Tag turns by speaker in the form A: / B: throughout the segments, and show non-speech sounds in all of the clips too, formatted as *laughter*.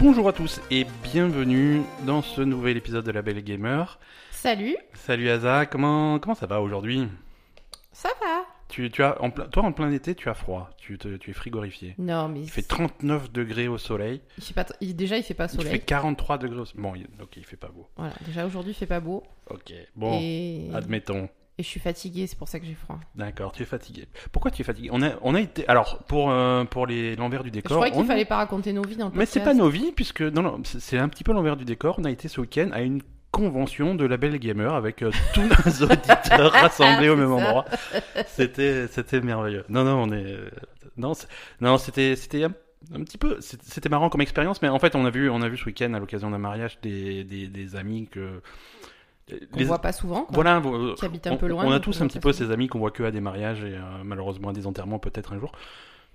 A: Bonjour à tous et bienvenue dans ce nouvel épisode de La Belle Gamer.
B: Salut,
A: Salut Aza, comment, comment ça va aujourd'hui
B: ça va
A: tu, tu as en plein- Toi en plein été tu as froid, tu, te- tu es frigorifié.
B: Non, mais
A: Il fait 39 degrés au soleil,
B: il fait pas tr- il- déjà il fait pas
A: il fait
B: soleil.
A: 43 degrés au soleil. Bon, il- ok, il fait pas beau.
B: Voilà, déjà aujourd'hui il fait pas beau
A: Ok, bon,
B: et...
A: admettons.
B: et je suis fatiguée, c'est pour ça que j'ai froid.
A: D'accord, tu es fatigué. Pourquoi tu es fatigué on a, on a été. Alors, pour, euh, pour les- l'envers du
B: Je
A: décor.
B: croyais qu'il
A: on-
B: fallait pas raconter nos vies dans le
A: Mais c'est
B: podcast.
A: pas nos vies, puisque non, non, c'est- c'est un petit peu l'envers du décor. On a été ce week-end à une convention de label gamer avec euh, *laughs* tous nos
B: *laughs*
A: auditeurs rassemblés au
B: C'est
A: même
B: ça.
A: endroit. C'était, c'était merveilleux. Non, non, on est, euh, non, c'est- non, c'était, c'était un, un petit peu, c'est- c'était marrant comme expérience, mais en fait, on a vu, on a vu ce week-end à l'occasion d'un mariage des, des, des amis que.
B: Qu'on
A: les-
B: voit pas souvent. quoi.
A: voilà, vous-
B: qui habitent un
A: on,
B: peu loin,
A: on a
B: donc
A: tous
B: on
A: un
B: voit
A: petit
B: pas
A: peu
B: souvent.
A: ces amis qu'on voit que à des mariages et euh, malheureusement à des enterrements peut-être un jour.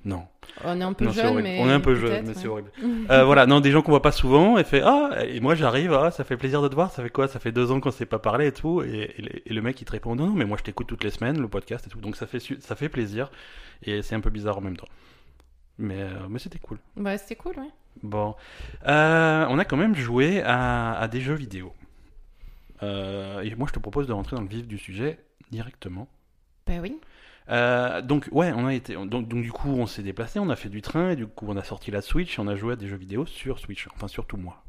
A: Non,
B: On est un peu
A: non, c'est
B: jeune,
A: horrible.
B: mais
A: on est un peu
B: peut-être,
A: jeune, mais
B: ouais.
A: c'est horrible.
B: *laughs*
A: Euh, voilà, non, des gens qu'on voit pas souvent, et fait Ah, et moi j'arrive, ah, ça fait plaisir de te voir, ça fait quoi Ça fait deux ans qu'on s'est pas parlé et tout. Et, et le- et le mec il te répond Non, non, mais moi je t'écoute toutes les semaines, le podcast et tout. Donc ça fait, su- ça fait plaisir, et c'est un peu bizarre en même temps. Mais, euh, mais c'était cool.
B: Bah c'était cool, ouais.
A: Bon. Euh, on a quand même joué à, à des jeux vidéo. Euh, et moi je te propose de rentrer dans le vif du sujet directement.
B: Bah oui.
A: Euh, donc ouais, on a été on- donc, donc, du coup on s'est déplacé, on a fait du train et du coup on a sorti la Switch, et on a joué à des jeux vidéo sur Switch, enfin surtout moi,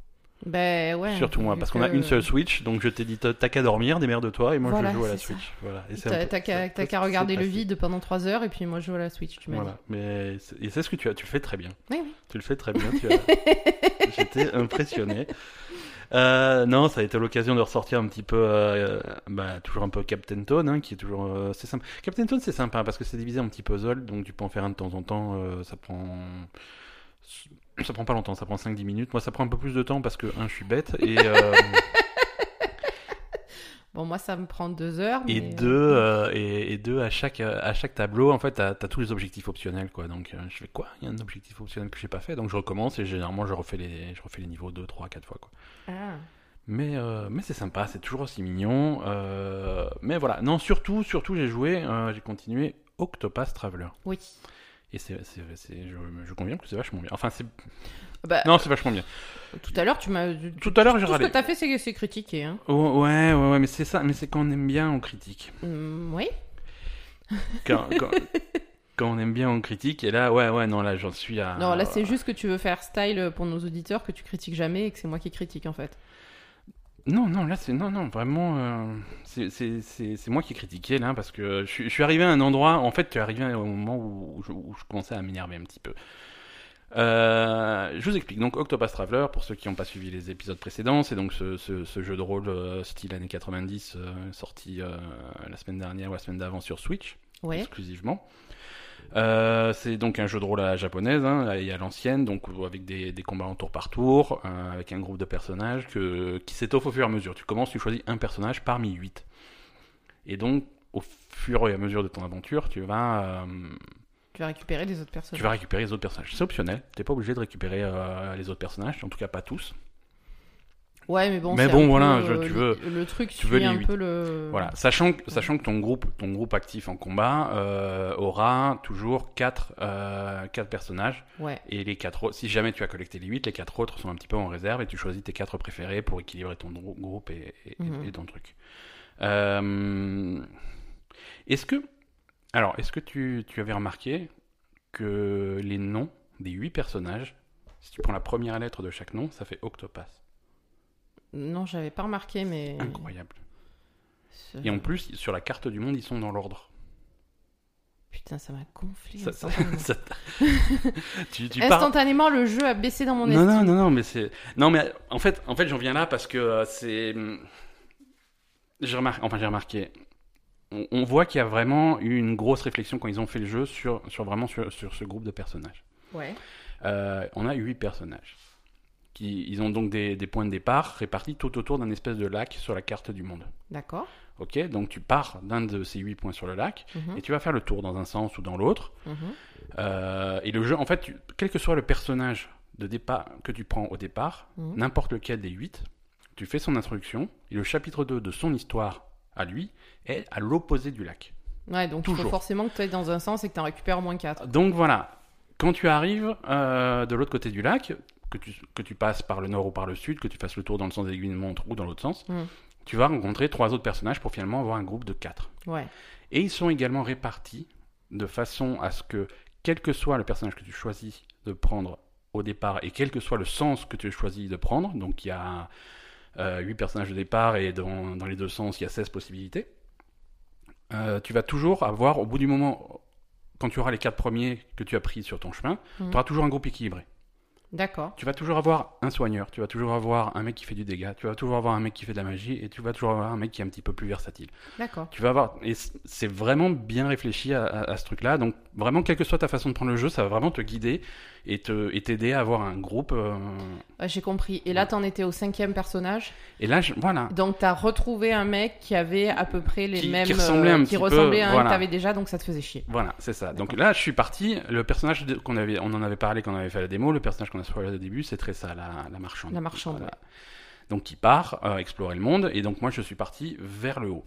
B: Bah ouais.
A: surtout moi
B: vu
A: parce
B: que
A: qu'on a une seule Switch, donc je t'ai dit t'as t'as qu'à dormir, démerde toi et moi
B: Voilà,
A: je joue à la
B: c'est ça.
A: Switch, voilà. Et c'est un
B: T'as
A: peu-
B: t'as
A: c'est un peu ce
B: qu'à t'as qu'à
A: qui s'est
B: regarder le
A: passé.
B: vide pendant 3 heures et puis moi je joue à la Switch, tu m'as
A: Voilà, mais c'est- et c'est ce que tu as, tu le fais très bien.
B: dit. Oui, oui.
A: Tu le fais très bien. tu
B: *laughs*
A: as- J'étais impressionné. Euh, non, ça a été l'occasion de ressortir un petit peu, euh, bah, toujours un peu Captain Tone, hein, qui est toujours, euh, c'est sympa. Captain Tone, c'est sympa parce que c'est divisé en petits puzzles, donc tu peux en faire un de temps en temps. euh, ça prend, ça prend pas longtemps, ça prend 5-10 minutes. Moi, ça prend un peu plus de temps parce que un, je suis bête et euh,
B: Bon, moi ça me prend 2 heures.
A: et
B: mais, euh,
A: deux euh, et, et deux à chaque euh, à chaque tableau, en fait, t'as as tous les objectifs optionnels, quoi. Donc, euh, je fais quoi Il y a un objectif optionnel que j'ai pas fait, donc je recommence et généralement je refais les je refais les niveaux 2, 3, 4 fois, quoi.
B: Ah.
A: Mais, euh, mais c'est sympa, c'est toujours aussi mignon. euh, mais voilà, non, surtout, surtout j'ai joué, euh, j'ai continué Octopath Traveler.
B: Oui.
A: Et c'est, c'est, c'est- je, je conviens que c'est vachement bien. Enfin, c'est,
B: Bah,
A: non, c'est vachement bien.
B: tout à l'heure tu m'as.
A: Tout à l'heure, j'ai
B: Tout ce
A: râlé.
B: que t'as fait c'est c'est critiquer. Hein.
A: Oh, ouais, ouais, ouais, mais c'est ça, mais c'est quand on aime bien, on critique.
B: Hum, oui.
A: Quand,
B: *laughs*
A: quand, quand on aime bien, on critique. Et là, ouais, ouais, non, là, j'en suis à.
B: Non, là c'est juste que tu veux faire style pour nos auditeurs que tu critiques jamais et que c'est moi qui critique en fait.
A: Non, non, là, c'est. Non, non, vraiment. euh, c'est- c'est c'est- c'est moi qui ai critiqué, là, parce que je, suis- je suis arrivé à un endroit. En fait, tu es arrivé au moment où, où je, où je commençais à m'énerver un petit peu. Euh, je vous explique. Donc, Octopus Traveler, pour ceux qui n'ont pas suivi les épisodes précédents, c'est donc ce, ce- ce jeu de rôle euh, style années 90, euh, sorti euh, la semaine dernière ou la semaine d'avant sur Switch
B: Ouais.
A: exclusivement. Euh, c'est donc un jeu de rôle à la japonaise hein, et à l'ancienne, donc avec des, des combats en tour par tour, euh, avec un groupe de personnages que, qui s'étoffe au fur et à mesure. Tu commences, tu choisis un personnage parmi huit. Et donc, au fur et à mesure de ton aventure, tu vas, euh,
B: Tu vas récupérer les autres personnes.
A: tu vas récupérer les autres personnages. C'est optionnel, t'es pas obligé de récupérer euh, les autres personnages, en tout cas pas tous.
B: Ouais, mais bon.
A: Mais
B: c'est
A: bon, voilà,
B: un peu,
A: je- tu
B: euh, Le truc,
A: tu veux
B: suit
A: les
B: un
A: huit.
B: peu le.
A: Voilà, sachant que, sachant que ton groupe, ton groupe actif en combat euh, aura toujours quatre euh, quatre personnages.
B: Ouais.
A: Et les quatre autres, si jamais tu as collecté les 8, les quatre autres sont un petit peu en réserve et tu choisis tes quatre préférés pour équilibrer ton drou- groupe et, et- et-
B: Mhm.
A: et ton truc. Euh, est-ce que, alors, est-ce que tu, tu avais remarqué que les noms des huit personnages, si tu prends la première lettre de chaque nom, ça fait Octopath.
B: Non, j'avais pas remarqué, mais.
A: Incroyable.
B: Ce-
A: Et en plus, sur la carte du monde, ils sont dans l'ordre.
B: Putain, ça m'a gonflé.
A: Ça- ça- *laughs*
B: instantanément.
A: ça t'a- tu, tu pars-
B: Instantanément, le jeu a baissé dans mon
A: Non,
B: estime.
A: non, non, non, mais c'est. Non, mais en fait, en fait j'en viens là parce que euh, c'est. J'ai remarqué. Enfin, j'ai remarqué. On, on voit qu'il y a vraiment eu une grosse réflexion quand ils ont fait le jeu sur, sur vraiment sur, sur ce groupe de personnages.
B: Ouais.
A: Euh, on a huit personnages. Qui, ils ont donc des, des points de départ répartis tout autour d'un espèce de lac sur la carte du monde.
B: D'accord.
A: Ok, donc tu pars d'un de ces huit points sur le lac
B: Mhm,
A: et tu vas faire le tour dans un sens ou dans l'autre.
B: mhm.
A: Euh, et le jeu, en fait, tu- quel que soit le personnage de départ que tu prends au départ,
B: Mhm.
A: n'importe lequel des 8, tu fais son introduction, et le chapitre 2 de son histoire à lui est à l'opposé du lac.
B: Ouais, donc il faut
A: Toujours.
B: forcément que tu ailles dans un sens et que tu en récupères au moins 4.
A: Donc voilà, quand tu arrives euh, de l'autre côté du lac, que tu, que tu passes par le nord ou par le sud, que tu fasses le tour dans le sens des aiguilles de montre ou dans l'autre sens,
B: Mm.
A: tu vas rencontrer trois autres personnages pour finalement avoir un groupe de quatre.
B: Ouais.
A: Et ils sont également répartis de façon à ce que, quel que soit le personnage que tu choisis de prendre au départ et quel que soit le sens que tu choisis de prendre, donc il y a euh, huit personnages de départ et dans, dans les deux sens, il y a 16 possibilités, euh, tu vas toujours avoir, au bout du moment, quand tu auras les quatre premiers que tu as pris sur ton chemin,
B: Mhm.
A: tu auras toujours un groupe équilibré.
B: D'accord.
A: Tu vas toujours avoir un soigneur, tu vas toujours avoir un mec qui fait du dégât, tu vas toujours avoir un mec qui fait de la magie et tu vas toujours avoir un mec qui est un petit peu plus versatile.
B: D'accord.
A: Tu vas avoir. Et c- c'est vraiment bien réfléchi à, à- à ce truc-là. Donc, vraiment, quelle que soit ta façon de prendre le jeu, ça va vraiment te guider et te- et t'aider à avoir un groupe. euh,
B: Ouais, J'ai compris. Et là, t'en étais au cinquième personnage.
A: Et là, je- voilà.
B: Donc, t'as retrouvé un mec qui avait à peu près les
A: Qui-
B: mêmes. euh,
A: qui ressemblait un
B: qui
A: petit peu,
B: ressemblait à un
A: voilà.
B: que t'avais déjà, donc ça te faisait chier.
A: Voilà, c'est ça. Donc là, je suis parti. Le personnage de- qu'on avait, on en avait parlé quand on avait fait la démo. Le personnage qu'on a fait au début, c'est très ça, la, la marchande.
B: La marchande,
A: Voilà. Donc qui part euh, explorer le monde. Et donc moi, je suis parti vers le haut.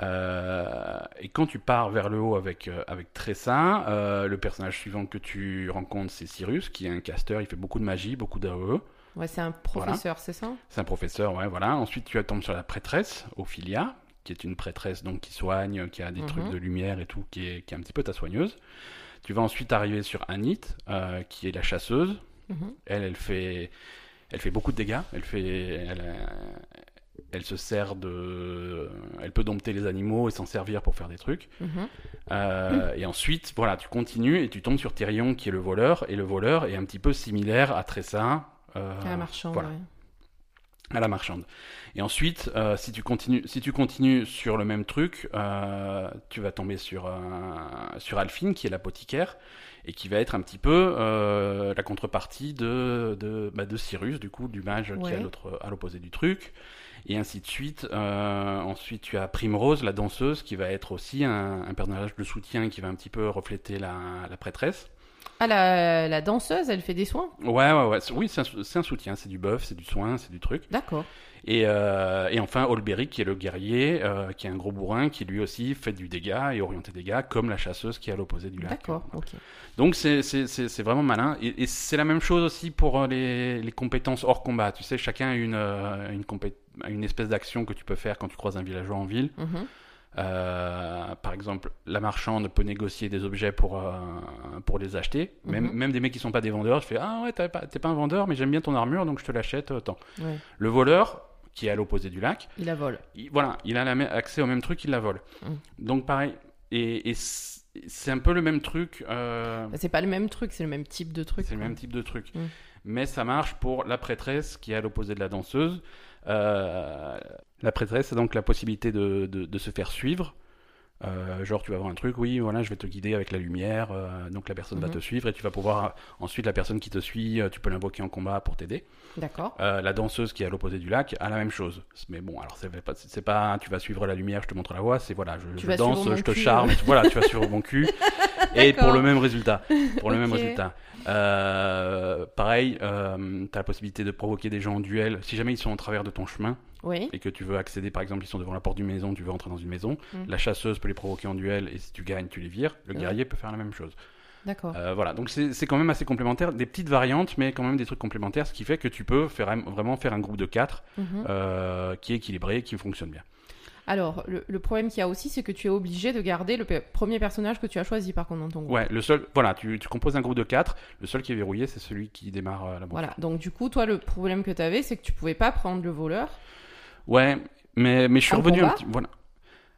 A: Euh, et quand tu pars vers le haut avec, euh, avec Tressa, euh, le personnage suivant que tu rencontres, c'est Cyrus, qui est un casteur, il fait beaucoup de magie, beaucoup E. d'AOE.
B: Ouais, c'est un professeur, c'est ça
A: C'est un professeur, ouais, voilà. Ensuite, tu tombes sur la prêtresse, Ophelia, qui est une prêtresse donc qui soigne, qui a des
B: Mhm.
A: trucs de lumière et tout, qui est, qui est un petit peu ta soigneuse. Tu vas ensuite arriver sur Anit, euh, qui est la chasseuse.
B: Mhm.
A: Elle, elle fait, elle fait beaucoup de dégâts. Elle fait, elle, euh, elle se sert de, elle peut dompter les animaux et s'en servir pour faire des trucs.
B: Mhm.
A: Euh, Et ensuite, voilà, tu continues et tu tombes sur Tyrion, qui est le voleur. Et le voleur est un petit peu similaire à Tressa. euh,
B: Ah, la marchande,
A: voilà
B: ouais.
A: à la marchande. Et ensuite, euh, si, tu continues, si tu continues sur le même truc, euh, tu vas tomber sur, euh, sur Alphine, qui est l'apothicaire, et qui va être un petit peu euh, la contrepartie de, de, bah, de Cyrus, du coup, du mage qui est à
B: Ouais.
A: l'autre- à l'opposé du truc, et ainsi de suite. Euh, ensuite, tu as Primrose, la danseuse, qui va être aussi un, un personnage de soutien qui va un petit peu refléter la, la prêtresse.
B: Ah, la, la danseuse, elle fait des soins
A: Ouais, ouais, ouais. c'est- Oui, c'est un, sou- c'est un soutien, c'est du buff, c'est du soin, c'est du truc.
B: D'accord.
A: Et, euh, et enfin, Olberic, qui est le guerrier, euh, qui est un gros bourrin, qui lui aussi fait du dégât et orienté dégât, comme la chasseuse qui est à l'opposé du lac.
B: D'accord, ok.
A: Donc c'est- c'est c'est- c'est vraiment malin. Et, et c'est la même chose aussi pour euh, les, les compétences hors combat. Tu sais, chacun a une, euh, une, compé- une espèce d'action que tu peux faire quand tu croises un villageois en ville.
B: Mhm.
A: Euh, par exemple, la marchande peut négocier des objets pour, euh, pour les acheter. Même,
B: Mhm.
A: même des mecs qui sont pas des vendeurs, je fais Ah ouais, t'as pas- t'es pas, un vendeur, mais j'aime bien ton armure, donc je te l'achète, euh, tant.
B: Ouais.
A: Le voleur, qui est à l'opposé du lac,
B: Il la vole.
A: il- voilà, il a la mê- accès au même truc, il la vole.
B: Mm.
A: Donc pareil, et, et c- c'est un peu le même truc, euh,
B: Bah, c'est pas le même truc, c'est le même type de truc.
A: c'est le
B: quoi.
A: même type de truc.
B: Mm.
A: Mais ça marche pour la prêtresse qui est à l'opposé de la danseuse. Euh, la prêtresse a donc la possibilité de, de- de se faire suivre. Euh, genre tu vas avoir un truc, oui, voilà, je vais te guider avec la lumière, euh, donc la personne va
B: Mhm.
A: te suivre et tu vas pouvoir ensuite la personne qui te suit, euh, tu peux l'invoquer en combat pour t'aider.
B: D'accord.
A: Euh, la danseuse qui est à l'opposé du lac a la même chose. Mais bon, alors c'est pas, c'est pas tu vas suivre la lumière, je te montre la voie, c'est voilà, je,
B: Tu
A: je
B: vas
A: danse,
B: suivre mon
A: je te
B: cul,
A: charme,
B: ouais.
A: tu- voilà, tu vas suivre mon
B: *laughs*
A: cul. et pour
B: D'accord.
A: le même résultat. Pour le même
B: *laughs* Ok.
A: résultat. Euh, pareil, euh, tu as la possibilité de provoquer des gens en duel. Si jamais ils sont en travers de ton chemin
B: Oui.
A: et que tu veux accéder, par exemple, ils sont devant la porte d'une maison, tu veux entrer dans une maison,
B: Mm.
A: la chasseuse peut les provoquer en duel et si tu gagnes, tu les vires. Le
B: Ouais.
A: guerrier peut faire la même chose.
B: D'accord.
A: Euh, voilà, donc c'est c'est quand même assez complémentaire, des petites variantes, mais quand même des trucs complémentaires, ce qui fait que tu peux faire, un- vraiment faire un groupe de 4
B: Mhm.
A: qui est équilibré et qui fonctionne bien.
B: Alors, le, le problème qu'il y a aussi, c'est que tu es obligé de garder le pe- premier personnage que tu as choisi, par contre, dans ton groupe.
A: Ouais, le seul, voilà, tu, tu composes un groupe de 4 le seul qui est verrouillé, c'est celui qui démarre euh, la banque.
B: Voilà. Donc, du coup, toi, le problème que tu avais, c'est que tu pouvais pas prendre le voleur
A: Ouais, mais, mais je suis
B: Un
A: revenu un
B: combat
A: petit. Voilà.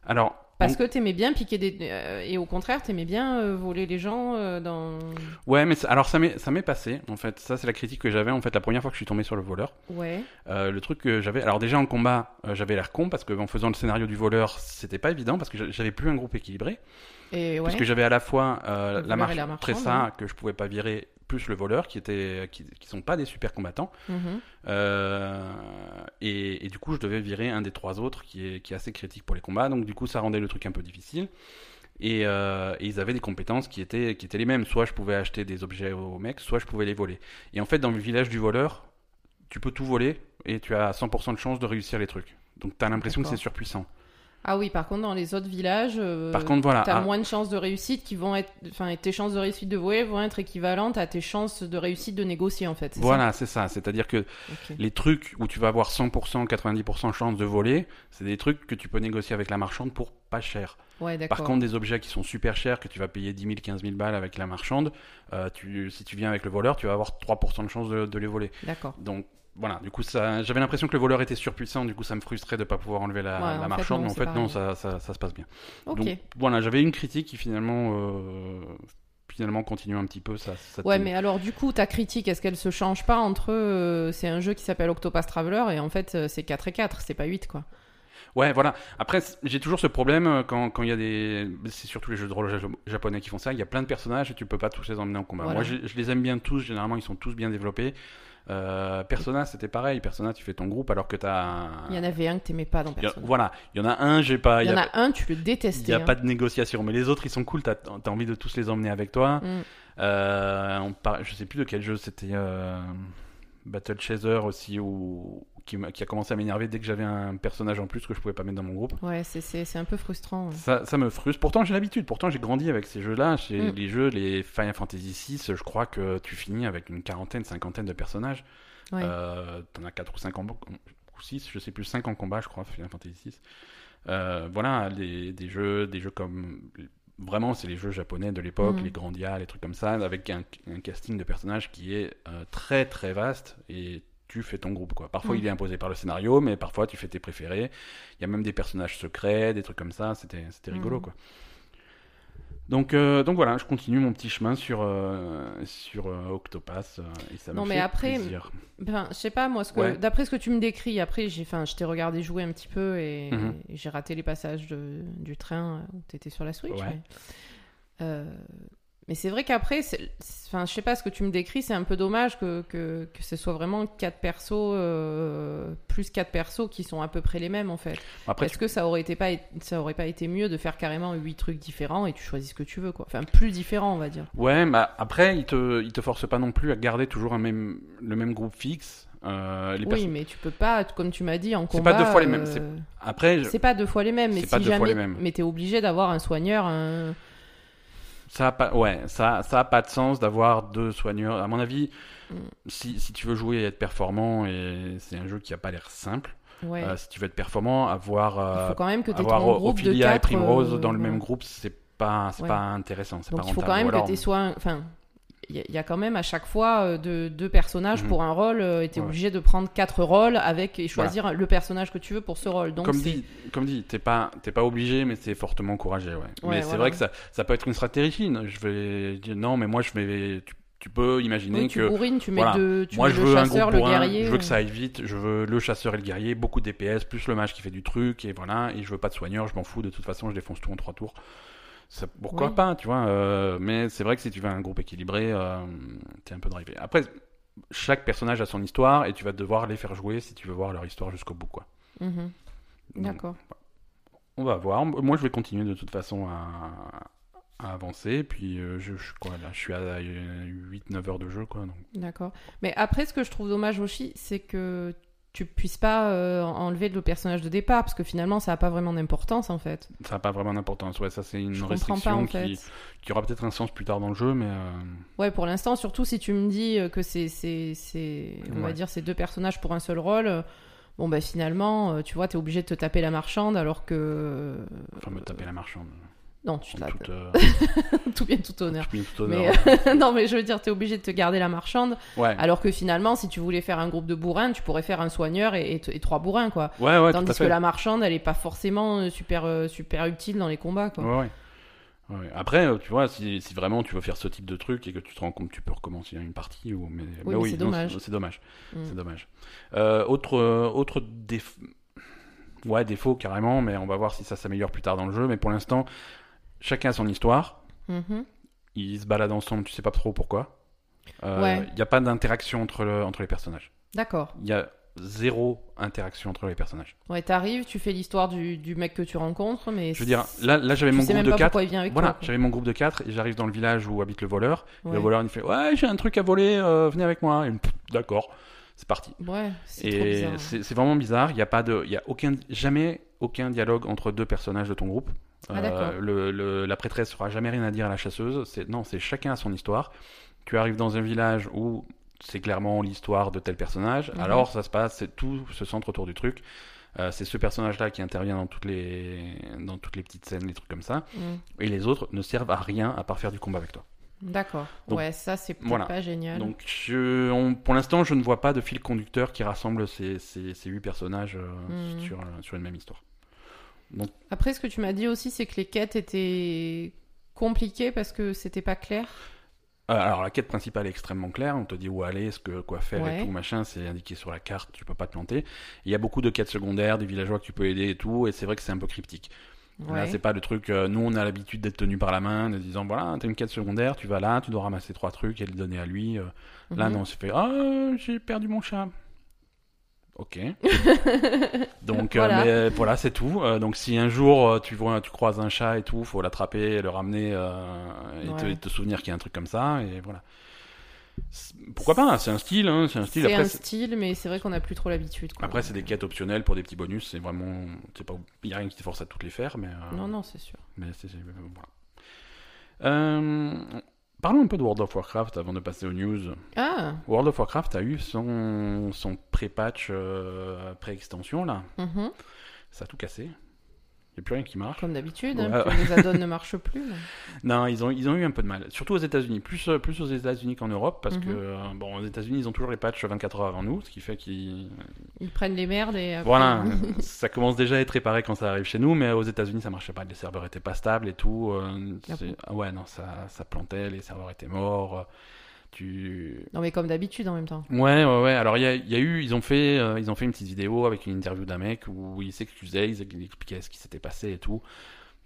A: Alors.
B: parce que t'aimais bien piquer des. euh, et au contraire, t'aimais bien euh, voler les gens euh, dans.
A: on- Ouais, mais ça- alors ça m'est ça m'est passé, en fait. Ça, c'est la critique que j'avais, en fait, la première fois que je suis tombé sur le voleur.
B: Ouais.
A: Euh, le truc que j'avais, alors déjà en combat, euh, j'avais l'air con parce que en faisant le scénario du voleur, c'était pas évident parce que j'a- j'avais plus un groupe équilibré.
B: Et ouais.
A: Parce que j'avais à la fois euh, la
B: Le voleur et la
A: marche
B: marchande,
A: Tressa que je pouvais pas virer, plus le voleur qui était qui, qui sont pas des super combattants.
B: Mhm.
A: Euh, et, et du coup, je devais virer un des trois autres qui est, qui est assez critique pour les combats. Donc du coup, ça rendait le truc un peu difficile. Et, euh, et ils avaient des compétences qui étaient qui étaient les mêmes. Soit je pouvais acheter des objets aux mecs, soit je pouvais les voler. Et en fait, dans le village du voleur, tu peux tout voler et tu as 100% de chance de réussir les trucs. Donc t'as l'impression que
B: D'accord.
A: c'est surpuissant.
B: Ah oui, par contre, dans les autres villages, euh,
A: Par contre, ah, voilà.
B: t'as
A: à-
B: moins de chances de réussite qui vont être. Enfin, et tes chances de réussite de voyer vont être équivalentes à tes chances de réussite de négocier, en fait. c'est ça
A: Voilà, c'est ça. C'est-à-dire que
B: Ok.
A: les trucs où tu vas avoir 100%, 90% chance de voler, c'est des trucs que tu peux négocier avec la marchande pour pas cher.
B: Ouais, d'accord.
A: Par contre, des objets qui sont super chers, que tu vas payer 10 000, 15 000 balles avec la marchande, euh, tu, si tu viens avec le voleur, tu vas avoir 3% de chance de, de les voler.
B: D'accord.
A: Donc voilà, du coup, ça, j'avais l'impression que le voleur était surpuissant, du coup, ça me frustrait de ne pas pouvoir enlever la,
B: Ouais,
A: la
B: en fait,
A: marchande,
B: non,
A: mais en
B: c'est
A: fait, non, ça,
B: pareil.
A: ça, ça se passe bien.
B: Ok.
A: Donc voilà, j'avais une critique qui finalement, euh, finalement continue un petit peu. Ça, ça
B: Ouais,
A: tenait.
B: mais alors du coup, ta critique, est-ce qu'elle se change pas entre euh, c'est un jeu qui s'appelle Octopath Traveler et en fait euh, c'est 4 et 4, c'est pas 8 quoi.
A: Ouais, voilà. Après, c- j'ai toujours ce problème euh, quand quand il y a des. C'est surtout les jeux de rôle ja- japonais qui font ça. Il y a plein de personnages et tu peux pas tous les emmener en combat.
B: Voilà.
A: Moi, je, je les aime bien tous. Généralement, ils sont tous bien développés. Euh, Persona, c'était pareil. Persona, tu fais ton groupe alors que t'as.
B: Il y en avait un que t'aimais pas dans
A: Ah. Il y a-
B: personne.
A: Voilà. Il y en a un, j'ai pas.
B: Il y en
A: a...
B: a un, tu le
A: il
B: détestais.
A: y a
B: hein.
A: pas de négociation. Mais les autres, ils sont cool. T'as as envie de tous les emmener avec toi.
B: Mm.
A: Euh, on par- Je sais plus de quel jeu c'était. euh, Battle Chaser aussi, où... qui, m'a- qui a commencé à m'énerver dès que j'avais un personnage en plus que je pouvais pas mettre dans mon groupe.
B: Ouais, c'est- c'est c'est un peu frustrant. ouais.
A: Ça, ça me frustre. Pourtant, j'ai l'habitude. Pourtant, j'ai grandi avec ces jeux-là. Chez
B: Mm.
A: les jeux, les Final Fantasy VI, je crois que tu finis avec une quarantaine, cinquantaine de personnages.
B: Ouais.
A: Euh, T'en as 4 ou 5 en bo- ou 6, je sais plus, 5 en combat, je crois, Final Fantasy VI. Euh, voilà, les- des, jeux, des jeux comme. Vraiment, c'est les jeux japonais de l'époque,
B: Mm.
A: les Grandia, les trucs comme ça, avec un, un casting de personnages qui est euh, très très vaste et tu fais ton groupe quoi. Parfois
B: Mm.
A: il est imposé par le scénario, mais parfois tu fais tes préférés. Il y a même des personnages secrets, des trucs comme ça, c'était c'était rigolo
B: Mhm.
A: quoi. Donc, euh, donc voilà, je continue mon petit chemin sur, euh, sur euh, Octopass euh, et ça me
B: Non, mais
A: fait
B: après,
A: plaisir.
B: Ben, je sais pas moi ce que
A: Ouais.
B: d'après ce que tu me décris, après j'ai enfin je t'ai regardé jouer un petit peu et,
A: Mhm.
B: et j'ai raté les passages de- du train où t'étais sur la Switch.
A: Ouais.
B: Mais, Euh, mais c'est vrai qu'après c'est- c'est- enfin je sais pas ce que tu me décris, c'est un peu dommage que, que, que ce soit vraiment quatre persos euh, plus quatre persos qui sont à peu près les mêmes en fait.
A: Après,
B: Est-ce que ça aurait été pas ça aurait pas été mieux de faire carrément huit trucs différents et tu choisis ce que tu veux quoi. Enfin plus différents, on va dire.
A: Ouais, bah après, il te, il te force pas non plus à garder toujours un même, le même groupe fixe. Euh, les
B: Oui,
A: perso-
B: mais tu peux pas comme tu m'as dit en
A: C'est pas
B: combat
A: deux fois les mêmes,
B: euh,
A: Après, je-
B: C'est pas deux fois les mêmes, mais
A: C'est
B: si
A: pas deux fois
B: jamais,
A: les mêmes.
B: mais t'es obligé d'avoir un soigneur, un...
A: ça a pas, ouais, ça, ça a pas de sens d'avoir deux soigneurs. À mon avis,
B: Mm.
A: si, si tu veux jouer et être performant, et c'est un jeu qui a pas l'air simple.
B: ouais.
A: euh, si tu veux être performant, avoir,
B: il
A: euh,
B: faut quand même que t'aies
A: avoir
B: ton groupe de
A: Ophelia et
B: quatre.
A: Primrose
B: euh,
A: dans le
B: voilà.
A: même groupe, c'est pas, c'est
B: Ouais.
A: pas intéressant, c'est pas
B: Donc il faut
A: rentable.
B: quand même
A: Ou alors-
B: que t'aies soit, un- enfin, il y, a- il y a quand même à chaque fois euh, deux, deux personnages
A: Mhm.
B: pour un rôle, euh, et t'es
A: Ouais.
B: obligé de prendre quatre rôles avec et choisir le personnage que tu veux pour ce rôle. Donc
A: comme
B: c'est-
A: dit, comme dit, t'es pas, t'es pas obligé, mais c'est fortement encouragé, ouais. mais c'est vrai
B: voilà, ouais.
A: que ça, ça peut être une stratégie. non Je vais dire non, mais moi je vais, tu, tu peux imaginer
B: oui, tu
A: que
B: bourrines, tu mets
A: voilà.
B: deux, tu
A: moi
B: mets
A: je
B: le
A: veux un
B: chasseur,
A: groupe
B: le
A: pour un,
B: guerrier.
A: je veux que ça aille vite, je veux le chasseur et le guerrier, beaucoup de DPS plus le mage qui fait du truc et voilà, et je veux pas de soigneur, je m'en fous. De toute façon, je défonce tout en trois tours. Ça, pourquoi
B: Oui.
A: pas, tu vois euh, Mais c'est vrai que si tu veux un groupe équilibré, euh, t'es un peu drivé. Après, chaque personnage a son histoire et tu vas devoir les faire jouer si tu veux voir leur histoire jusqu'au bout, quoi.
B: Mhm.
A: Donc,
B: D'accord.
A: on va voir. Moi, je vais continuer de toute façon à, à avancer. Puis, euh, je, je- quoi, là, je suis à 8-9 heures de jeu. Quoi, donc.
B: D'accord. Mais après, ce que je trouve dommage aussi, c'est que tu puisses pas euh, enlever le personnage de départ, parce que finalement, ça n'a pas vraiment d'importance, en fait.
A: Ça n'a pas vraiment d'importance. Ouais, ça, c'est une
B: je comprends pas,
A: restriction
B: en
A: qui,
B: fait.
A: qui aura peut-être un sens plus tard dans le jeu. Mais euh,
B: Ouais, pour l'instant, surtout si tu me dis euh, que c'est, c'est, c'est- on va
A: Ouais.
B: dire, ces deux personnages pour un seul rôle. euh, Bon, bah finalement, euh, tu vois, t'es obligé de te taper la marchande alors que. euh,
A: enfin, me taper la marchande.
B: Non, tu te
A: En
B: la
A: toute, euh,
B: *laughs* tout bien,
A: *laughs*
B: tout honneur.
A: tout- tout
B: Mais, euh,
A: honneur.
B: non, mais je veux dire, t'es obligé de te garder la marchande
A: Ouais,
B: alors que finalement, si tu voulais faire un groupe de bourrins, tu pourrais faire un soigneur et, et t- et trois bourrins, quoi.
A: ouais, ouais, tout à
B: Tandis que
A: fait.
B: la marchande, elle est pas forcément euh, super, euh, super utile dans les combats, quoi.
A: Ouais, ouais. Ouais. Après, euh, tu vois, si, si vraiment tu veux faire ce type de truc et que tu te rends compte, tu peux recommencer une partie. Ou... Mais, mais
B: mais c'est
A: non,
B: dommage.
A: C'est dommage.
B: Mm.
A: C'est dommage. Euh, autre euh, autre déf- ouais, défaut carrément, mais on va voir si ça s'améliore plus tard dans le jeu. Mais pour l'instant, chacun a son histoire.
B: Mhm.
A: Ils se baladent ensemble, tu sais pas trop pourquoi. Il
B: Ouais.
A: n'y a pas d'interaction entre, le- entre les personnages.
B: D'accord.
A: Il y a zéro interaction entre les personnages.
B: Ouais, t'arrives, tu fais l'histoire du, du mec que tu rencontres, mais.
A: Je veux dire, là, là j'avais
B: tu
A: mon
B: sais
A: groupe
B: même
A: de
B: pas
A: 4.
B: pourquoi il vient avec
A: Voilà,
B: toi. quoi.
A: j'avais mon groupe de 4 et j'arrive dans le village où habite le voleur. Et
B: Ouais.
A: Le voleur il me fait Ouais, j'ai un truc à voler, euh, venez avec moi. Et pff, D'accord, c'est parti.
B: Ouais, c'est trop
A: Et
B: bizarre.
A: c'est c'est vraiment bizarre. Il n'y a pas de, il y a aucun, jamais aucun dialogue entre deux personnages de ton groupe. Euh,
B: Ah, d'accord.
A: le- le- la prêtresse fera jamais rien à dire à la chasseuse. C'est non, c'est chacun à son histoire. Tu arrives dans un village où c'est clairement l'histoire de tel personnage.
B: Mhm.
A: Alors ça se passe, c'est- tout se centre autour du truc. Euh, c'est ce personnage-là qui intervient dans toutes les dans toutes les petites scènes, les trucs comme ça.
B: Mm.
A: Et les autres ne servent à rien à part faire du combat avec toi.
B: D'accord.
A: Donc,
B: ouais, ça, c'est peut-être
A: voilà.
B: pas génial.
A: Donc je- on- pour l'instant, je ne vois pas de fil conducteur qui rassemble ces, ces- ces huit personnages euh,
B: Mhm.
A: sur, sur une même histoire.
B: Après, ce que tu m'as dit aussi, c'est que les quêtes étaient compliquées parce que c'était pas clair.
A: Euh, Alors la quête principale est extrêmement claire, on te dit où aller, ce que quoi faire
B: Ouais.
A: et tout machin, c'est indiqué sur la carte, tu peux pas te planter. Il y a beaucoup de quêtes secondaires, des villageois que tu peux aider et tout, et c'est vrai que c'est un peu cryptique. Là
B: Ouais.
A: c'est pas le truc, euh, nous on a l'habitude d'être tenu par la main, de disant voilà t'as une quête secondaire, tu vas là, tu dois ramasser trois trucs et les donner à lui. euh. Là
B: Mhm.
A: non, c'est fait ah j'ai perdu mon chat.
B: *laughs*
A: Ok. Donc euh,
B: Voilà.
A: mais, euh, voilà, c'est tout. Euh, donc si un jour euh, tu vois, tu croises un chat et tout, faut l'attraper, le ramener euh, et, te,
B: Ouais.
A: et te souvenir qu'il y a un truc comme ça et voilà. C'est- Pourquoi pas hein, C'est un style, hein, c'est un style.
B: C'est
A: Après,
B: un
A: c'est-
B: style, mais c'est vrai qu'on n'a plus trop l'habitude. quoi.
A: après c'est des quêtes optionnelles pour des petits bonus. C'est vraiment, c'est pas, il y a rien qui te force à toutes les faire, mais euh,
B: Non, non, c'est sûr.
A: mais c'est c'est- voilà. Euh, Parlons un peu de World of Warcraft avant de passer aux news.
B: Ah,
A: World of Warcraft a eu son, son pré-patch, euh, pré-extension là.
B: mhm.
A: Ça a tout cassé. Il n'y a plus rien qui marche.
B: comme d'habitude, hein,
A: Ouais.
B: puis les add-ons ne marchent plus. là.
A: Non, ils ont, ils ont eu un peu de mal. Surtout aux États-Unis. Plus, euh, plus aux États-Unis qu'en Europe, parce que,
B: Mhm.
A: euh, bon, aux États-Unis, ils ont toujours les patchs 24 heures avant nous, ce qui fait qu'ils.
B: Ils prennent les merdes et. après-
A: Voilà,
B: *laughs*
A: ça commence déjà à être réparé quand ça arrive chez nous, mais aux États-Unis, ça marchait pas. Les serveurs étaient pas stables et tout. euh,
B: Ah
A: c'est- ah ouais, non, ça, ça plantait, les serveurs étaient morts. euh, Tu.
B: Non, mais comme d'habitude en même temps.
A: Ouais, ouais, ouais. Alors, il y a, il y a eu, ils ont fait, euh, ils ont fait une petite vidéo avec une interview d'un mec où il s'excusait, ils- il expliquait ce qui s'était passé et tout.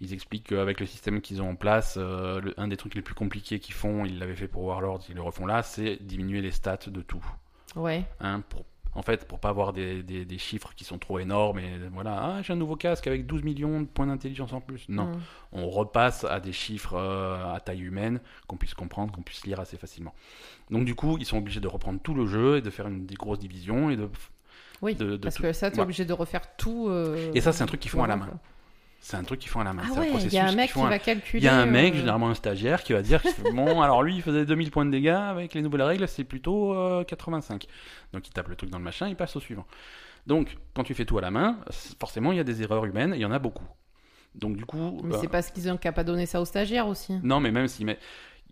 A: Ils expliquent qu'avec le système qu'ils ont en place, euh, le- un des trucs les plus compliqués qu'ils font, ils l'avaient fait pour Warlords, ils le refont là, c'est diminuer les stats de tout.
B: Ouais.
A: Hein, pour- en fait, pour pas avoir des, des- des chiffres qui sont trop énormes et voilà, ah, j'ai un nouveau casque avec 12 millions de points d'intelligence en plus. Non,
B: Mm.
A: on repasse à des chiffres euh, à taille humaine qu'on puisse comprendre, qu'on puisse lire assez facilement. Donc du coup, ils sont obligés de reprendre tout le jeu et de faire une des grosses divisions et de
B: Oui,
A: de- de
B: parce
A: tout.
B: que ça, t'es
A: Ouais.
B: obligé de refaire tout. euh,
A: Et ça, c'est un truc qu'ils font à la
B: vraiment,
A: main.
B: quoi.
A: c'est un truc qu'ils font à la main.
B: Ah
A: c'est un
B: ouais, il
A: processus
B: y a un
A: qu'ils
B: mec qui
A: font à-
B: va calculer.
A: Il y a un mec,
B: euh,
A: généralement un stagiaire, qui va dire
B: *laughs*
A: que, bon, alors lui, il faisait 2000 points de dégâts avec les nouvelles règles, c'est plutôt euh, 85. Donc il tape le truc dans le machin, il passe au suivant. Donc quand tu fais tout à la main, c'est- forcément, il y a des erreurs humaines, et il y en a beaucoup. Donc du coup,
B: Mais
A: euh,
B: c'est parce qu'ils ont qu'à pas donné ça aux stagiaires aussi.
A: Non, mais même si, mais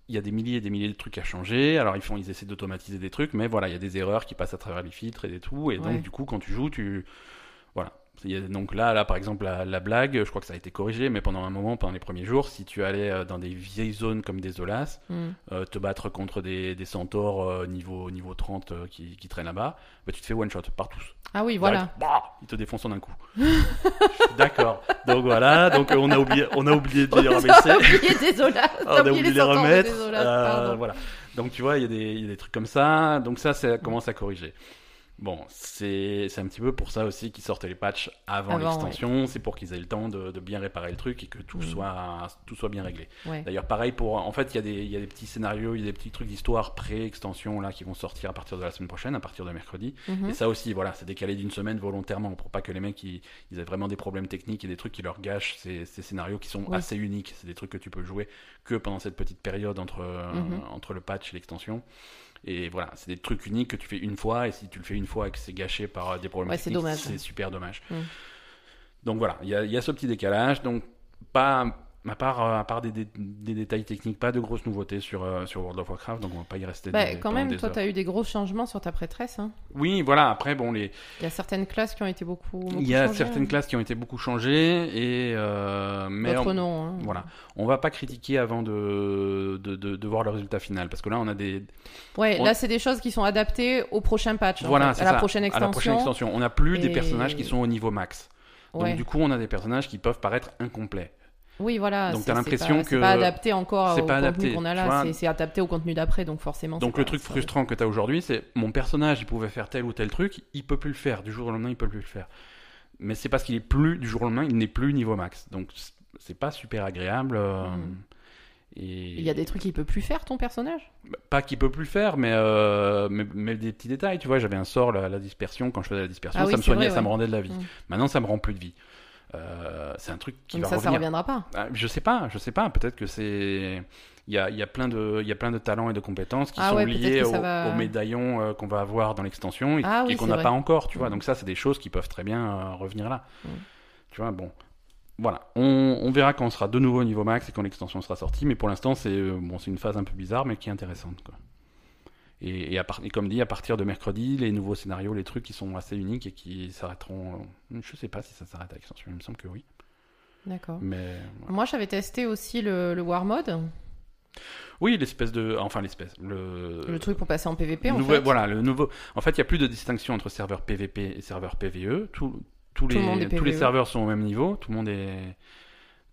A: il y a des milliers et des milliers de trucs à changer. Alors ils font, ils essaient d'automatiser des trucs, mais voilà, il y a des erreurs qui passent à travers les filtres et des tout. Et
B: Ouais.
A: donc du coup, quand tu joues, tu voilà. Il y a- donc là, là, par exemple, la, la blague, je crois que ça a été corrigé, mais pendant un moment, pendant les premiers jours, si tu allais euh, dans des vieilles zones comme des Olas,
B: Mm.
A: euh, te battre contre des, des centaures euh, niveau, niveau 30 euh, qui, qui traînent là-bas, bah, tu te fais one shot par tous.
B: Ah oui, voilà.
A: Direct, bah, ils te défoncent en un coup. *laughs* Je suis D'accord. Donc voilà, donc euh, on a oublié, on a oublié de dire, ah,
B: *laughs*
A: mais c'est-
B: Il est désolé. *laughs*
A: ah, on a oublié de les
B: sortants de
A: remettre.
B: Désolate,
A: euh,
B: hein, pardon.
A: voilà. Donc tu vois, il y, a des- il y a des trucs comme ça. Donc ça, ça commence à corriger. Bon, c'est c'est un petit peu pour ça aussi qu'ils sortent les patchs avant,
B: Avant,
A: l'extension. C'est pour qu'ils aient le temps de, de bien réparer le truc et que tout,
B: Mm.
A: soit, tout soit bien réglé.
B: Ouais.
A: D'ailleurs, pareil pour. En fait, il y, a des- il y a des petits scénarios, il y a des petits trucs d'histoire pré-extension là qui vont sortir à partir de la semaine prochaine, à partir de mercredi.
B: Mhm.
A: Et ça aussi, voilà, c'est décalé d'une semaine volontairement pour pas que les mecs ils, ils aient vraiment des problèmes techniques et des trucs qui leur gâchent ces, ces scénarios qui sont
B: Oui.
A: assez uniques. C'est des trucs que tu peux jouer que pendant cette petite période entre, euh,
B: Mhm.
A: entre le patch et l'extension. Et voilà, c'est des trucs uniques que tu fais une fois et si tu le fais une fois et que c'est gâché par euh, des problèmes
B: Ouais, c'est
A: techniques,
B: dommage.
A: c'est super dommage.
B: Mm.
A: Donc voilà, il y a, il y a ce petit décalage. Donc pas à part, euh, à part des, dé- des détails techniques, pas de grosses nouveautés sur, euh, sur World of Warcraft, donc on va pas y rester.
B: Bah,
A: des-
B: quand
A: pendant
B: même,
A: des
B: toi,
A: heures.
B: t'as eu des gros changements sur ta prêtresse. hein.
A: Oui, voilà. Après, bon, les,
B: Il y a certaines classes qui ont été beaucoup. beaucoup
A: Il y a
B: changées,
A: certaines
B: hein.
A: classes qui ont été beaucoup changées et euh, mais
B: D'autres
A: on,
B: non. hein.
A: voilà, on va pas critiquer avant de de, de- de voir le résultat final parce que là on a des
B: Ouais,
A: On-
B: là, c'est des choses qui sont adaptées au prochain patch. en
A: voilà
B: fait,
A: c'est
B: à la
A: ça,
B: prochaine
A: à
B: extension.
A: la prochaine extension on a plus des
B: Et-
A: personnages qui sont au niveau max donc
B: Ouais.
A: du coup on a des personnages qui peuvent paraître incomplets
B: Oui, voilà.
A: Donc,
B: c'est-
A: t'as
B: c'est
A: l'impression
B: pas-
A: que
B: C'est pas adapté encore
A: c'est
B: au
A: pas
B: contenu
A: adapté,
B: qu'on a
A: tu
B: là.
A: vois.
B: c'est- C'est adapté au contenu d'après, donc forcément.
A: donc
B: c'est
A: le
B: pas-
A: truc
B: c'est-
A: frustrant que tu as aujourd'hui c'est mon personnage il pouvait faire tel ou tel truc il peut plus le faire du jour au lendemain il peut plus le faire mais c'est parce qu'il est plus du jour au lendemain il n'est plus niveau max donc c'est- c'est pas super agréable euh,
B: Mhm.
A: et
B: Il y a des trucs qu'il peut plus faire, ton personnage
A: pas qu'il peut plus faire, mais, euh, mais, mais des petits détails. Tu vois, j'avais un sort, la, la dispersion, quand je faisais la dispersion,
B: Ah oui,
A: ça me
B: c'est
A: soignait,
B: vrai,
A: ça me
B: ouais.
A: rendait de la vie.
B: Mm.
A: Maintenant, ça me rend plus de vie. Euh, c'est un truc qui
B: Comme
A: va
B: ça, ça
A: revenir.
B: reviendra pas.
A: Ah, Je sais pas, je sais pas. Peut-être que c'est. Il y a, il y, a plein de, il y a plein de talents et de compétences qui
B: Ah
A: sont
B: ouais, peut-être
A: liés
B: que
A: au,
B: ça va-
A: au médaillon euh, qu'on va avoir dans l'extension et,
B: Ah
A: et
B: oui,
A: qu'on
B: c'est
A: n'a
B: vrai.
A: pas encore, tu vois.
B: Mm.
A: Donc ça, c'est des choses qui peuvent très bien euh, revenir là.
B: Mm.
A: Tu vois, bon. Voilà, on, on verra quand on sera de nouveau au niveau max et quand l'extension sera sortie, mais pour l'instant, c'est euh, bon, c'est une phase un peu bizarre, mais qui est intéressante. Quoi. Et, et à part- et comme dit, à partir de mercredi, les nouveaux scénarios, les trucs qui sont assez uniques et qui s'arrêteront. euh, je sais pas si ça s'arrête à l'extension, il me semble que oui.
B: D'accord.
A: Mais voilà.
B: Moi, j'avais testé aussi le, le War Mode,
A: Oui, l'espèce de. Enfin, l'espèce. Le,
B: le truc pour passer en PVP. en
A: nouvel-
B: fait.
A: Voilà, le nouveau. En fait, il n'y a plus de distinction entre serveur PVP et serveur PVE. E. Tout- tous,
B: le monde
A: les,
B: est E.
A: tous les
B: PVE.
A: serveurs sont au même niveau. Tout le monde est.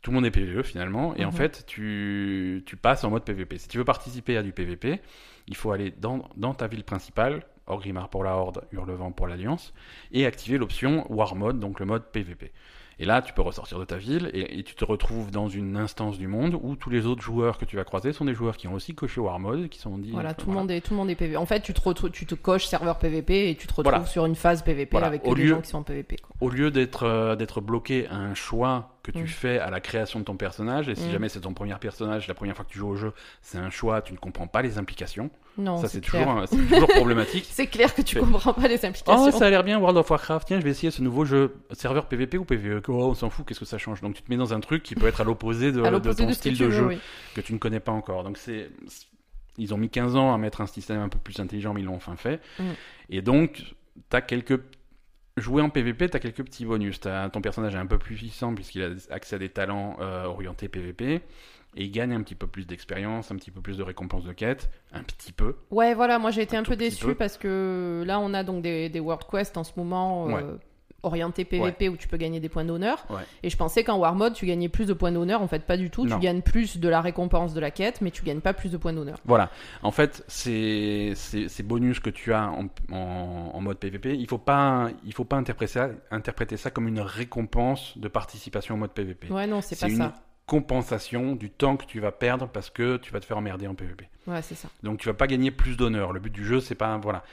A: Tout le monde est PVE finalement, et en
B: Mhm.
A: fait, tu, tu passes en mode PVP. Si tu veux participer à du PVP, il faut aller dans, dans ta ville principale, Orgrimmar pour la Horde, Hurlevent pour l'Alliance, et activer l'option War Mode, donc le mode PVP. Et là, tu peux ressortir de ta ville et, et tu te retrouves dans une instance du monde où tous les autres joueurs que tu vas croiser sont des joueurs qui ont aussi coché War Mode, qui sont dit.
B: Voilà, tout,
A: voilà.
B: Le monde est, tout le monde est PVP. En fait, tu te, retrouves- tu te coches serveur PVP et tu te retrouves
A: Voilà.
B: sur une phase PVP
A: Voilà,
B: avec
A: au
B: les
A: lieu-
B: gens qui sont en PVP. quoi.
A: Au lieu d'être euh, d'être bloqué à un choix que tu
B: Mm.
A: fais à la création de ton personnage, et si
B: Mm.
A: jamais c'est ton premier personnage, la première fois que tu joues au jeu, c'est un choix, tu ne comprends pas les implications.
B: Non,
A: ça, c'est
B: clair.
A: toujours, un- c'est toujours
B: *laughs*
A: problématique.
B: C'est clair que tu
A: Fait-
B: comprends pas les
A: Oh,
B: implications.
A: ça a l'air bien World of Warcraft. Tiens, je vais essayer ce nouveau jeu serveur PVP ou PVE. Oh, on s'en fout, qu'est-ce que ça change Donc tu te mets dans un truc qui peut être à l'opposé euh, de,
B: à
A: de
B: l'opposé
A: ton
B: de ce que
A: style
B: tu
A: de
B: veux,
A: jeu
B: oui.
A: que tu ne connais pas encore. Donc c'est c'est- ils ont mis 15 ans à mettre un système un peu plus intelligent, mais ils l'ont enfin fait.
B: Mm.
A: Et donc t'as quelques jouer en PVP, t'as quelques petits bonus. T'as- ton personnage est un peu plus puissant puisqu'il a accès à des talents euh, orientés PVP. Et il gagne un petit peu plus d'expérience, un petit peu plus de récompenses de quête, un petit peu.
B: Ouais, voilà, moi j'ai été
A: Un
B: un,
A: tout
B: peu
A: petit
B: déçu
A: peu.
B: parce que là, on a donc des, des World Quest en ce moment. euh, orientés PVP où tu peux gagner des points d'honneur
A: Ouais.
B: et je pensais qu'en war mode tu gagnais plus de points d'honneur en fait pas du tout
A: Non.
B: tu gagnes plus de la récompense de la quête mais tu gagnes pas plus de points d'honneur
A: Voilà. En fait, ces, ces, ces bonus que tu as en, en- en mode PVP, il faut pas, il faut pas interpréter, ça, interpréter ça comme une récompense de participation au mode PVP.
B: ouais non c'est pas
A: une
B: ça
A: compensation du temps que tu vas perdre parce que tu vas te faire emmerder en PVP.
B: ouais c'est ça
A: Donc tu vas pas gagner plus d'honneur. Le but du jeu, c'est pas voilà.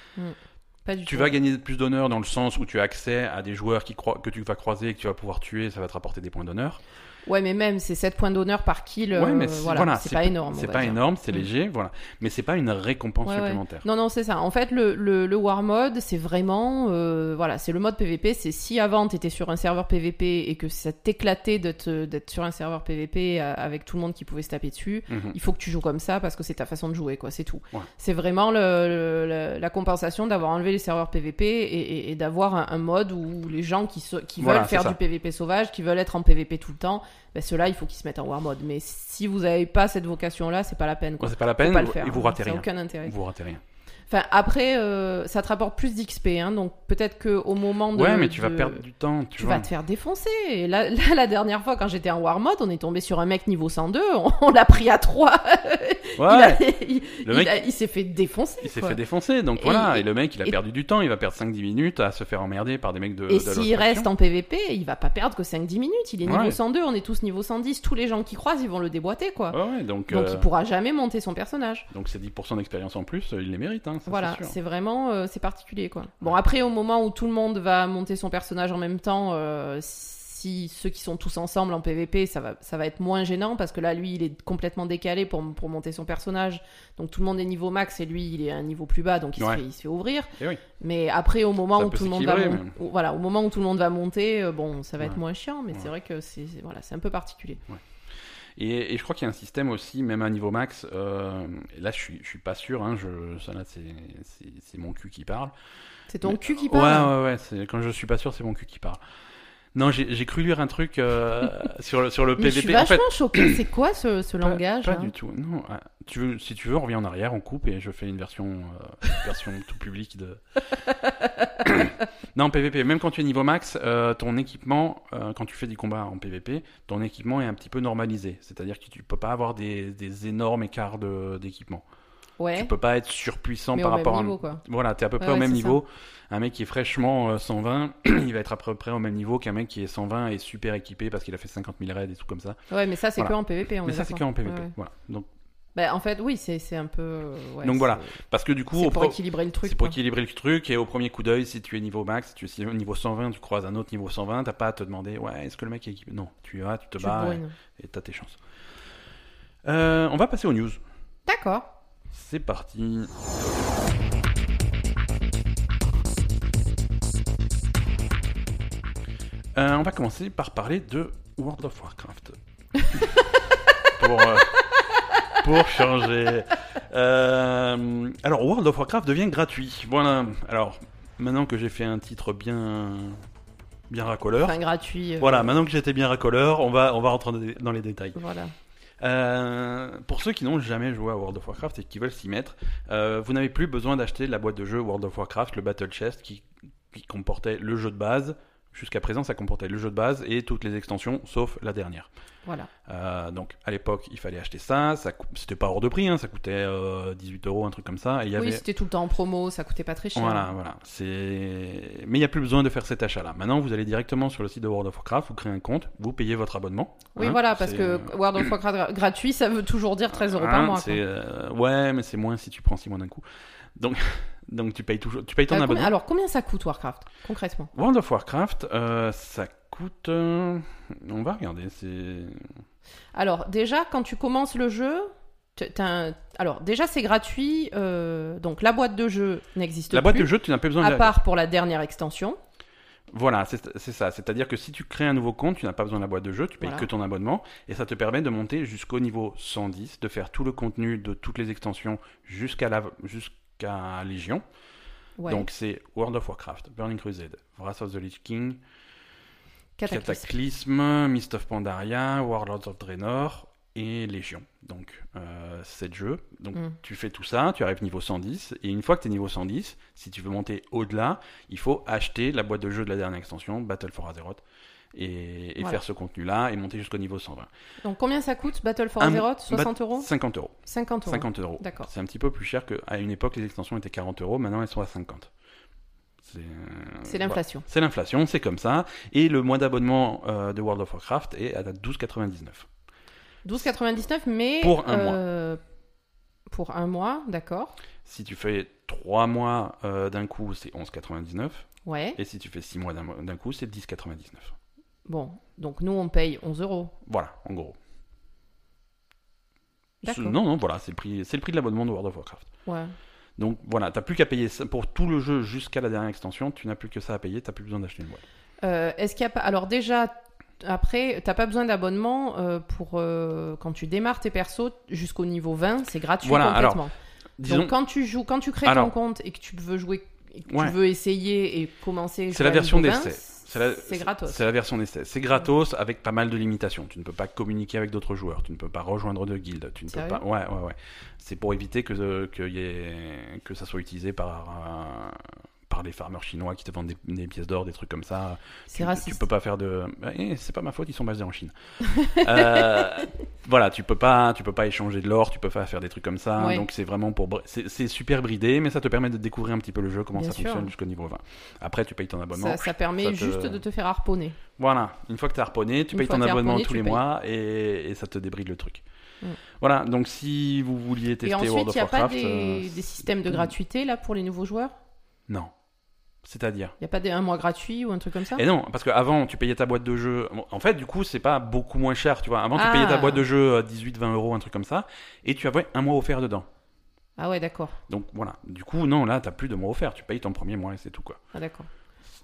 B: pas du
A: Tu
B: tout
A: vas gagner plus d'honneur dans le sens où tu as accès à des joueurs qui croient que tu vas croiser et que tu vas pouvoir tuer, ça va te rapporter des points d'honneur.
B: ouais mais même c'est 7 points d'honneur par kill
A: Ouais,
B: euh,
A: mais
B: voilà, c'est pas énorme on
A: C'est
B: va
A: pas
B: dire.
A: énorme, c'est
B: Mm.
A: léger, voilà. Mais c'est pas une récompense
B: Ouais, ouais.
A: supplémentaire.
B: Non, non, c'est ça. En fait, le, le, le War Mode, c'est vraiment. euh, voilà, c'est le mode PVP. C'est si avant, t'étais sur un serveur PVP et que ça t'éclatait d'être d'être sur un serveur PVP euh, avec tout le monde qui pouvait se taper dessus,
A: Mhm.
B: il faut que tu joues comme ça parce que c'est ta façon de jouer, quoi. C'est tout.
A: Ouais.
B: C'est vraiment le, le- le- la compensation d'avoir enlevé les serveurs PVP et, et- et d'avoir un, un mode où les gens qui, se- qui
A: Voilà,
B: veulent
A: c'est
B: faire
A: ça.
B: du PVP sauvage, qui veulent être en PVP tout le temps, ben ceux-là, il faut qu'ils se mettent en War Mode. Mais si vous n'avez pas cette vocation-là, c'est pas la peine, quoi.
A: Ouais, c'est pas la
B: Faut
A: peine,
B: pas le faire.
A: et vous
B: hein.
A: ratez
B: Ça a
A: rien.
B: aucun intérêt.
A: Vous ratez rien.
B: Enfin, après, euh, ça te rapporte plus d'XP, hein, donc peut-être qu'au moment de.
A: ouais, mais tu vas
B: de-
A: perdre du temps, tu,
B: Tu
A: vois.
B: vas te faire défoncer. Et là, *laughs* là, la dernière fois, quand j'étais en War Mode, on est tombé sur un mec niveau 102, on, on l'a pris à 3. *laughs* il
A: Ouais,
B: a- il-
A: le
B: il
A: mec,
B: a- il s'est fait défoncer.
A: il s'est
B: quoi.
A: fait défoncer, donc
B: Et-
A: voilà. Et le mec, il a
B: et-
A: perdu du temps, il va perdre 5-10 minutes à se faire emmerder par des mecs de.
B: Et
A: de
B: s'il
A: l'autre
B: reste
A: faction.
B: en PVP, il va pas perdre que 5-10 minutes. Il est niveau
A: Ouais.
B: 102, on est tous niveau 110. Tous les gens qui croisent, ils vont le déboîter, quoi.
A: Ouais, ouais, donc.
B: Donc
A: euh,
B: il pourra jamais monter son personnage.
A: Donc c'est 10% d'expérience en plus, euh, il les mérite, hein, ça,
B: Voilà,
A: c'est sûr.
B: c'est vraiment euh, c'est particulier quoi. Bon après au moment où tout le monde va monter son personnage en même temps, euh, si ceux qui sont tous ensemble en PVP, ça va ça va être moins gênant parce que là lui il est complètement décalé pour pour monter son personnage, donc tout le monde est niveau max et lui il est à un niveau plus bas donc il,
A: Ouais.
B: se, fait, il se fait ouvrir.
A: Eh oui.
B: Mais après au moment
A: Ça
B: où
A: peut
B: tout le monde va
A: s'équilibrer,
B: mon- au- voilà au moment où tout le monde va monter, euh, bon ça va être
A: Ouais.
B: moins chiant, mais
A: Ouais.
B: c'est vrai que c'est c'est- voilà c'est un peu particulier.
A: Et, et je crois qu'il y a un système aussi, même à niveau max, euh, et là je suis, je suis pas sûr, hein, je, ça là c'est- c'est c'est mon cul qui parle.
B: C'est ton
A: Mais-
B: cul qui
A: Ouais,
B: parle.
A: ouais, ouais, c'est- quand je suis pas sûr, c'est mon cul qui parle. Non, j'ai j'ai cru lire un truc euh, *laughs* sur, le, sur le
B: Mais je suis
A: PVP. En fait,
B: vachement choquée. C'est quoi ce, ce
A: Pas-
B: langage hein.
A: Pas,
B: là
A: du tout. Non, ah, tu veux, si tu veux, on revient en arrière, on coupe et je fais une version, euh, une version
B: *laughs*
A: tout public de. non, PVP. Même quand tu es niveau max, euh, ton équipement, euh, quand tu fais des combats en PVP, ton équipement est un petit peu normalisé. C'est-à-dire que tu peux pas avoir des, des énormes écarts de- d'équipement.
B: Ouais.
A: Tu peux pas être surpuissant
B: Mais au
A: par
B: même
A: rapport à.
B: niveau, quoi.
A: Voilà, t'es à peu près
B: Ouais,
A: au
B: ouais,
A: même
B: c'est
A: niveau. Un mec qui est fraîchement euh, 120, *clears throat* il va être à peu près au même niveau qu'un mec qui est 120 et super équipé parce qu'il a fait 50 000 raids et tout comme ça.
B: Ouais, mais ça, c'est
A: Voilà.
B: que en PVP. on
A: Mais
B: est
A: ça, c'est
B: d'accord.
A: qu'en PVP.
B: Ouais, ouais.
A: Voilà. Donc,
B: Bah, en fait, oui, c'est c'est un peu. euh, ouais,
A: Donc voilà.
B: c'est-
A: Parce que du coup,
B: C'est
A: au
B: pour
A: pro-
B: équilibrer le truc.
A: c'est pour
B: quoi.
A: équilibrer le truc et au premier coup d'œil, si tu es niveau max, si tu es niveau 120, tu croises un autre niveau 120, t'as pas à te demander, ouais, est-ce que le mec est équipé Non, tu y vas, tu te
B: Tu
A: bats
B: brûles.
A: et et t'as tes chances. Euh, on va passer aux news.
B: D'accord.
A: C'est parti. Euh, on va commencer par parler de World of Warcraft. pour, euh, pour changer. Euh, alors, World of Warcraft devient gratuit. Voilà. Alors, maintenant que j'ai fait un titre bien, bien racoleur.
B: Enfin, gratuit. euh,
A: Voilà, maintenant que j'étais bien racoleur, on va, on va rentrer dans les- dans les détails.
B: Voilà.
A: Euh, pour ceux qui n'ont jamais joué à World of Warcraft et qui veulent s'y mettre, euh, vous n'avez plus besoin d'acheter la boîte de jeu World of Warcraft, le Battle Chest, qui, qui comportait le jeu de base. Jusqu'à présent, ça comportait le jeu de base et toutes les extensions, sauf la dernière.
B: Voilà.
A: Euh, donc, à l'époque, il fallait acheter ça. ça cou- C'était pas hors de prix, hein, ça coûtait euh, 18 euros, un truc comme ça. Et il y
B: Oui,
A: avait...
B: c'était tout le temps en promo, ça coûtait pas très cher.
A: Voilà, voilà. C'est... Mais il n'y a plus besoin de faire cet achat-là. Maintenant, vous allez directement sur le site de World of Warcraft, vous créez un compte, vous payez votre abonnement.
B: Oui,
A: Hein,
B: voilà, parce
A: c'est-
B: que World of Warcraft gra- gratuit, ça veut toujours dire 13 euros par
A: Hein,
B: mois.
A: c'est, euh, ouais, mais c'est moins si tu prends 6 mois d'un coup. Donc, *laughs* donc tu payes toujours, tu payes
B: quoi.
A: ton
B: Euh, combien-
A: abonnement.
B: Alors, combien ça coûte Warcraft, concrètement
A: World of Warcraft, euh, ça coûte. euh, on va regarder. C'est.
B: Alors, déjà, quand tu commences le jeu, t- t'as un- alors déjà, c'est gratuit, euh, donc la boîte de jeu n'existe
A: La boîte
B: plus,
A: de jeu, tu n'as pas besoin. de
B: à
A: la-
B: part pour la dernière extension.
A: Voilà, c'est c'est ça. C'est-à-dire que si tu crées un nouveau compte, tu n'as pas besoin de la boîte de jeu, tu payes
B: Voilà.
A: que ton abonnement, et ça te permet de monter jusqu'au niveau 110, de faire tout le contenu de toutes les extensions jusqu'à la jusqu'à Légion.
B: Ouais,
A: Donc c'est World of Warcraft, Burning Crusade, Wrath of the Lich King,
B: Cataclysme.
A: Cataclysme, Mist of Pandaria, Warlords of Draenor et Légion. Donc, euh, 7 jeux. Donc,
B: Mm.
A: tu fais tout ça, tu arrives niveau 110, et une fois que tu es niveau 110, si tu veux monter au-delà, il faut acheter la boîte de jeu de la dernière extension, Battle for Azeroth, et, et
B: Voilà.
A: faire ce contenu-là, et monter jusqu'au niveau 120.
B: Donc, combien ça coûte Battle for
A: Un-
B: Azeroth 60 euros
A: 50 euros.
B: 50 euros.
A: 50 euros.
B: D'accord.
A: C'est un petit peu plus cher qu'à une époque, les extensions étaient 40 euros, maintenant elles sont à 50. C'est euh,
B: C'est
A: voilà.
B: l'inflation.
A: C'est l'inflation, c'est comme ça. Et le mois d'abonnement euh, de World of Warcraft est à 12,99.
B: 12,99, mais.
A: Pour un mois.
B: euh, Pour un mois, d'accord.
A: Si tu fais 3 mois euh, d'un coup, c'est 11,99.
B: Ouais.
A: Et si tu fais 6 mois d'un d'un coup, c'est 10,99.
B: Bon, donc nous, on paye 11 euros.
A: Voilà, en gros. Ce-
B: D'accord.
A: Non, non, voilà, c'est le prix, c'est le prix de l'abonnement de World of Warcraft.
B: Ouais.
A: Donc voilà, t'as plus qu'à payer ça pour tout le jeu jusqu'à la dernière extension. Tu n'as plus que ça à payer, t'as plus besoin d'acheter une boîte.
B: Euh, Est-ce qu'il y a pas. Alors, déjà, après, t'as pas besoin d'abonnement euh, pour. euh, quand tu démarres tes persos jusqu'au niveau 20, c'est gratuit
A: Voilà, alors,
B: complètement.
A: Disons,
B: Donc, quand tu joues, quand tu crées ton
A: Alors.
B: compte et que tu veux jouer. et que
A: Ouais.
B: Tu veux essayer et commencer.
A: C'est la
B: jusqu'à
A: version
B: niveau 20,
A: d'essai. C'est la-
B: C'est gratos.
A: c'est la version d'essai. C'est gratos avec pas mal de limitations. Tu ne peux pas communiquer avec d'autres joueurs. Tu ne peux pas rejoindre de guildes. Tu ne peux
B: Sérieux
A: pas. Ouais, ouais, ouais. C'est pour éviter que, euh, que, y ait- que ça soit utilisé par, euh, par les farmers chinois qui te vendent des, des pièces d'or, des trucs comme ça.
B: C'est
A: Tu,
B: raciste.
A: tu peux pas faire de. Eh, c'est pas ma faute. Ils sont basés en
B: *laughs*
A: Chine. Euh, voilà, tu peux pas, tu peux pas échanger de l'or. Tu peux pas faire des trucs comme ça.
B: Ouais.
A: Donc c'est vraiment pour. bri- C'est c'est super bridé, mais ça te permet de découvrir un petit peu le jeu, comment
B: Bien
A: ça
B: sûr.
A: fonctionne jusqu'au niveau 20. Après, tu payes ton abonnement.
B: ça, ça permet
A: Bah ça te-
B: juste de te faire harponner.
A: Voilà, une fois que t'es harponné, tu
B: Une
A: payes
B: fois
A: ton
B: que t'es
A: abonnement
B: harponné,
A: tous
B: tu
A: les
B: payes.
A: mois et, et ça te débride le truc.
B: Mm.
A: Voilà, donc si vous vouliez tester
B: Et ensuite,
A: World
B: il
A: of
B: n'y a pas
A: Warcraft,
B: des,
A: euh,
B: des systèmes de gratuité là pour les nouveaux joueurs
A: non, c'est-à-dire.
B: Il n'y a pas des, un mois gratuit ou un truc comme ça
A: Et non, parce qu'avant tu payais ta boîte de jeu. Bon, En fait, du coup, c'est pas beaucoup moins cher, tu vois. Avant, tu
B: Ah.
A: payais ta boîte de jeu euh, 18-20 euros, un truc comme ça, et tu avais un mois offert dedans.
B: Ah ouais, d'accord.
A: Donc voilà, du coup, non, là, t'as plus de mois offert. Tu payes ton premier mois et c'est tout quoi.
B: Ah, d'accord.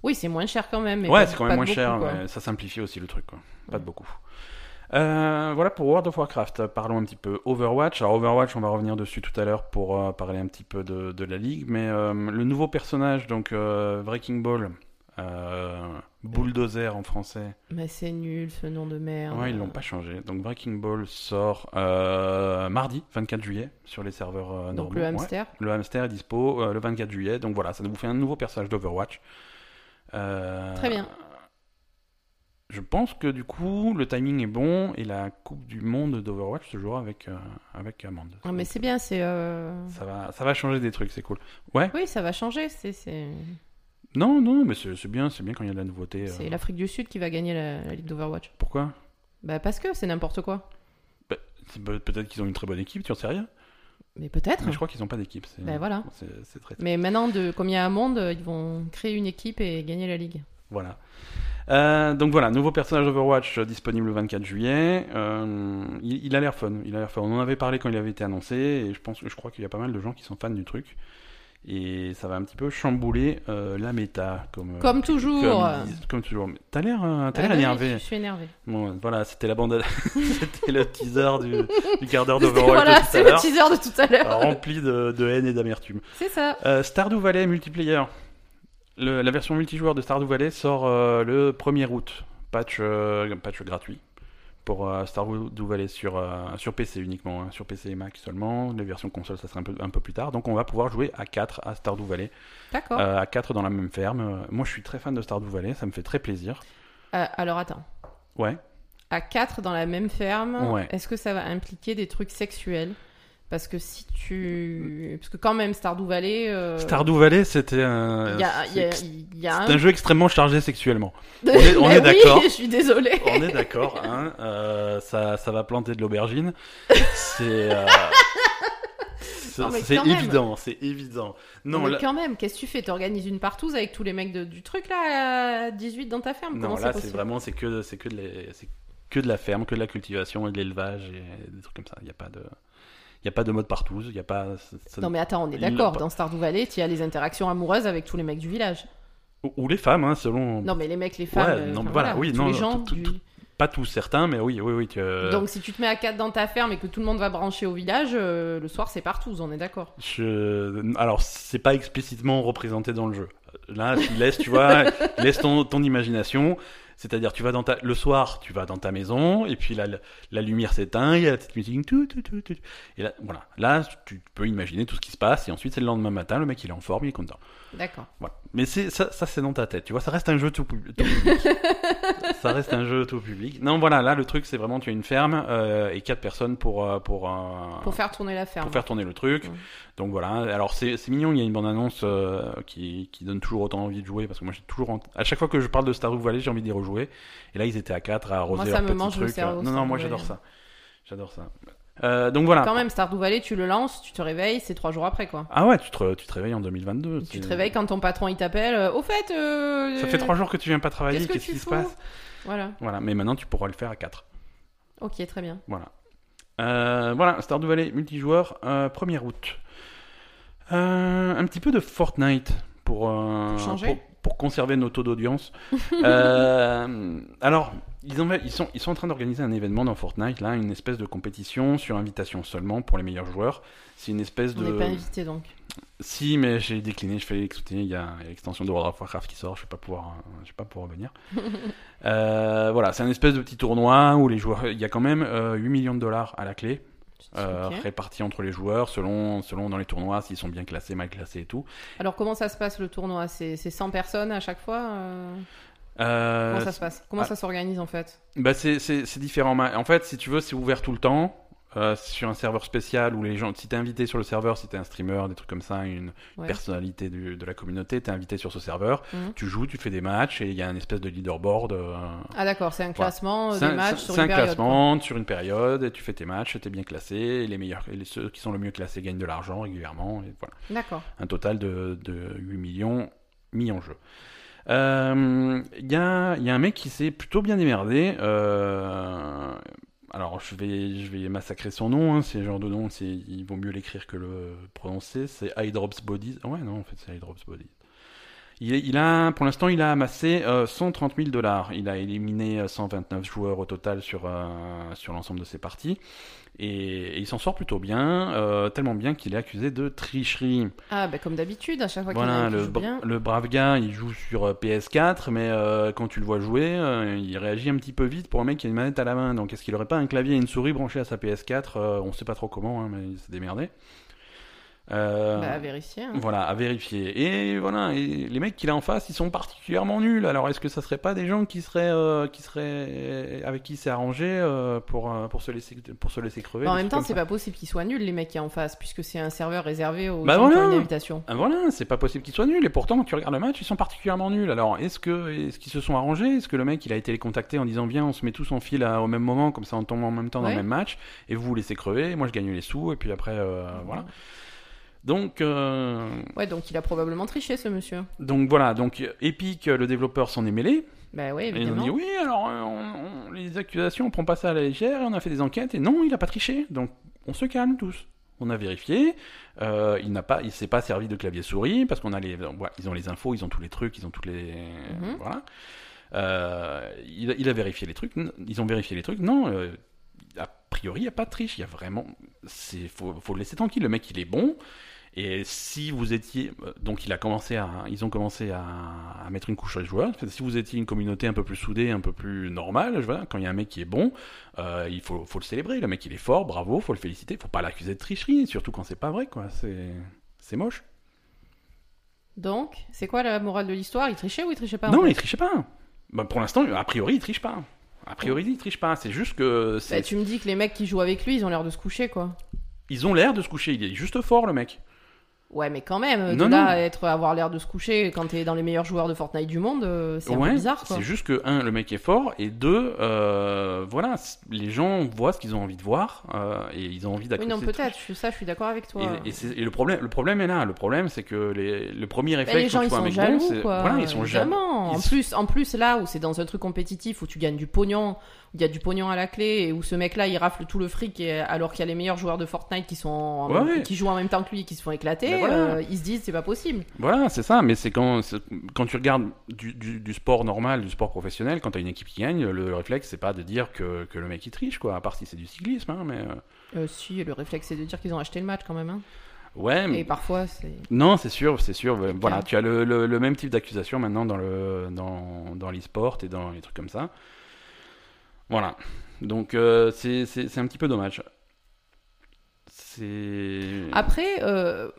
B: Oui, c'est moins cher quand même. mais
A: ouais,
B: pas-
A: c'est quand
B: pas
A: même moins
B: de beaucoup,
A: cher.
B: quoi.
A: ouais, ça simplifie aussi le truc. Quoi. Pas
B: Ouais.
A: de beaucoup. Euh, voilà pour World of Warcraft. Parlons un petit peu Overwatch. Alors Overwatch, on va revenir dessus tout à l'heure pour euh, parler un petit peu de, de la ligue. Mais euh, le nouveau personnage, donc euh, Breaking Ball, euh, Bulldozer en français.
B: Mais c'est nul ce nom de merde.
A: Ouais, ils l'ont pas changé. Donc Breaking Ball sort euh, mardi 24 juillet sur les serveurs euh, normaux.
B: Donc le
A: Ouais.
B: hamster.
A: Le hamster est dispo euh, le 24 juillet. Donc voilà, ça vous fait un nouveau personnage d'Overwatch. Euh,
B: Très bien.
A: Je pense que du coup, le timing est bon et la Coupe du Monde d'Overwatch se jouera avec, euh, avec Amande.
B: Ah, mais c'est bien, c'est. euh,
A: ça va, ça va changer des trucs, c'est cool.
B: Oui, ça va changer. C'est c'est-
A: Non, non, mais c'est c'est bien, c'est bien quand il y a de la nouveauté. euh,
B: c'est l'Afrique du Sud qui va gagner la, la Ligue d'Overwatch.
A: Pourquoi
B: Bah parce que c'est n'importe quoi.
A: C'est peut- Peut-être qu'ils ont une très bonne équipe, tu en sais rien.
B: Mais peut-être.
A: Mais je crois qu'ils n'ont pas d'équipe. c'est-
B: Ah. Ben voilà.
A: c'est- C'est très
B: Mais maintenant, de, comme il y a un monde, euh, ils vont créer une équipe et gagner la ligue.
A: Voilà. Euh, donc voilà, nouveau personnage Overwatch euh, disponible le 24 juillet. Euh, il, il a l'air fun, il a l'air fun. On en avait parlé quand il avait été annoncé et je pense, je crois qu'il y a pas mal de gens qui sont fans du truc et ça va un petit peu chambouler euh, la méta comme euh,
B: Comme toujours.
A: comme, ils disent- comme toujours. Mais T'as l'air, euh, t'as
B: Ah
A: l'air
B: oui,
A: énervé.
B: Je suis énervé.
A: Bon, voilà, c'était la *laughs* bande, c'était le teaser du, du quart
B: *laughs*
A: d'heure d'Overwatch
B: voilà,
A: de tout
B: c'est
A: à
B: le
A: l'heure, euh, Ah,
B: teaser de tout à l'heure.
A: rempli de, de haine et d'amertume.
B: *laughs* C'est ça.
A: Euh, Stardew Valley multiplayer. Le- la version multijoueur de Stardew Valley sort euh, le 1er août. Patch, euh, patch gratuit pour euh, Stardew Valley sur, euh, sur PC uniquement, hein, sur PC et Mac seulement. Les versions console, ça sera un peu, un peu plus tard. Donc on va pouvoir jouer à 4 à Stardew Valley,
B: D'accord.
A: euh, à 4 dans la même ferme. Euh, Moi je suis très fan de Stardew Valley, ça me fait très plaisir.
B: Euh, alors attends.
A: Ouais.
B: À 4 dans la même ferme,
A: Ouais.
B: est-ce que ça va impliquer des trucs sexuels Parce que si tu. Parce que quand même, Stardew Valley. euh,
A: Stardew Valley, c'était un,
B: Il y a, il y a- il y a
A: euh, c'est un jeu extrêmement chargé sexuellement.
B: On
A: est-
B: *laughs*
A: on est d'accord. Oh,
B: je suis désolée.
A: On est d'accord, hein, euh, ça, ça va planter de l'aubergine. C'est. euh, c'est-
B: Non, mais
A: c'est
B: quand même.
A: évident, c'est évident. Non,
B: Non, mais
A: là,
B: quand même, qu'est-ce que tu fais T'organises une partouze avec tous les mecs de- du truc là à 18 dans ta ferme
A: non,
B: Comment
A: là,
B: c'est
A: c'est
B: possible
A: vraiment, c'est que, c'est que de les- c'est que de la ferme, que de la cultivation et de l'élevage et des trucs comme ça. Il n'y a pas de, il y a pas de mode partout. Il y a pas. ça-
B: Non mais attends, on est
A: Il l'a
B: d'accord,
A: pas.
B: dans Stardew Valley, tu as les interactions amoureuses avec tous les mecs du village.
A: ou, ou les femmes, hein, selon.
B: Non mais les mecs, les femmes,
A: Ouais,
B: euh,
A: non,
B: enfin,
A: mais voilà,
B: voilà,
A: oui,
B: tous
A: non,
B: les
A: non,
B: gens
A: tout-
B: du-
A: tout- euh. Pas tous certains, mais oui, oui, oui. que-
B: Donc si tu te mets à 4 dans ta ferme et que tout le monde va brancher au village, euh, le soir c'est partouze, on est d'accord.
A: Je... Alors, c'est pas explicitement représenté dans le jeu. Là, tu laisses, tu vois, tu laisses ton, ton imagination. C'est-à-dire, tu vas dans ta... le soir, tu vas dans ta maison, et puis la, la lumière s'éteint, il y a la petite musique, tout, tout, tout, tout. Et là, voilà. Là, tu peux imaginer tout ce qui se passe, et ensuite, c'est le lendemain matin, le mec, il est en forme, il est content.
B: D'accord.
A: Voilà. Mais c'est ça, ça c'est dans ta tête, tu vois, ça reste un jeu tout, pub- tout public. ça reste un jeu tout public. Non, voilà, là, le truc, c'est vraiment, tu as une ferme, euh, et quatre personnes pour, euh, pour, un
B: Pour faire tourner la ferme.
A: pour faire tourner le truc.
B: Ouais.
A: Donc voilà, alors c'est c'est mignon, il y a une bande-annonce euh, qui, qui donne toujours autant envie de jouer, parce que moi j'ai toujours... en- À chaque fois que je parle de Stardew Valley, j'ai envie d'y rejouer. Et là, ils étaient à 4 à arroser
B: Moi, ça
A: leur
B: me
A: petit
B: mange le
A: truc.
B: cerveau,
A: non, non, moi
B: Stardew
A: j'adore
B: Valley.
A: ça. J'adore ça. Euh, donc voilà.
B: Quand même, Stardew Valley, tu le lances, tu te réveilles, c'est 3 jours après quoi.
A: Ah ouais, tu te, tu te réveilles en 2022.
B: Tu
A: c'est-
B: te réveilles quand ton patron il t'appelle, euh, au fait... euh,
A: Ça fait 3 jours que tu viens pas travailler,
B: Qu'est-ce que
A: qu'est-ce
B: tu
A: qui se
B: fous
A: passe
B: Voilà,
A: Voilà, mais maintenant tu pourras le faire à 4.
B: ok, très bien.
A: Voilà. Euh, voilà, Stardew Valley multijoueur, euh, 1er août. Euh, un petit peu de Fortnite pour, euh,
B: Pour changer.
A: pour, pour conserver nos taux
B: *laughs*
A: d'audience. Euh, alors, ils, en- ils, sont, ils sont en train d'organiser un événement dans Fortnite, là, une espèce de compétition sur invitation seulement pour les meilleurs joueurs. C'est une espèce
B: On
A: de...
B: n'est pas invité donc.
A: Si, mais j'ai décliné, je fais écouter, il y a l'extension de World of Warcraft qui sort, je vais pas pouvoir, euh, je vais pas pouvoir
B: *laughs*
A: venir. Euh, voilà, c'est un espèce de petit tournoi où les joueurs, il y a quand même euh, 8 millions de dollars à la clé, euh,
B: Ok.
A: répartis entre les joueurs selon, selon dans les tournois s'ils sont bien classés, mal classés et tout.
B: Alors comment ça se passe le tournoi C'est c'est 100 personnes à chaque fois euh,
A: Euh,
B: Comment ça se passe Comment
A: ah.
B: ça s'organise en fait
A: Bah c'est, c'est, c'est différent. Ma- En fait, si tu veux, c'est ouvert tout le temps. euh, sur un serveur spécial où les gens, si t'es invité sur le serveur, si t'es un streamer, des trucs comme ça, une
B: Ouais.
A: personnalité du- de la communauté, t'es invité sur ce serveur,
B: Mhm.
A: tu joues, tu fais des matchs et il y a un espèce de leaderboard. euh,
B: Ah d'accord, c'est un classement euh,
A: c'est un,
B: des matchs
A: c'est-
B: sur
A: c'est
B: une
A: un
B: période, quoi.
A: classement sur une période et tu fais tes matchs, et t'es bien classé, et les meilleurs, et les- ceux qui sont le mieux classés gagnent de l'argent régulièrement. Et voilà
B: D'accord.
A: un total de, de 8 millions mis en jeu. Euh, Il y, a, il y a un mec qui s'est plutôt bien démerdé. euh, alors, je vais, je vais massacrer son nom. hein, c'est le genre de nom, c'est, il vaut mieux l'écrire que le prononcer. C'est Hydrops Bodies. Ouais, non, en fait, c'est Hydrops Bodies. Il, est- il a, pour l'instant, il a amassé euh, 130 000 dollars. Il a éliminé euh, 129 joueurs au total sur, euh, sur l'ensemble de ses parties. Et, et il s'en sort plutôt bien, euh, tellement bien qu'il est accusé de tricherie.
B: Ah bah comme d'habitude, à chaque fois qu'il y en a
A: Voilà,
B: un qui
A: le,
B: joue
A: bra-
B: bien.
A: le brave gars, il joue sur euh, PS4, mais euh, quand tu le vois jouer, euh, il réagit un petit peu vite pour un mec qui a une manette à la main. Donc, est-ce qu'il aurait pas un clavier et une souris branchés à sa PS4 Euh, On sait pas trop comment, hein, mais il s'est démerdé. Euh,
B: Bah, à vérifier. hein.
A: voilà, à vérifier. Et voilà, et les mecs qu'il a en face, ils sont particulièrement nuls. Alors, est-ce que ça serait pas des gens qui seraient, euh, qui seraient, avec qui c'est arrangé euh, pour euh, pour se laisser pour se laisser crever
B: Mais Bah, en
A: des
B: même
A: trucs
B: temps,
A: comme
B: c'est
A: ça.
B: pas possible qu'ils soient nuls, les mecs qui en face, puisque c'est un serveur réservé aux
A: Bah
B: gens qui ont
A: voilà.
B: une invitation.
A: Ah, voilà, c'est pas possible qu'ils soient nuls. Et pourtant, quand tu regardes le match, ils sont particulièrement nuls. Alors, est-ce que est-ce qu'ils se sont arrangés Est-ce que le mec il a été les contacter en disant bien, on se met tous en file à- au même moment, comme ça on tombe en même temps dans
B: Ouais.
A: le même match, et vous vous laissez crever, moi je gagne les sous, et puis après euh, voilà. Donc euh,
B: Ouais, donc il a probablement triché, ce monsieur.
A: donc voilà, donc Epic, le développeur s'en est mêlé.
B: Bah ouais,
A: Et ils ont
B: évidemment.
A: dit oui, alors euh, on- on- les accusations, on prend pas ça à la légère, et on a fait des enquêtes, et non, il a pas triché. Donc on se calme tous. On a vérifié, euh, il n'a pas, il s'est pas servi de clavier souris parce qu'on a les, voilà, ils ont les infos, ils ont tous les trucs, ils ont toutes les,
B: Mhm.
A: voilà. Euh, il, a- il a vérifié les trucs, n- ils ont vérifié les trucs, non. euh, a priori, il n'y a pas de triche, il y a vraiment, c'est, faut, faut le laisser tranquille. Le mec, il est bon. Et si vous étiez, euh, donc il a commencé à, ils ont commencé à, à mettre une couche sur les joueurs. Si vous étiez une communauté un peu plus soudée, un peu plus normale, je vois, quand il y a un mec qui est bon, euh, il faut, faut le célébrer. Le mec il est fort, bravo, faut le féliciter. Faut pas l'accuser de tricherie, surtout quand c'est pas vrai, quoi. C'est, c'est moche.
B: Donc, c'est quoi la morale de l'histoire Il trichait ou il trichait pas en
A: non,
B: fait
A: mais il triche pas. Bah, pour l'instant, a priori, il triche pas. A priori, il triche pas. C'est juste que c'est-
B: Bah, tu me dis que les mecs qui jouent avec lui, ils ont l'air de se coucher, quoi.
A: ils ont l'air de se coucher. Il est juste fort, le mec.
B: Ouais, mais quand même, de
A: Non,
B: là
A: non.
B: à être, avoir l'air de se coucher quand t'es dans les meilleurs joueurs de Fortnite du monde, euh, c'est un peu
A: Ouais,
B: bizarre, quoi.
A: C'est juste que, un, le mec est fort, et deux, euh, voilà, c- les gens voient ce qu'ils ont envie de voir, euh, et ils ont envie
B: Oui,
A: d'accepter.
B: non,
A: ce
B: peut-être,
A: truc.
B: je- ça, je suis d'accord avec toi.
A: Et, et c'est- et le, problème, le problème est là. Le problème, c'est que les, le premier réflexe
B: Bah, Ben, les gens
A: quand
B: ils
A: tu vois un
B: sont
A: mec
B: jaloux
A: bon, c'est-
B: quoi.
A: Voilà, ils sont jaloux.
B: Évidemment. En
A: Ils-
B: plus, en plus là où c'est dans un truc compétitif où tu gagnes du pognon, où il y a du pognon à la clé et où ce mec là il rafle tout le fric et- alors qu'il y a les meilleurs joueurs de Fortnite qui sont en-
A: Ouais, ouais.
B: qui jouent en même temps que lui et qui se font éclater,
A: Ben voilà.
B: euh, ils se disent c'est pas possible.
A: Voilà, c'est ça. Mais c'est quand, c'est- quand tu regardes du, du- du sport normal, du sport professionnel, quand t'as une équipe qui gagne, le, le réflexe, c'est pas de dire que, que le mec il triche, quoi. À part si c'est du cyclisme, hein, mais. euh,
B: Euh, si le réflexe c'est de dire qu'ils ont acheté le match quand même. hein.
A: Ouais, mais.
B: Et parfois c'est
A: Non, c'est sûr, c'est sûr. Voilà,
B: clair.
A: tu as le, le- le même type d'accusation maintenant dans le dans, dans l'e-sport et dans les trucs comme ça. Voilà. Donc euh, c'est c'est- c'est un petit peu dommage. C'est.
B: Après, euh,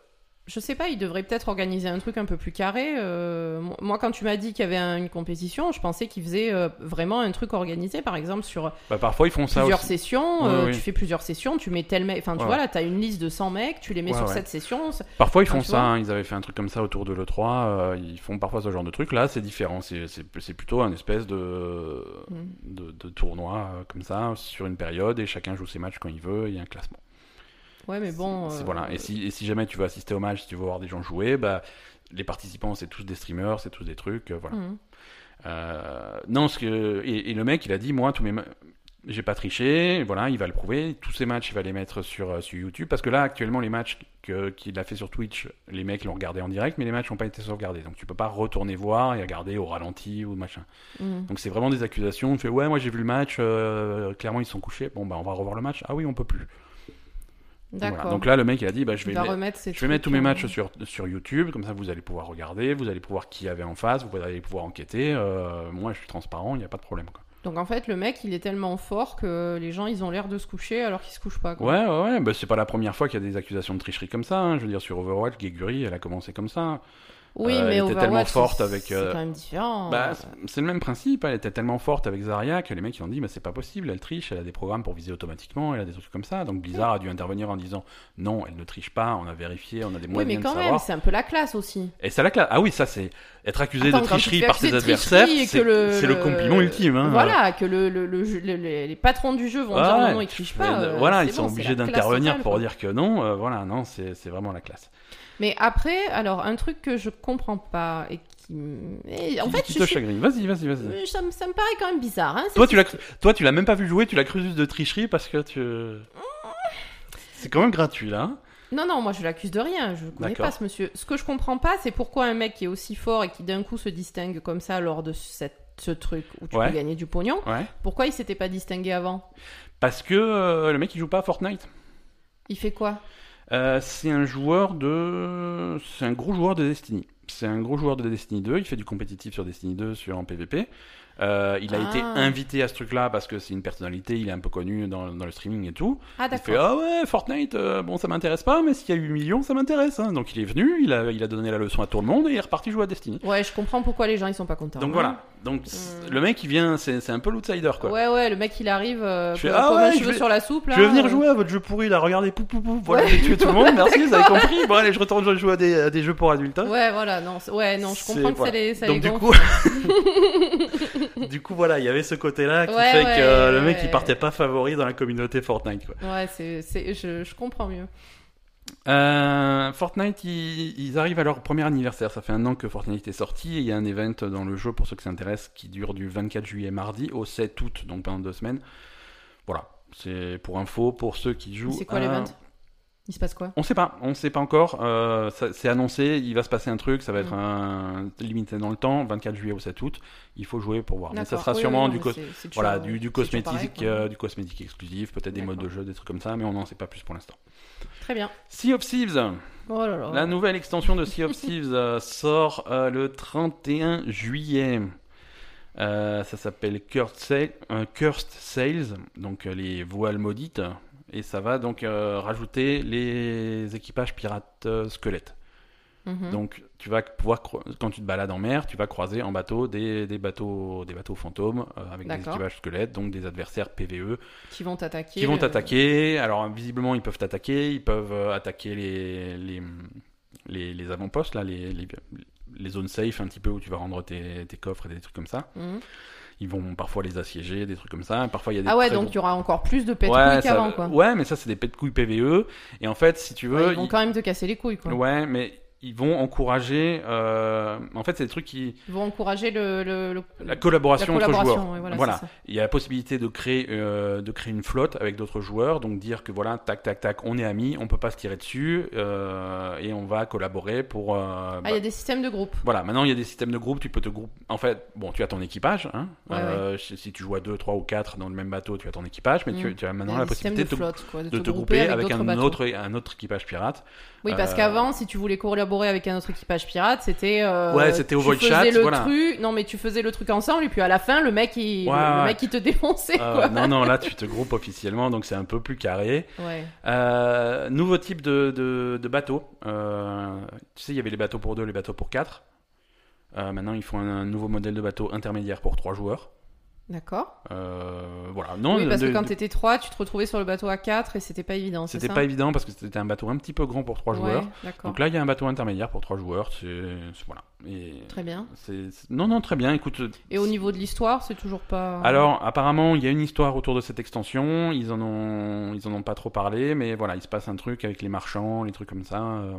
B: je sais pas, il devrait peut-être organiser un truc un peu plus carré. euh, mo- moi, quand tu m'as dit qu'il y avait un- une compétition, je pensais qu'il faisait euh, vraiment un truc organisé, par exemple sur
A: Bah, parfois ils font ça
B: plusieurs
A: aussi.
B: sessions,
A: Ouais,
B: euh,
A: oui.
B: tu fais plusieurs sessions, tu mets tel mec, enfin tu
A: Ouais.
B: vois là, t'as une liste de 100 mecs, tu les mets
A: Ouais,
B: sur
A: ouais.
B: cette session. c'est-
A: Parfois ils
B: Ah,
A: font
B: tu
A: ça.
B: vois.
A: hein, ils avaient fait un truc comme ça autour de le 3. ils font parfois ce genre de truc. Là, c'est différent. C'est c'est- c'est plutôt un espèce de
B: Mm.
A: de, de tournoi euh, comme ça sur une période et chacun joue ses matchs quand il veut. Il y a un classement.
B: Ouais, mais bon.
A: C'est- c'est-
B: euh,
A: voilà. Et si, et si jamais tu veux assister au match, si tu veux voir des gens jouer, bah, les participants, c'est tous des streamers, c'est tous des trucs. euh, voilà.
B: hum.
A: Euh, non, ce que, et, et le mec, il a dit, moi, tous mes, ma- j'ai pas triché. Voilà, il va le prouver. Tous ses matchs, il va les mettre sur, euh, sur YouTube, parce que là, actuellement, les matchs que, qu'il a fait sur Twitch, les mecs l'ont regardé en direct, mais les matchs n'ont pas été sauvegardés. Donc, tu peux pas retourner voir et regarder au ralenti ou machin.
B: Hum.
A: Donc, c'est vraiment des accusations. Tu fais, ouais, moi, j'ai vu le match. euh, clairement, ils se sont couchés. Bon, bah, on va revoir le match. Ah oui, on peut plus. Voilà.
B: D'accord.
A: Donc là, le mec, il a dit, bah, je vais
B: Il va
A: le-
B: remettre ces
A: je vais mettre tous
B: trucs,
A: mes
B: euh,
A: matchs sur, sur YouTube, comme ça vous allez pouvoir regarder, vous allez pouvoir qui y avait en face, vous allez pouvoir enquêter. euh, moi je suis transparent, il n'y a pas de problème. Quoi.
B: Donc en fait, le mec, il est tellement fort que les gens, ils ont l'air de se coucher alors qu'ils se couchent pas. quoi.
A: Ouais, ouais, ouais, bah, c'est pas la première fois qu'il y a des accusations de tricherie comme ça. hein. Je veux dire, sur Overwatch, Geguri, elle a commencé comme ça.
B: Oui,
A: Euh, elle
B: mais
A: était
B: Overwatch,
A: tellement forte
B: c'est-
A: avec,
B: C'est
A: euh,
B: quand même différent.
A: Bah, c'est- c'est le même principe, elle était tellement forte avec Zarya que les mecs ils ont dit, mais c'est pas possible, elle triche, elle a des programmes pour viser automatiquement, elle a des trucs comme ça. Donc Blizzard a dû intervenir en disant, non, elle ne triche pas, on a vérifié, on a des
B: oui,
A: moyens
B: mais
A: de
B: quand même,
A: savoir.
B: c'est un peu la classe aussi.
A: Et ça la classe. Ah oui, ça c'est être accusé
B: Attends,
A: de
B: quand tu te
A: tricherie
B: fais
A: par
B: accuser
A: tes
B: de tricherie
A: adversaires,
B: et
A: c'est
B: que le-
A: c'est le compliment ultime. hein.
B: Voilà, que le, le- le- le- le- les patrons du jeu vont
A: Ouais,
B: dire non,
A: ouais,
B: non, ils
A: tu
B: trichent
A: fais-
B: pas. euh,
A: voilà,
B: c'est
A: ils sont
B: bon, c'est
A: obligés
B: la classe
A: d'intervenir
B: totale,
A: pour
B: quoi.
A: dire que non. euh, voilà, non, c'est c'est vraiment la classe.
B: Mais après, alors un truc que je comprends pas et qui, m- et en
A: Qui-
B: fait,
A: qui
B: je
A: te
B: suis-
A: chagrine. Vas-y, vas-y, vas-y.
B: euh, ça, me, ça me paraît quand même bizarre. Hein,
A: Toi,
B: c'est-
A: tu l'as, cru- toi, tu l'as même pas vu jouer. Tu l'as cru juste de tricherie parce que tu. C'est quand même gratuit là. hein.
B: Non, non, moi je l'accuse de rien. Je connais
A: D'accord.
B: pas ce monsieur. Ce que je comprends pas, c'est pourquoi un mec qui est aussi fort et qui d'un coup se distingue comme ça lors de cette, ce truc où tu
A: Ouais.
B: peux gagner du pognon.
A: Ouais.
B: Pourquoi il s'était pas distingué avant
A: Parce que euh, le mec il joue pas à Fortnite.
B: Il fait quoi
A: Euh, c'est un joueur de, c'est un gros joueur de Destiny. c'est un gros joueur de Destiny 2. Il fait du compétitif sur Destiny 2 sur, en PvP. Euh, il a
B: Ah.
A: été invité à ce truc-là parce que c'est une personnalité, il est un peu connu dans, dans le streaming et tout.
B: Ah,
A: Il fait
B: d'accord.
A: Ah ouais, Fortnite, euh, bon, ça m'intéresse pas, mais s'il y a 8 millions, ça m'intéresse. hein. Donc il est venu, il a, il a donné la leçon à tout le monde et il est reparti jouer à Destiny.
B: Ouais, je comprends pourquoi les gens ils sont pas contents.
A: ah. Donc
B: hein.
A: voilà. Donc c'est- le mec, il vient, c'est c'est un peu l'outsider quoi.
B: Hmm. Ouais, ouais, le mec il arrive euh,
A: Je fais,
B: comme
A: ah
B: comme
A: ouais,
B: un
A: je
B: cheveu
A: vais-
B: sur la soupe là.
A: Je vais venir
B: euh.
A: jouer à votre jeu pourri là, regardez, pou pou pou, voilà, j'ai tué tout le
B: *laughs*
A: monde, merci, vous avez compris. Bon, allez, je retourne jouer- jouer à des, à des jeux pour adultes. hein.
B: Ouais, voilà, non, c'est- ouais, non, je
A: C'est-
B: comprends que
A: voilà.
B: ça les, ça
A: Donc
B: les
A: du
B: gonfle. *laughs*
A: coup, du coup, voilà, il y avait ce côté-là qui
B: Ouais,
A: fait que euh,
B: ouais,
A: le mec,
B: ouais.
A: il partait pas favori dans la communauté Fortnite. Quoi.
B: Ouais, c'est, c'est, je, je comprends mieux.
A: Euh, Fortnite, ils, ils arrivent à leur premier anniversaire. Ça fait un an que Fortnite est sorti et il y a un event dans le jeu pour ceux qui s'intéressent qui dure du 24 juillet mardi au 7 août, donc pendant deux semaines. Voilà, c'est pour info pour ceux qui jouent.
B: c'est quoi
A: à-
B: l'event Il se passe quoi
A: On sait pas, on sait pas encore. Euh, ça- c'est annoncé, il va se passer un truc, ça va être
B: Mm.
A: un... limité dans le temps, 24 juillet au 7 août. Il faut jouer pour voir. Mais ça
B: D'accord.
A: sera
B: Oui,
A: sûrement
B: oui, non,
A: du,
B: mais
A: cos-
B: c'est- c'est toujours-
A: voilà, du, du
B: c'est toujours
A: cosmétique,
B: pareil, quoi.
A: euh, du cosmétique exclusif, peut-être des modes de
B: D'accord.
A: jeu, des trucs comme ça, mais on n'en sait pas plus pour l'instant.
B: Très bien.
A: Sea of Thieves,
B: Oh là là.
A: la nouvelle extension de
B: *laughs*
A: Sea of Thieves euh, sort euh, le 31 juillet. Euh, ça s'appelle Cursed, Sail- euh, Cursed Sails, donc euh, les voiles maudites, et ça va donc euh, rajouter les équipages pirates euh, squelettes.
B: Mhm.
A: Donc tu vas pouvoir cro- quand tu te balades en mer, tu vas croiser en bateau des, des bateaux des bateaux fantômes euh, avec des
B: D'accord.
A: équipages squelettes, donc des adversaires E, PVE
B: qui vont t'attaquer.
A: qui vont
B: euh,
A: t'attaquer. Alors visiblement ils peuvent t'attaquer, ils peuvent euh, attaquer les les, les, les avant-postes là, les, les les zones safe un petit peu où tu vas rendre tes, tes coffres et des trucs comme ça.
B: mhm.
A: Ils vont parfois les assiéger, des trucs comme ça. Parfois il y a des
B: Ah ouais,
A: très
B: donc il
A: gros-
B: y aura encore plus de pète
A: ouais, ça-
B: qu'avant quoi.
A: ouais, mais ça c'est des pets de couilles PVE. Et en fait si tu veux,
B: ils vont
A: ils-
B: quand même te casser les couilles quoi.
A: ouais, mais ils vont encourager. euh, En fait c'est des trucs qui
B: Ils vont encourager le, le- le-
A: la collaboration, entre joueurs.
B: ouais, voilà. c'est ça.
A: Il y a la possibilité de créer, euh, de créer une flotte avec d'autres joueurs, donc dire que voilà, tac, tac, tac, on est amis, on peut pas se tirer dessus, euh, et on va collaborer pour. euh,
B: Ah, il y a des systèmes de groupe.
A: Voilà, maintenant il y a des systèmes de groupe, tu peux te grouper. En fait, bon, tu as ton équipage, hein.
B: Ouais,
A: Euh, si- si tu joues à 2, 3 ou 4 dans le même bateau, tu as ton équipage, mais
B: Mm.
A: tu, tu as
B: Il y
A: maintenant
B: a
A: la
B: des systèmes
A: possibilité
B: de
A: de te,
B: flotte quoi, de,
A: de
B: te
A: te
B: grouper avec, d'autres
A: un,
B: bateaux.
A: autre, un autre équipage
B: *laughs*
A: pirate.
B: Oui, parce
A: Euh,
B: qu'avant, si tu voulais collaborer avec un autre équipage pirate, c'était. euh,
A: Ouais, c'était au
B: tu
A: void
B: faisais
A: chat,
B: le
A: voilà.
B: truc- Non, mais tu faisais le truc ensemble, et puis à la fin, le mec, il,
A: Ouais,
B: le,
A: ouais.
B: mec, il te défonçait,
A: Euh,
B: quoi.
A: non, non, là tu te groupes officiellement, donc c'est un peu plus carré.
B: Ouais.
A: Euh, nouveau type de, de, de bateau. Euh, tu sais, il y avait les bateaux pour deux, les bateaux pour quatre. Euh, maintenant, ils font un, un nouveau modèle de bateau intermédiaire pour trois joueurs.
B: D'accord.
A: Euh, voilà. Non,
B: oui, parce
A: de-
B: que quand
A: de-
B: t'étais 3, tu te retrouvais sur le bateau à 4 et c'était pas évident. c'est
A: c'était
B: ça
A: pas évident parce que c'était un bateau un petit peu grand pour trois
B: Ouais,
A: joueurs.
B: D'accord.
A: Donc là, il y a un bateau intermédiaire pour trois joueurs. C'est c'est- voilà. Et
B: Très bien.
A: c'est- c'est- non, non, très bien. Écoute, euh,
B: Et au niveau de l'histoire, c'est toujours pas. hein.
A: Alors, apparemment, il y a une histoire autour de cette extension. Ils en ont, ils en ont pas trop parlé, mais voilà, il se passe un truc avec les marchands, les trucs comme ça. euh,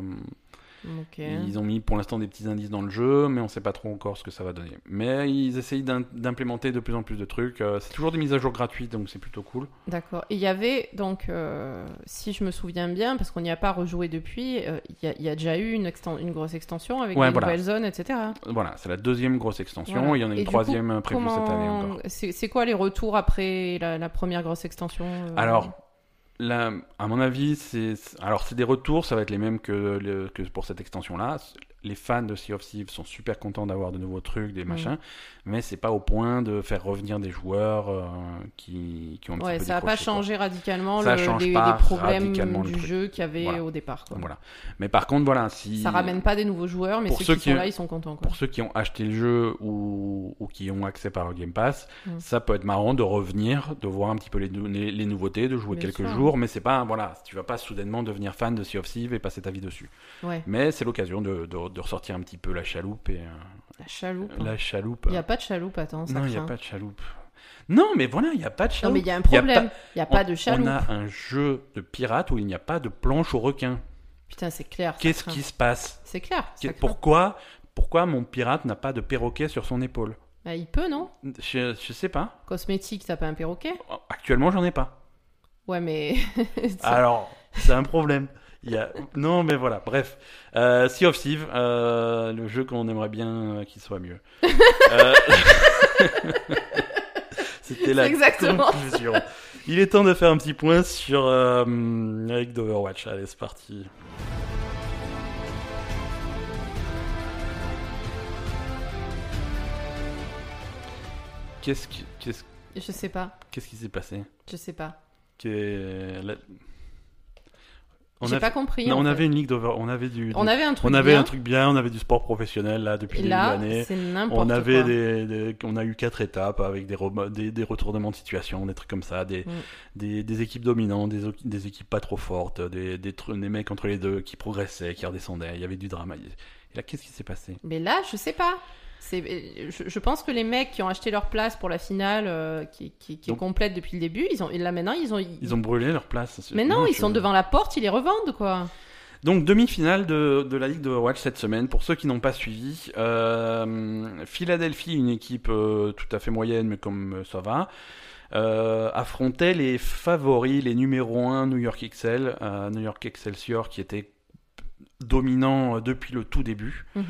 B: Ok.
A: Ils ont mis pour l'instant des petits indices dans le jeu, mais on sait pas trop encore ce que ça va donner. Mais ils essayent d'im- d'implémenter de plus en plus de trucs. Euh, C'est toujours des mises à jour gratuites, donc c'est plutôt cool.
B: D'accord. Et il y avait, donc, euh, si je me souviens bien, parce qu'on n'y a pas rejoué depuis, euh, il y a- il y, a déjà eu une, exten- une grosse extension avec
A: Ouais,
B: les
A: voilà.
B: nouvelles zones, etc.
A: Voilà, c'est la deuxième grosse extension.
B: Voilà.
A: Il y en a
B: Et
A: une
B: du
A: troisième euh, prévue
B: Comment-
A: cette année encore.
B: C'est c'est quoi les retours après la, la première grosse extension euh,
A: Alors, là, à mon avis, c'est c'est- alors c'est des retours, ça va être les mêmes que, le- que pour cette extension-là. Les fans de Sea of Thieves sont super contents d'avoir de nouveaux trucs,
B: Mm.
A: des machins, mais c'est pas au point de faire revenir des joueurs euh, qui, qui ont un petit
B: Ouais,
A: peu
B: ça n'a pas
A: décroché, quoi.
B: changé radicalement
A: Ça
B: le,
A: change
B: les,
A: pas
B: les problèmes
A: radicalement le
B: du
A: truc.
B: jeu qu'il y avait
A: Voilà.
B: au départ. Quoi.
A: Voilà. Mais par contre, voilà, si
B: Ça ramène pas des nouveaux joueurs, mais
A: Pour
B: ceux,
A: ceux
B: qui,
A: qui-
B: sont là, ils sont contents. Quoi.
A: pour ceux qui ont acheté le jeu ou, ou qui ont accès par le Game Pass,
B: Mm.
A: ça peut être marrant de revenir, de voir un petit peu les, nou- les- les nouveautés, de jouer
B: Bien
A: quelques
B: sûr.
A: jours, mais c'est pas, voilà, tu vas pas soudainement devenir fan de Sea of Thieves et passer ta vie dessus.
B: Ouais,
A: Mais c'est l'occasion de, de- de ressortir un petit peu la chaloupe et euh,
B: la chaloupe. hein.
A: la chaloupe.
B: Il n'y Oh. a pas de chaloupe, attends, ça
A: non, il n'y
B: craint.
A: a pas de chaloupe. Non, mais voilà, il n'y a pas de
B: Non,
A: chaloupe.
B: mais il y a un problème. Il n'y a,
A: On-
B: pas de chaloupe.
A: On a un jeu de pirate où il n'y a pas de planche aux requins.
B: Putain, c'est clair. Ah, ça
A: Qu'est-ce
B: craint.
A: qui se passe
B: C'est clair. ça
A: Qu'est-
B: craint.
A: Pourquoi, pourquoi mon pirate n'a pas de perroquet sur son épaule
B: Bah, il peut, non
A: je, je sais pas.
B: Cosmétique, t'as pas un perroquet
A: Actuellement, j'en ai pas.
B: Ouais, mais. *laughs* c'est-
A: Alors, c'est un problème. Il y a... Non, mais voilà, bref. Euh, sea of Thieves, euh, le jeu qu'on aimerait bien euh, qu'il soit mieux. Euh, *laughs* C'était la
B: C'est exactement ça.
A: conclusion. Il est temps de faire un petit point sur euh, Eric d'Overwatch. Allez, c'est parti. Qu'est-ce qui, qu'est-ce,
B: Je sais pas.
A: qu'est-ce qui s'est passé
B: Je sais pas.
A: Qu'est- euh, la- on,
B: J'ai
A: avait-
B: pas compris.
A: non,
B: en
A: on
B: fait.
A: avait une ligue d'over, on avait du,
B: On avait un truc.
A: on avait
B: bien,
A: un truc bien, on avait du sport professionnel là depuis
B: Et
A: des
B: là,
A: années.
B: c'est n'importe
A: On
B: quoi.
A: avait des, des- on a eu quatre étapes avec des, remo- des, des retournements de situation, des trucs comme ça, des,
B: Mm.
A: des, des équipes dominantes, des, o- des équipes pas trop fortes, des, des, tru- des mecs entre les deux qui progressaient, qui redescendaient. Il y avait du drama. Et là, qu'est-ce qui s'est passé
B: Mais là, je sais pas. C'est, je, je pense que les mecs qui ont acheté leur place pour la finale, euh, qui, qui, qui
A: Donc-
B: est complète depuis le début, ils ont, et là maintenant, ils ont.
A: Ils ont brûlé leur place.
B: Mais non, ils
A: je-
B: sont devant la porte, ils les revendent quoi.
A: Donc demi-finale de, de la Ligue de Overwatch cette semaine. Pour ceux qui n'ont pas suivi, euh, Philadelphie, une équipe euh, tout à fait moyenne mais comme euh, ça va, euh, affrontait les favoris, les numéros 1 New York XL, euh, New York Excelsior qui était dominant euh, depuis le tout début.
B: Mhm.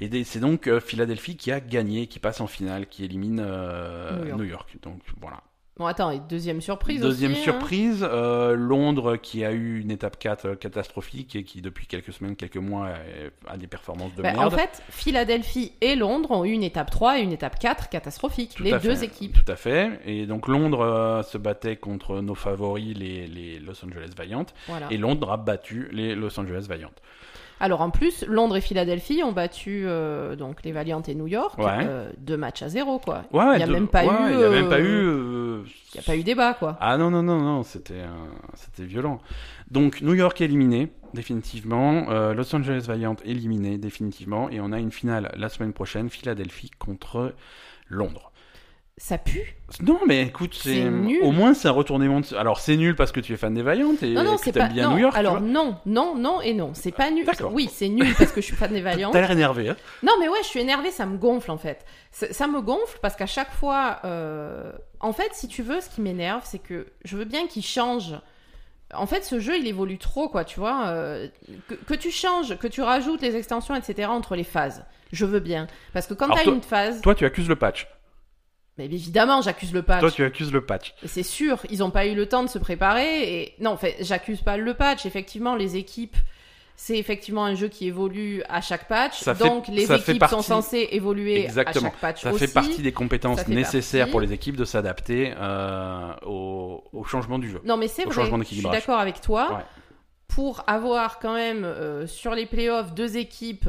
A: Et des- c'est donc euh, Philadelphie qui a gagné, qui passe en finale, qui élimine euh,
B: New York.
A: New York. Donc voilà.
B: Bon, attends, et deuxième surprise
A: Deuxième
B: aussi, hein.
A: surprise, euh, Londres qui a eu une étape 4 catastrophique et qui depuis quelques semaines, quelques mois euh, a des performances de
B: Bah, en
A: merde.
B: fait, Philadelphie et Londres ont eu une étape 3 et une étape 4 catastrophique.
A: Tout
B: les
A: à
B: deux
A: fait,
B: équipes.
A: Tout à fait. Et donc Londres euh, se battait contre nos favoris, les, les Los Angeles Valiant.
B: Voilà.
A: Et Londres a battu les Los Angeles Valiant.
B: Alors en plus, Londres et Philadelphie ont battu euh, donc les Valiant et New York
A: Ouais.
B: euh, deux matchs à zéro quoi.
A: Ouais,
B: Il y a
A: de-
B: même pas
A: ouais,
B: eu,
A: Il y a même
B: euh,
A: pas eu. euh,
B: Il n'y a pas eu débat quoi.
A: Ah non, non, non, non, c'était euh, c'était violent. Donc New York éliminé, définitivement. euh, Los Angeles Valiant éliminé, définitivement. Et on a une finale la semaine prochaine, Philadelphie contre Londres.
B: Ça pue.
A: Non, mais écoute, c'est
B: C'est nul.
A: au moins c'est un retournement de. Alors c'est nul parce que tu es fan des Valiant et
B: non non,
A: que
B: c'est
A: t'aimes
B: pas
A: bien
B: non,
A: New York. tu
B: alors
A: vois.
B: non, non, non et non, c'est pas nul.
A: D'accord.
B: Oui, c'est nul parce que je suis fan
A: *laughs*
B: des Valiant.
A: T'as l'air énervé. Hein
B: Non, mais ouais, je suis énervée, ça me gonfle en fait. Ça, ça me gonfle parce qu'à chaque fois, euh, en fait, si tu veux, ce qui m'énerve, c'est que je veux bien qu'il change. En fait, ce jeu, il évolue trop, quoi, tu vois. euh, que, que tu changes, que tu rajoutes les extensions, etc. entre les phases, je veux bien. Parce que quand
A: Alors,
B: t'as
A: toi-
B: une phase,
A: Toi, tu accuses le patch.
B: mais évidemment, j'accuse le patch.
A: Toi, tu accuses le patch.
B: Et C'est sûr, ils n'ont pas eu le temps de se préparer. Et non, en fait, j'accuse pas le patch. Effectivement, les équipes, c'est effectivement un jeu qui évolue à chaque patch.
A: Ça fait-
B: Donc, les
A: ça fait
B: équipes sont
A: partie-
B: censées évoluer
A: Exactement.
B: à chaque patch
A: Ça
B: aussi.
A: fait partie des compétences
B: ça fait
A: nécessaires
B: partie.
A: pour les équipes de s'adapter euh, au, au changement du jeu.
B: Non, mais c'est
A: au
B: vrai.
A: changement
B: Je suis
A: d'équilibrage.
B: d'accord avec toi.
A: Ouais.
B: Pour avoir quand même euh, sur les playoffs deux équipes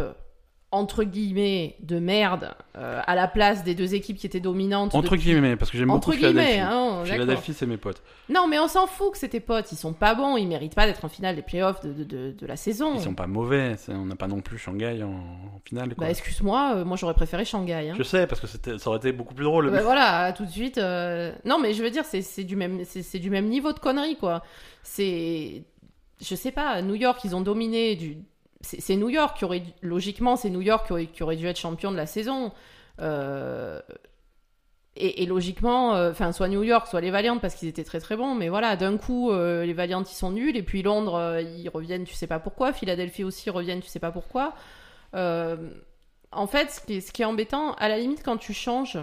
B: entre guillemets de merde euh, à la place des deux équipes qui étaient dominantes.
A: Entre
B: depuis-
A: guillemets, parce que j'aime
B: Entre
A: beaucoup
B: guillemets,
A: Philadelphie.
B: hein, d'accord.
A: Philadelphie, c'est mes potes.
B: Non, mais on s'en fout que c'était potes. Ils sont pas bons. Ils méritent pas d'être en finale des playoffs de, de, de- de la saison.
A: Ils sont pas mauvais, c'est- on n'a pas non plus Shanghai en, en finale. quoi.
B: Hmm. Bah excuse-moi, euh, moi j'aurais préféré Shanghai. hein.
A: Je sais, parce que c'était- ça aurait été beaucoup plus drôle.
B: Bah, voilà, tout de suite. euh, Non mais je veux dire, c'est c'est du même, c'est c'est du même niveau de connerie quoi. C'est, je sais pas, New York ils ont dominé du. C'est c'est New York qui aurait dû- logiquement c'est New York qui aurait, qui aurait dû être champion de la saison. Euh, Et, et logiquement, euh, enfin soit New York, soit les Valiant parce qu'ils étaient très très bons. Mais voilà, d'un coup euh, les Valiant ils sont nuls et puis Londres euh, ils reviennent, tu sais pas pourquoi. Philadelphie aussi reviennent, tu sais pas pourquoi. Euh, en fait, ce qui, est, ce qui est embêtant, à la limite, quand tu changes,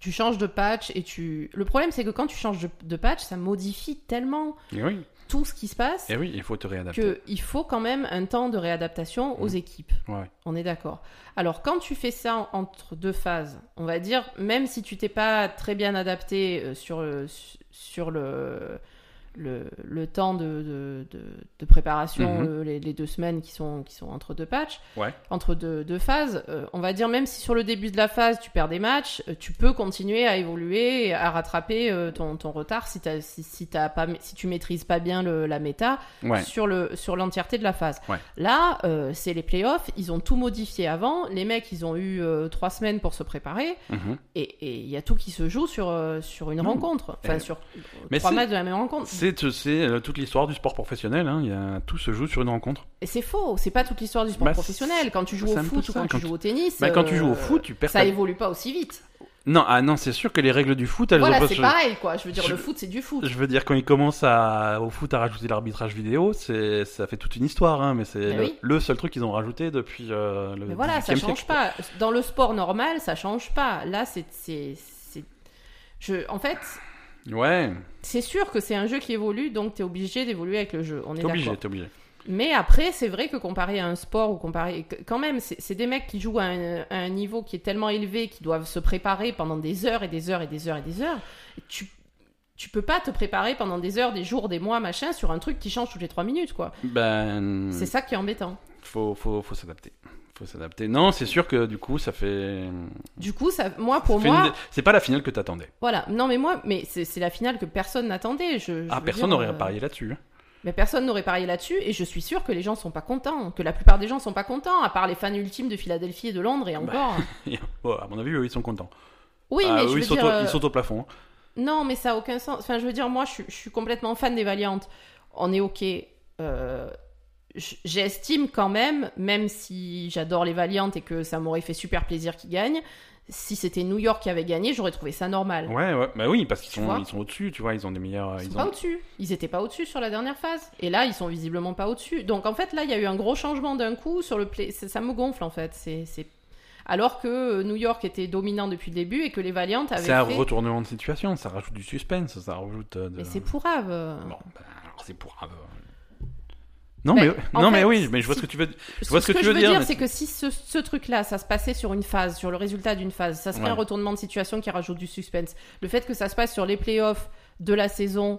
B: tu changes de patch et tu. Le problème, c'est que quand tu changes de, de patch, ça modifie tellement
A: Et oui,
B: tout ce qui se passe
A: et oui, il faut te réadapter.
B: qu'il faut quand même un temps de réadaptation aux
A: Mhm.
B: équipes.
A: Ouais.
B: On est d'accord. Alors, quand tu fais ça en- entre deux phases, on va dire, même si tu t'es pas très bien adapté euh, sur le, sur le, le, le temps de, de, de- de préparation,
A: Mhm.
B: euh, les, les deux semaines qui sont, qui sont entre deux patchs,
A: Ouais.
B: entre deux, deux phases, euh, on va dire, même si sur le début de la phase, tu perds des matchs, euh, tu peux continuer à évoluer, et à rattraper euh, ton, ton retard si, t'as- si, si, t'as pas, si tu maîtrises pas bien le- la méta
A: Ouais.
B: sur le sur l'entièreté de la phase.
A: Ouais.
B: Là, euh, c'est les playoffs, ils ont tout modifié avant. Les mecs, ils ont eu euh, trois semaines pour se préparer,
A: Mhm.
B: et et il y a tout qui se joue sur euh, sur une
A: Non.
B: rencontre, enfin
A: Eh,
B: sur euh,
A: mais
B: trois
A: c'est-
B: matchs de la même rencontre.
A: C'est c'est, euh, toute l'histoire du sport professionnel. hein, il y a- tout se joue sur une rencontre.
B: Et c'est faux, c'est pas toute l'histoire du sport
A: Bah,
B: professionnel. Quand tu joues
A: c'est
B: au
A: un peu
B: foot ou
A: ça,
B: quand,
A: quand
B: tu
A: tu-
B: joues au tennis,
A: Bah, quand tu
B: euh,
A: joues au foot, tu perds.
B: ça
A: ta-
B: évolue pas aussi vite.
A: Non, ah non, c'est sûr que les règles du foot, elles ont
B: Voilà,
A: pas
B: c'est
A: ce-
B: pareil quoi. Je veux dire,
A: Je-
B: le foot, c'est du foot.
A: Je veux dire, quand ils commencent à, au foot à rajouter l'arbitrage vidéo, c'est, ça fait toute une histoire, hein, mais c'est
B: Mais
A: le,
B: oui.
A: le seul truc qu'ils ont rajouté depuis euh, le
B: Mais voilà, ça
A: 18e
B: change
A: siècle.
B: pas. Dans le sport normal, ça change pas. Là, c'est c'est c'est- je en fait.
A: Ouais,
B: C'est sûr que c'est un jeu qui évolue, donc t'es obligé d'évoluer avec le jeu. On est
A: t'es obligé,
B: d'accord.
A: t'es obligé.
B: Mais après, c'est vrai que comparé à un sport ou comparé, que- quand même, c'est c'est des mecs qui jouent à un, à un niveau qui est tellement élevé qu'ils doivent se préparer pendant des heures et des heures et des heures et des heures. Tu tu peux pas te préparer pendant des heures, des jours, des mois, machin, sur un truc qui change toutes les trois minutes, quoi.
A: Ben,
B: C'est ça qui est embêtant.
A: faut, faut, faut s'adapter. Faut s'adapter. Non, c'est sûr que du coup, ça fait.
B: Du coup, ça, moi, pour
A: ça fait
B: moi,
A: une- C'est pas la finale que t'attendais.
B: voilà. Non, mais moi, mais c'est c'est la finale que personne n'attendait. Je, je
A: Ah,
B: veux
A: personne
B: dire,
A: n'aurait
B: euh,
A: parié là-dessus. hein.
B: Mais personne n'aurait parié là-dessus, et je suis sûre que les gens sont pas contents, que la plupart des gens sont pas contents, à part les fans ultimes de Philadelphie et de Londres, et encore.
A: Et, oh, à mon avis, eux, ils sont contents.
B: Oui,
A: Ah,
B: mais
A: eux,
B: je veux
A: ils, sont
B: dire,
A: au,
B: euh,
A: ils sont au plafond. hein.
B: non, mais ça a aucun sens. Enfin, je veux dire, moi, je, suis- je suis complètement fan des Valiantes. On est ok. Euh, j- J'estime quand même, même si j'adore les Valiantes et que ça m'aurait fait super plaisir qu'ils gagnent, si c'était New York qui avait gagné, j'aurais trouvé ça normal.
A: Ouais, ouais. Bah oui, parce qu'ils
B: Tu vois
A: sont, ils sont au-dessus, tu vois. Ils ont des meilleurs.
B: Ils
A: ils
B: sont
A: ont-
B: pas au-dessus. Ils étaient pas au-dessus sur la dernière phase. Et là, ils sont visiblement pas au-dessus. Donc en fait, là, il y a eu un gros changement d'un coup sur le play. Ça, ça me gonfle en fait. C'est c'est- alors que euh, New York était dominant depuis le début et que les Valiantes avaient
A: C'est un
B: fait.
A: retournement de situation. Ça rajoute du suspense. Ça rajoute. euh, de-
B: Mais c'est pourrave. euh.
A: Bon, bah, alors c'est pour. Non,
B: Ben,
A: mais,
B: en
A: non mais
B: fait,
A: oui, mais je vois
B: si-
A: ce que tu veux dire.
B: Ce,
A: vois ce que
B: que,
A: tu
B: je
A: veux
B: veux
A: dire,
B: dire,
A: mais-
B: c'est que si ce, ce truc-là, ça se passait sur une phase, sur le résultat d'une phase, ça serait
A: Ouais.
B: un retournement de situation qui rajoute du suspense. Le fait que ça se passe sur les playoffs de la saison.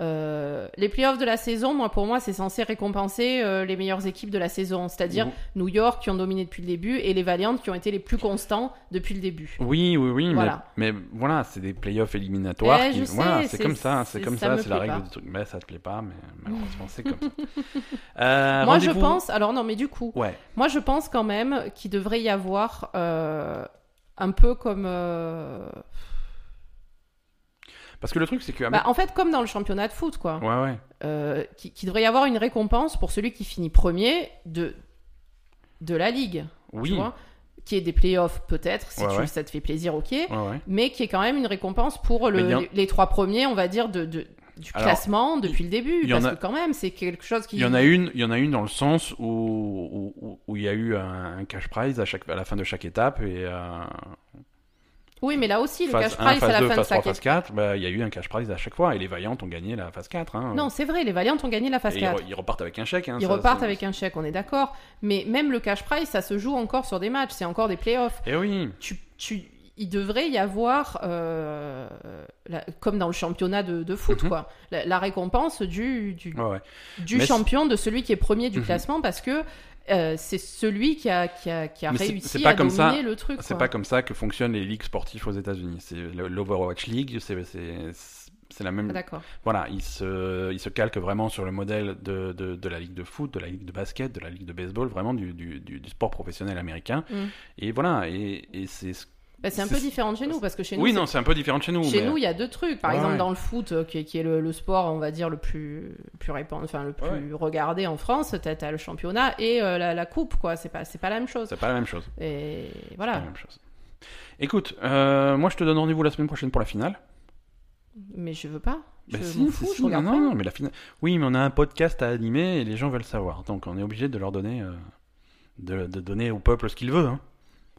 B: euh, les playoffs de la saison, moi pour moi, c'est censé récompenser euh, les meilleures équipes de la saison, c'est-à-dire New York qui ont dominé depuis le début et les Valiantes qui ont été les plus constants depuis le début.
A: Oui, oui, oui, mais-
B: Voilà.
A: mais, voilà, c'est des playoffs éliminatoires.
B: Eh,
A: qui-
B: je sais,
A: voilà, c'est
B: c'est-
A: comme ça, c'est
B: c'est-
A: comme
B: ça
A: ça,
B: me
A: c'est la
B: plaît
A: règle
B: pas.
A: du truc. Mais ça te plaît pas,
B: *laughs*
A: mais malheureusement, c'est comme ça. Euh,
B: moi je
A: rendez-vous-
B: pense, alors non mais du coup,
A: Ouais,
B: moi je pense quand même qu'il devrait y avoir euh, un peu comme... euh,
A: parce que le truc, c'est que. ah,
B: bah, en fait comme dans le championnat de foot quoi,
A: Ouais, ouais.
B: euh, qui, qui devrait y avoir une récompense pour celui qui finit premier de, de la ligue,
A: Oui.
B: tu vois, qui est des playoffs peut-être, si
A: Ouais,
B: tu-
A: ouais.
B: ça te fait plaisir, ok,
A: Ouais, ouais.
B: mais qui est quand même une récompense pour le-
A: Mais il y en-
B: les, les trois premiers, on va dire, de, de- du
A: Alors,
B: classement depuis le début.
A: il y en
B: Parce
A: a-
B: que quand même, c'est quelque chose qui...
A: Il y en a une, il y en a une dans le sens où où, où- où il y a eu un, un cash prize à chaque à la fin de chaque étape et euh,
B: Oui, mais là aussi, le
A: phase
B: cash
A: 1,
B: prize à
A: phase
B: la
A: 2,
B: fin de
A: phase 3,
B: sa
A: phase 4, bah, il y a eu un cash prize à chaque fois et les vaillantes ont gagné la phase 4 hein.
B: Non, c'est vrai, les Valiantes ont gagné la phase
A: Et ils,
B: 4.
A: re- ils repartent avec un chèque hein,
B: Ils
A: ça,
B: repartent
A: c'est-
B: avec un chèque, on est d'accord. Mais même le cash prize, ça se joue encore sur des matchs, c'est encore des playoffs.
A: Eh oui.
B: Tu, tu- il devrait y avoir, euh, la- comme dans le championnat de, de foot,
A: Mhm.
B: quoi, la, la récompense du, du,
A: Ouais, ouais.
B: du
A: Mais c'est-
B: champion, de celui qui est premier du
A: Mhm.
B: classement, parce que euh, c'est celui qui a, qui a, qui a
A: Mais c'est-
B: réussi
A: c'est pas
B: à
A: comme ça-
B: dominer le truc.
A: C'est
B: quoi.
A: pas comme ça que fonctionnent les ligues sportives aux États-Unis. C'est le- l'Overwatch League, c'est c'est- c'est la
B: Ah,
A: même.
B: D'accord.
A: Voilà, ils se, ils se calquent vraiment sur le modèle de, de, de la ligue de foot, de la ligue de basket, de la ligue de baseball, vraiment du, du, du, du sport professionnel américain.
B: Mm.
A: Et voilà, et, et c'est. ce-
B: Bah, c'est un
A: C'est-
B: peu différent de chez nous, parce que chez nous,
A: Oui,
B: c'est-
A: non, c'est un peu différent de chez nous.
B: Chez
A: mais-
B: nous, il y a deux trucs. Par
A: Ouais,
B: exemple,
A: ouais.
B: dans le foot, euh, qui, est- qui est le, le sport, on va dire, le plus, plus répandu, enfin, le plus regardé en France, t'as as le championnat et euh, la, la coupe, quoi. C'est pas, c'est pas la même chose.
A: c'est pas la même chose. c'est
B: Et
A: pas
B: voilà.
A: la même chose. Écoute, euh, moi je te donne rendez-vous la semaine prochaine pour la finale.
B: Mais je veux pas. Je
A: Bah si,
B: m'en
A: si,
B: fous,
A: si,
B: je regarde
A: non,
B: pas.
A: non, mais la finale. Oui, mais on a un podcast à animer et les gens veulent savoir. Donc on est obligé de leur donner. euh, de, de donner au peuple ce qu'il veut. Hein.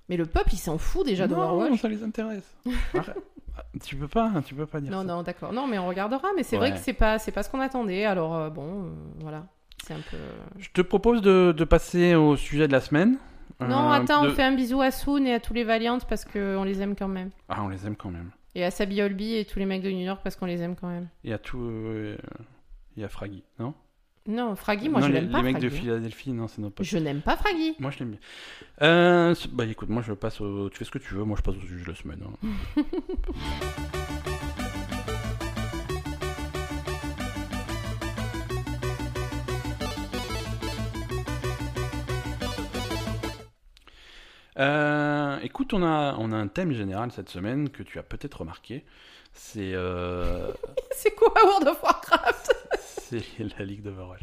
B: Mais le peuple, il s'en fout déjà de
A: non,
B: Overwatch.
A: ça les intéresse. Arrête. Ah, tu peux pas, tu peux pas dire
B: Non,
A: ça.
B: non, d'accord. Non, mais on regardera. Mais c'est
A: Ouais.
B: vrai que c'est pas, c'est pas ce qu'on attendait. Alors, euh, bon, euh, voilà. C'est un peu.
A: Je te propose de, de passer au sujet de la semaine.
B: Non,
A: Euh,
B: attends,
A: de-
B: on fait un bisou à Soon et à tous les Valiantes parce qu'on les aime quand même.
A: Ah, on les aime quand même.
B: Et à Sabi Olby et tous les mecs de New York parce qu'on les aime quand même.
A: Il y a tout. euh, Il y a Fraggy, non
B: Non, Fraggy, moi
A: Non,
B: je
A: les,
B: l'aime pas.
A: les mecs de
B: Fraggy.
A: Philadelphie, non, c'est nos potes.
B: Je n'aime pas Fraggy. *laughs*
A: Moi, je l'aime bien. Euh, c'est- bah écoute, moi je passe au. Tu fais ce que tu veux, moi je passe au sujet de la semaine. hein. *laughs* Euh, écoute, on a, on a un thème général cette semaine que tu as peut-être remarqué. C'est euh,
B: C'est quoi World of Warcraft
A: *laughs* c'est la Ligue d'Overwatch.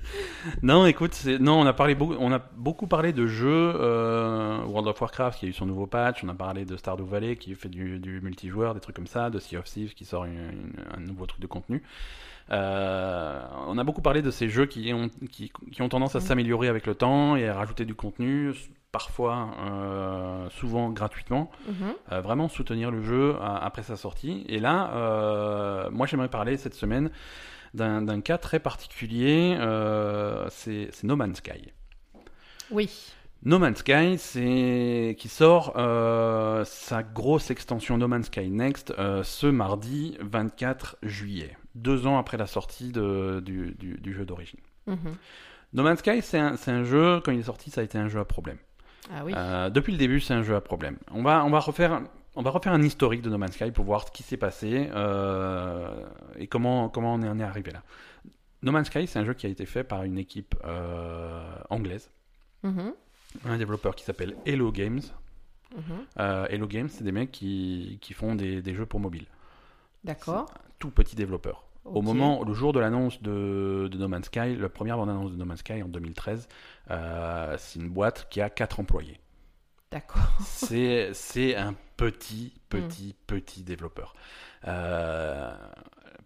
A: Non, écoute, c'est- non, on a parlé beaucoup, on a beaucoup parlé de jeux euh, World of Warcraft qui a eu son nouveau patch. On a parlé de Stardew Valley qui fait du, du multijoueur, des trucs comme ça, de Sea of Thieves qui sort une- une- un nouveau truc de contenu. Euh, on a beaucoup parlé de ces jeux qui ont, qui, qui ont tendance à s'améliorer avec le temps et à rajouter du contenu, parfois, euh, souvent gratuitement. Euh, vraiment soutenir le jeu euh, après sa sortie. Et là, euh, moi j'aimerais parler cette semaine d'un d'un cas très particulier, euh, c'est c'est No Man's Sky.
B: Oui.
A: No Man's Sky, c'est qui sort euh, sa grosse extension No Man's Sky Next euh, ce mardi 24 juillet, deux ans après la sortie de- du, du- du jeu d'origine.
B: Mhm.
A: No Man's Sky, c'est un, c'est un jeu, quand il est sorti, ça a été un jeu à problème.
B: Ah oui.
A: Euh, depuis le début, c'est un jeu à problème. On va, on va refaire. On va refaire un historique de No Man's Sky pour voir ce qui s'est passé euh, et comment, comment on en est arrivé là. No Man's Sky, c'est un jeu qui a été fait par une équipe euh, anglaise,
B: Mhm.
A: un développeur qui s'appelle Hello Games.
B: Mhm.
A: Euh, Hello Games, c'est des mecs qui, qui font des, des jeux pour mobile,
B: D'accord.
A: tout petits développeurs. Au
B: Ok.
A: moment, le jour de l'annonce de, de No Man's Sky, la première bande-annonce de No Man's Sky en 2013, euh, c'est une boîte qui a 4 employés.
B: D'accord.
A: c'est c'est un petit, petit, petit développeur. Euh,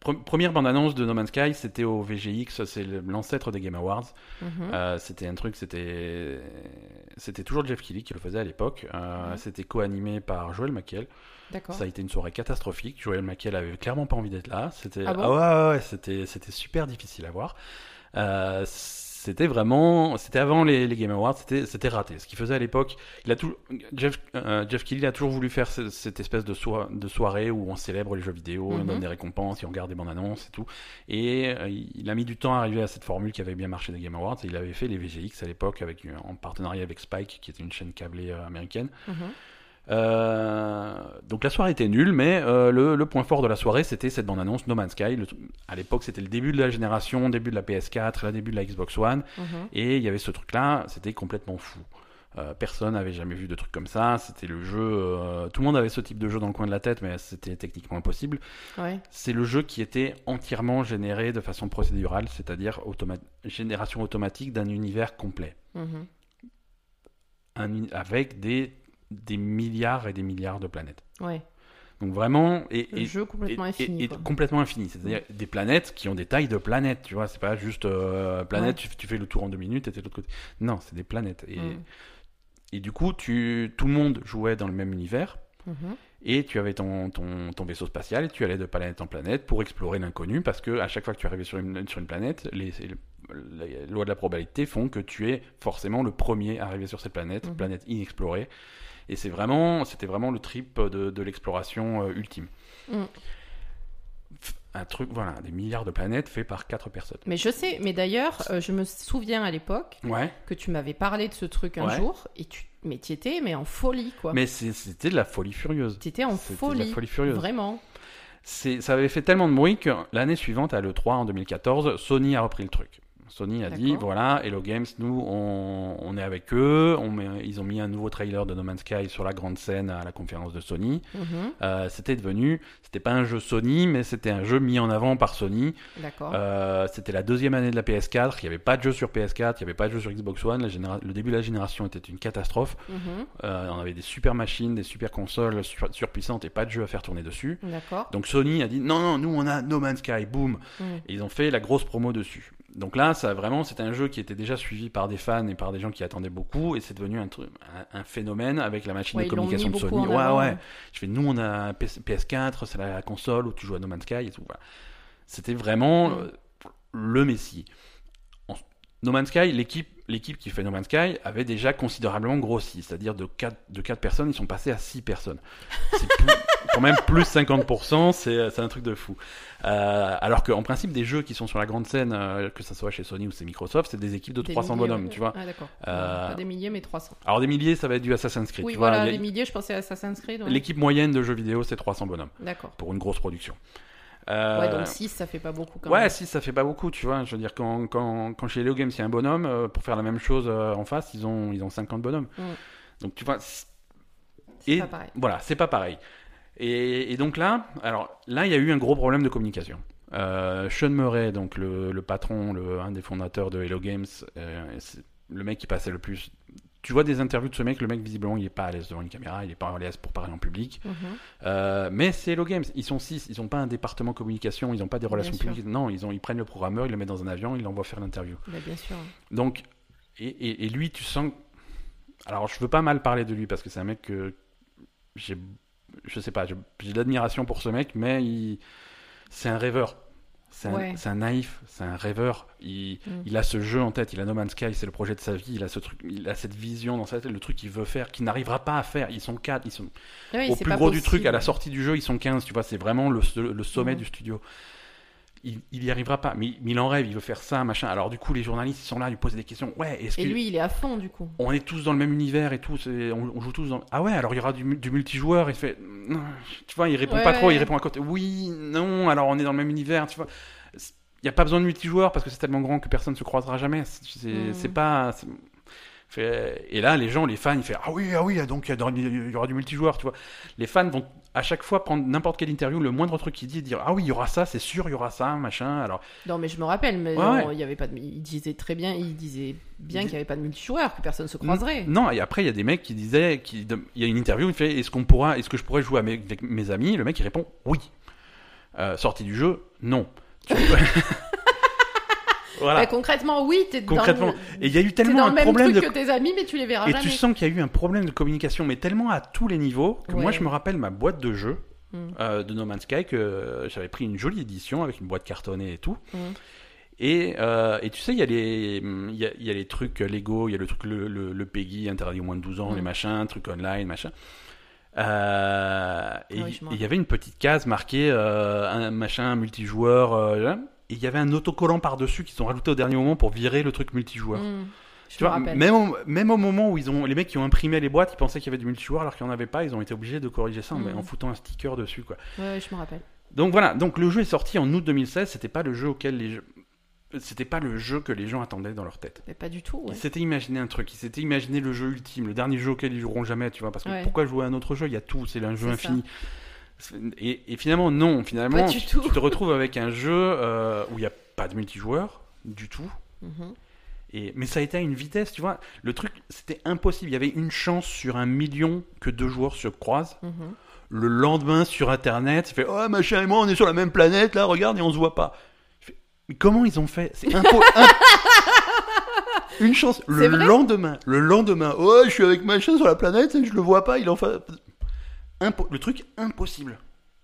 A: pre- première bande-annonce de No Man's Sky, c'était au VGX, c'est le- l'ancêtre des Game Awards.
B: Mhm.
A: Euh, c'était un truc, c'était c'était toujours Jeff Keighley qui le faisait à l'époque. Euh,
B: Mhm.
A: C'était co-animé par Joel McHale.
B: D'accord.
A: Ça a été une soirée catastrophique. Joel McHale avait clairement pas envie d'être là. C'était
B: Ah bon
A: ouais, ouais, ouais, c'était c'était super difficile à voir. Euh, c'était vraiment c'était avant les, les Game Awards. C'était c'était raté. Ce qu'il faisait à l'époque, il a tout Jeff euh, Jeff Keighley a toujours voulu faire ce- cette espèce de soi- de soirée où on célèbre les jeux vidéo, on
B: Mhm.
A: donne des récompenses, et on regarde des bandes annonces et tout. Et euh, il a mis du temps à arriver à cette formule qui avait bien marché des Game Awards. Il avait fait les VGX à l'époque avec euh, en partenariat avec Spike, qui était une chaîne câblée euh, américaine.
B: Mhm.
A: Euh, donc la soirée était nulle, mais euh, le, le point fort de la soirée, c'était cette bande-annonce No Man's Sky. Le- à l'époque, c'était le début de la génération, début de la PS4, le début de la Xbox One,
B: Mhm.
A: et il y avait ce truc-là, c'était complètement fou. Euh, personne n'avait jamais vu de truc comme ça, c'était le jeu... euh, tout le monde avait ce type de jeu dans le coin de la tête, mais c'était techniquement impossible.
B: Ouais.
A: C'est le jeu qui était entièrement généré de façon procédurale, c'est-à-dire automa- génération automatique d'un univers complet
B: Mhm.
A: Un uni- avec des, des milliards et des milliards de planètes.
B: Ouais.
A: Donc vraiment, et,
B: Le
A: et-
B: jeu complètement
A: et-
B: infini.
A: et- et
B: quoi.
A: complètement infini. C'est-à-dire des planètes qui ont des tailles de planètes, tu vois. C'est pas juste euh, planète, tu, tu fais le tour en deux minutes et t'es de l'autre côté. Non, c'est des planètes. Et,
B: Mhm.
A: et du coup, tu, tout le monde jouait dans le même univers.
B: Mhm.
A: Et tu avais ton, ton, ton vaisseau spatial et tu allais de planète en planète pour explorer l'inconnu parce que à chaque fois que tu arrivais sur une, sur une planète, les, les lois de la probabilité font que tu es forcément le premier arrivé sur cette planète,
B: Mhm.
A: planète inexplorée. Et c'est vraiment, c'était vraiment le trip de, de l'exploration euh, ultime.
B: Mhm.
A: Un truc, voilà, des milliards de planètes fait par quatre personnes.
B: Mais je sais, mais d'ailleurs, euh, je me souviens à l'époque
A: Ouais,
B: que tu m'avais parlé de ce truc un
A: Ouais.
B: jour, et tu... mais tu étais mais en folie, quoi.
A: mais c'est- c'était de la folie furieuse.
B: Tu étais en
A: C'était de
B: folie,
A: la folie furieuse.
B: vraiment.
A: C'est- ça avait fait tellement de bruit que l'année suivante, à l'E3 en 2014, Sony a repris le truc. Sony a dit
B: D'accord.
A: voilà, Hello Games, nous, on, on est avec eux. On met- ils ont mis un nouveau trailer de No Man's Sky sur la grande scène à la conférence de Sony.
B: Mhm.
A: Euh, c'était devenu, c'était pas un jeu Sony, mais c'était un jeu mis en avant par Sony.
B: D'accord.
A: Euh, c'était la deuxième année de la PS4. Il n'y avait pas de jeu sur PS4, il n'y avait pas de jeu sur Xbox One. La généra- le début de la génération était une catastrophe.
B: Mhm.
A: Euh, on avait des super machines, des super consoles sur- surpuissantes et pas de jeu à faire tourner dessus.
B: D'accord.
A: Donc Sony a dit non, non, nous on a No Man's Sky, boum.
B: Mhm.
A: Et ils ont fait la grosse promo dessus. Donc là, ça vraiment, c'était un jeu qui était déjà suivi par des fans et par des gens qui attendaient beaucoup, et c'est devenu un, truc, un, un phénomène avec la machine
B: Ouais,
A: de
B: ils l'ont
A: communication
B: mis
A: de
B: beaucoup
A: Sony.
B: en
A: Ouais,
B: avant.
A: ouais. Je fais, nous on a un PS- PS4, c'est la console où tu joues à No Man's Sky et tout. Voilà. C'était vraiment
B: Mm.
A: euh, le Messi. En- No Man's Sky, l'équipe, l'équipe qui fait No Man's Sky avait déjà considérablement grossi, c'est-à-dire de 4, de quatre personnes, ils sont passés à 6 personnes. C'est plus- quand même plus 50%, c'est c'est un truc de fou. Euh, alors qu'en principe, des jeux qui sont sur la grande scène, euh, que ça soit chez Sony ou c'est Microsoft, c'est des équipes de
B: Des
A: 300
B: milliers,
A: bonhommes,
B: ouais.
A: tu vois.
B: Ah, d'accord.
A: Euh,
B: Pas des milliers, mais 300.
A: Alors des milliers, ça va être du Assassin's Creed,
B: Oui,
A: tu vois.
B: voilà,
A: Il y a-
B: des milliers, je pensais à Assassin's Creed. ouais.
A: L'équipe moyenne de jeux vidéo, c'est 300 bonhommes
B: D'accord.
A: pour une grosse production. Euh,
B: Ouais, donc 6, ça fait pas beaucoup quand
A: ouais,
B: même.
A: si, ça fait pas beaucoup, tu vois. Je veux dire, quand, quand, quand chez Leo Games, il y a un bonhomme, euh, pour faire la même chose euh, en face, ils ont, ils ont 50 bonhommes.
B: Mm.
A: Donc, tu vois, c-
B: C'est
A: et-
B: pas pareil.
A: voilà, c'est pas pareil. Et, et donc là, alors là, il y a eu un gros problème de communication. Euh, Sean Murray, donc le, le patron, le, un des fondateurs de Hello Games, euh, c'est le mec qui passait le plus. Tu vois des interviews de ce mec, le mec visiblement il est pas à l'aise devant une caméra, il est pas à l'aise pour parler en public.
B: Mhm.
A: Euh, mais c'est Hello Games, ils sont 6, ils n'ont pas un département communication, ils n'ont pas des relations
B: sûr.
A: publiques. Non, ils, ont, ils prennent le programmeur, ils le mettent dans un avion, ils l'envoient faire l'interview.
B: Bah, bien sûr.
A: Donc, et, et- et lui, tu sens. Alors, je veux pas mal parler de lui parce que c'est un mec que j'ai. Je sais pas, j'ai j'ai de l'admiration pour ce mec, mais il- c'est un rêveur. C'est un,
B: Ouais.
A: c'est un naïf, c'est un rêveur. Il,
B: Mm.
A: il a ce jeu en tête, il a No Man's Sky, c'est le projet de sa vie, il a, ce truc, il a cette vision dans sa tête, le truc qu'il veut faire, qu'il n'arrivera pas à faire. Ils sont quatre, ils sont
B: Ouais,
A: au
B: Ah c'est
A: plus
B: pas
A: gros du truc,
B: possible.
A: à la sortie du jeu, ils sont 15, tu vois, c'est vraiment le, le sommet
B: Mhm.
A: du studio. Il, il y arrivera pas, mais, il- mais il en rêve, il veut faire ça, machin. Alors du coup, les journalistes, ils sont là, ils lui posent des questions. Ouais, est-ce
B: Et
A: que
B: lui, il est à fond, du coup.
A: on est tous dans le même univers et tout, c'est- on, on joue tous dans... Ah ouais, alors il y aura du, mu- du multijoueur, il fait... Non, Tu vois, il répond
B: Ouais,
A: pas trop,
B: ouais.
A: il répond à côté. Oui, non, alors on est dans le même univers, tu vois. C'est- Il n'y a pas besoin de multijoueur parce que c'est tellement grand que personne ne se croisera jamais. C'est c'est-
B: Mm.
A: c'est pas... c'est- fait- Et là, les gens, les fans, ils font Ah oui, ah oui, donc il y, a dans- il y aura du multijoueur, tu vois. Les fans vont à chaque fois prendre n'importe quelle interview, le moindre truc qu'il dit, dire Ah oui, il y aura ça, c'est sûr, il y aura ça, machin. Alors,
B: Non, mais je me rappelle, mais
A: Ouais,
B: on-
A: ouais.
B: il y avait pas de... il disait très bien, il disait bien
A: Il-
B: qu'il n'y avait pas de multijoueur, que personne se croiserait.
A: Non, et après, il y a des mecs qui disaient, qui, de- il y a une interview, il fait Est-ce qu'on pourra, est-ce que je pourrais jouer avec, avec mes amis Le mec, il répond Oui. Euh, sortie du jeu, non.
B: *laughs*
A: Tu- *laughs* voilà.
B: Bah, concrètement, oui, t'es dans
A: Concrètement.
B: le-
A: Et il y a eu
B: t'es
A: tellement
B: dans le
A: un
B: même
A: problème
B: truc
A: de.
B: que tes amis, mais tu les verras
A: Et
B: jamais.
A: tu sens qu'il y a eu un problème de communication, mais tellement à tous les niveaux, que moi
B: Ouais.
A: je me rappelle ma boîte de jeu
B: Mm.
A: euh, de No Man's Sky, que euh, j'avais pris une jolie édition avec une boîte cartonnée et tout.
B: Mm.
A: Et, euh, et tu sais, il y, a les- hum, il y, a, il y a les trucs Lego, il y a le truc le, le, le PEGI, interdit aux moins de 12 ans,
B: Mm.
A: les machins, trucs online, machin. Euh, et
B: Ah oui,
A: et
B: je
A: il
B: m'en
A: y avait une petite case marquée euh, un machin multijoueur. euh, là. et il y avait un autocollant par-dessus qu'ils ont rajouté au dernier moment pour virer le truc multijoueur.
B: Mm. Je
A: Tu
B: me
A: vois,
B: rappelle.
A: même, au, même au moment où ils ont, les mecs qui ont imprimé les boîtes, ils pensaient qu'il y avait du multijoueur alors qu'il n'y en avait pas, ils ont été obligés de corriger ça en-
B: Mhm.
A: en foutant un sticker dessus. Quoi.
B: Ouais, ouais, je me rappelle.
A: Donc voilà, donc le jeu est sorti en août 2016, c'était pas le jeu auquel les jeux- C'était pas le jeu que les gens attendaient dans leur tête.
B: Mais pas du tout. ouais.
A: Ils s'étaient imaginé un truc, ils s'étaient imaginé le jeu ultime, le dernier jeu auquel ils joueront jamais, tu vois, parce que
B: Ouais.
A: pourquoi jouer à un autre jeu Il y a tout, c'est un jeu
B: C'est
A: infini. Et, et finalement, non, finalement,
B: Pas du
A: tu,
B: tout.
A: *laughs* tu te retrouves avec un jeu euh, où il n'y a pas de multijoueur du tout,
B: Mhm.
A: et- mais ça a été à une vitesse, tu vois. Le truc, c'était impossible. Il y avait une chance sur un million que deux joueurs se croisent.
B: Mhm.
A: Le lendemain, sur Internet, il fait Oh, machin et moi, on est sur la même planète, là, regarde, et on se voit pas. Je fais, mais comment ils ont fait C'est impo... *laughs* im- Une chance. Le
B: vrai
A: lendemain, le lendemain, oh, je suis avec machin sur la planète et je le vois pas, il en fait. Impo- Le truc impossible.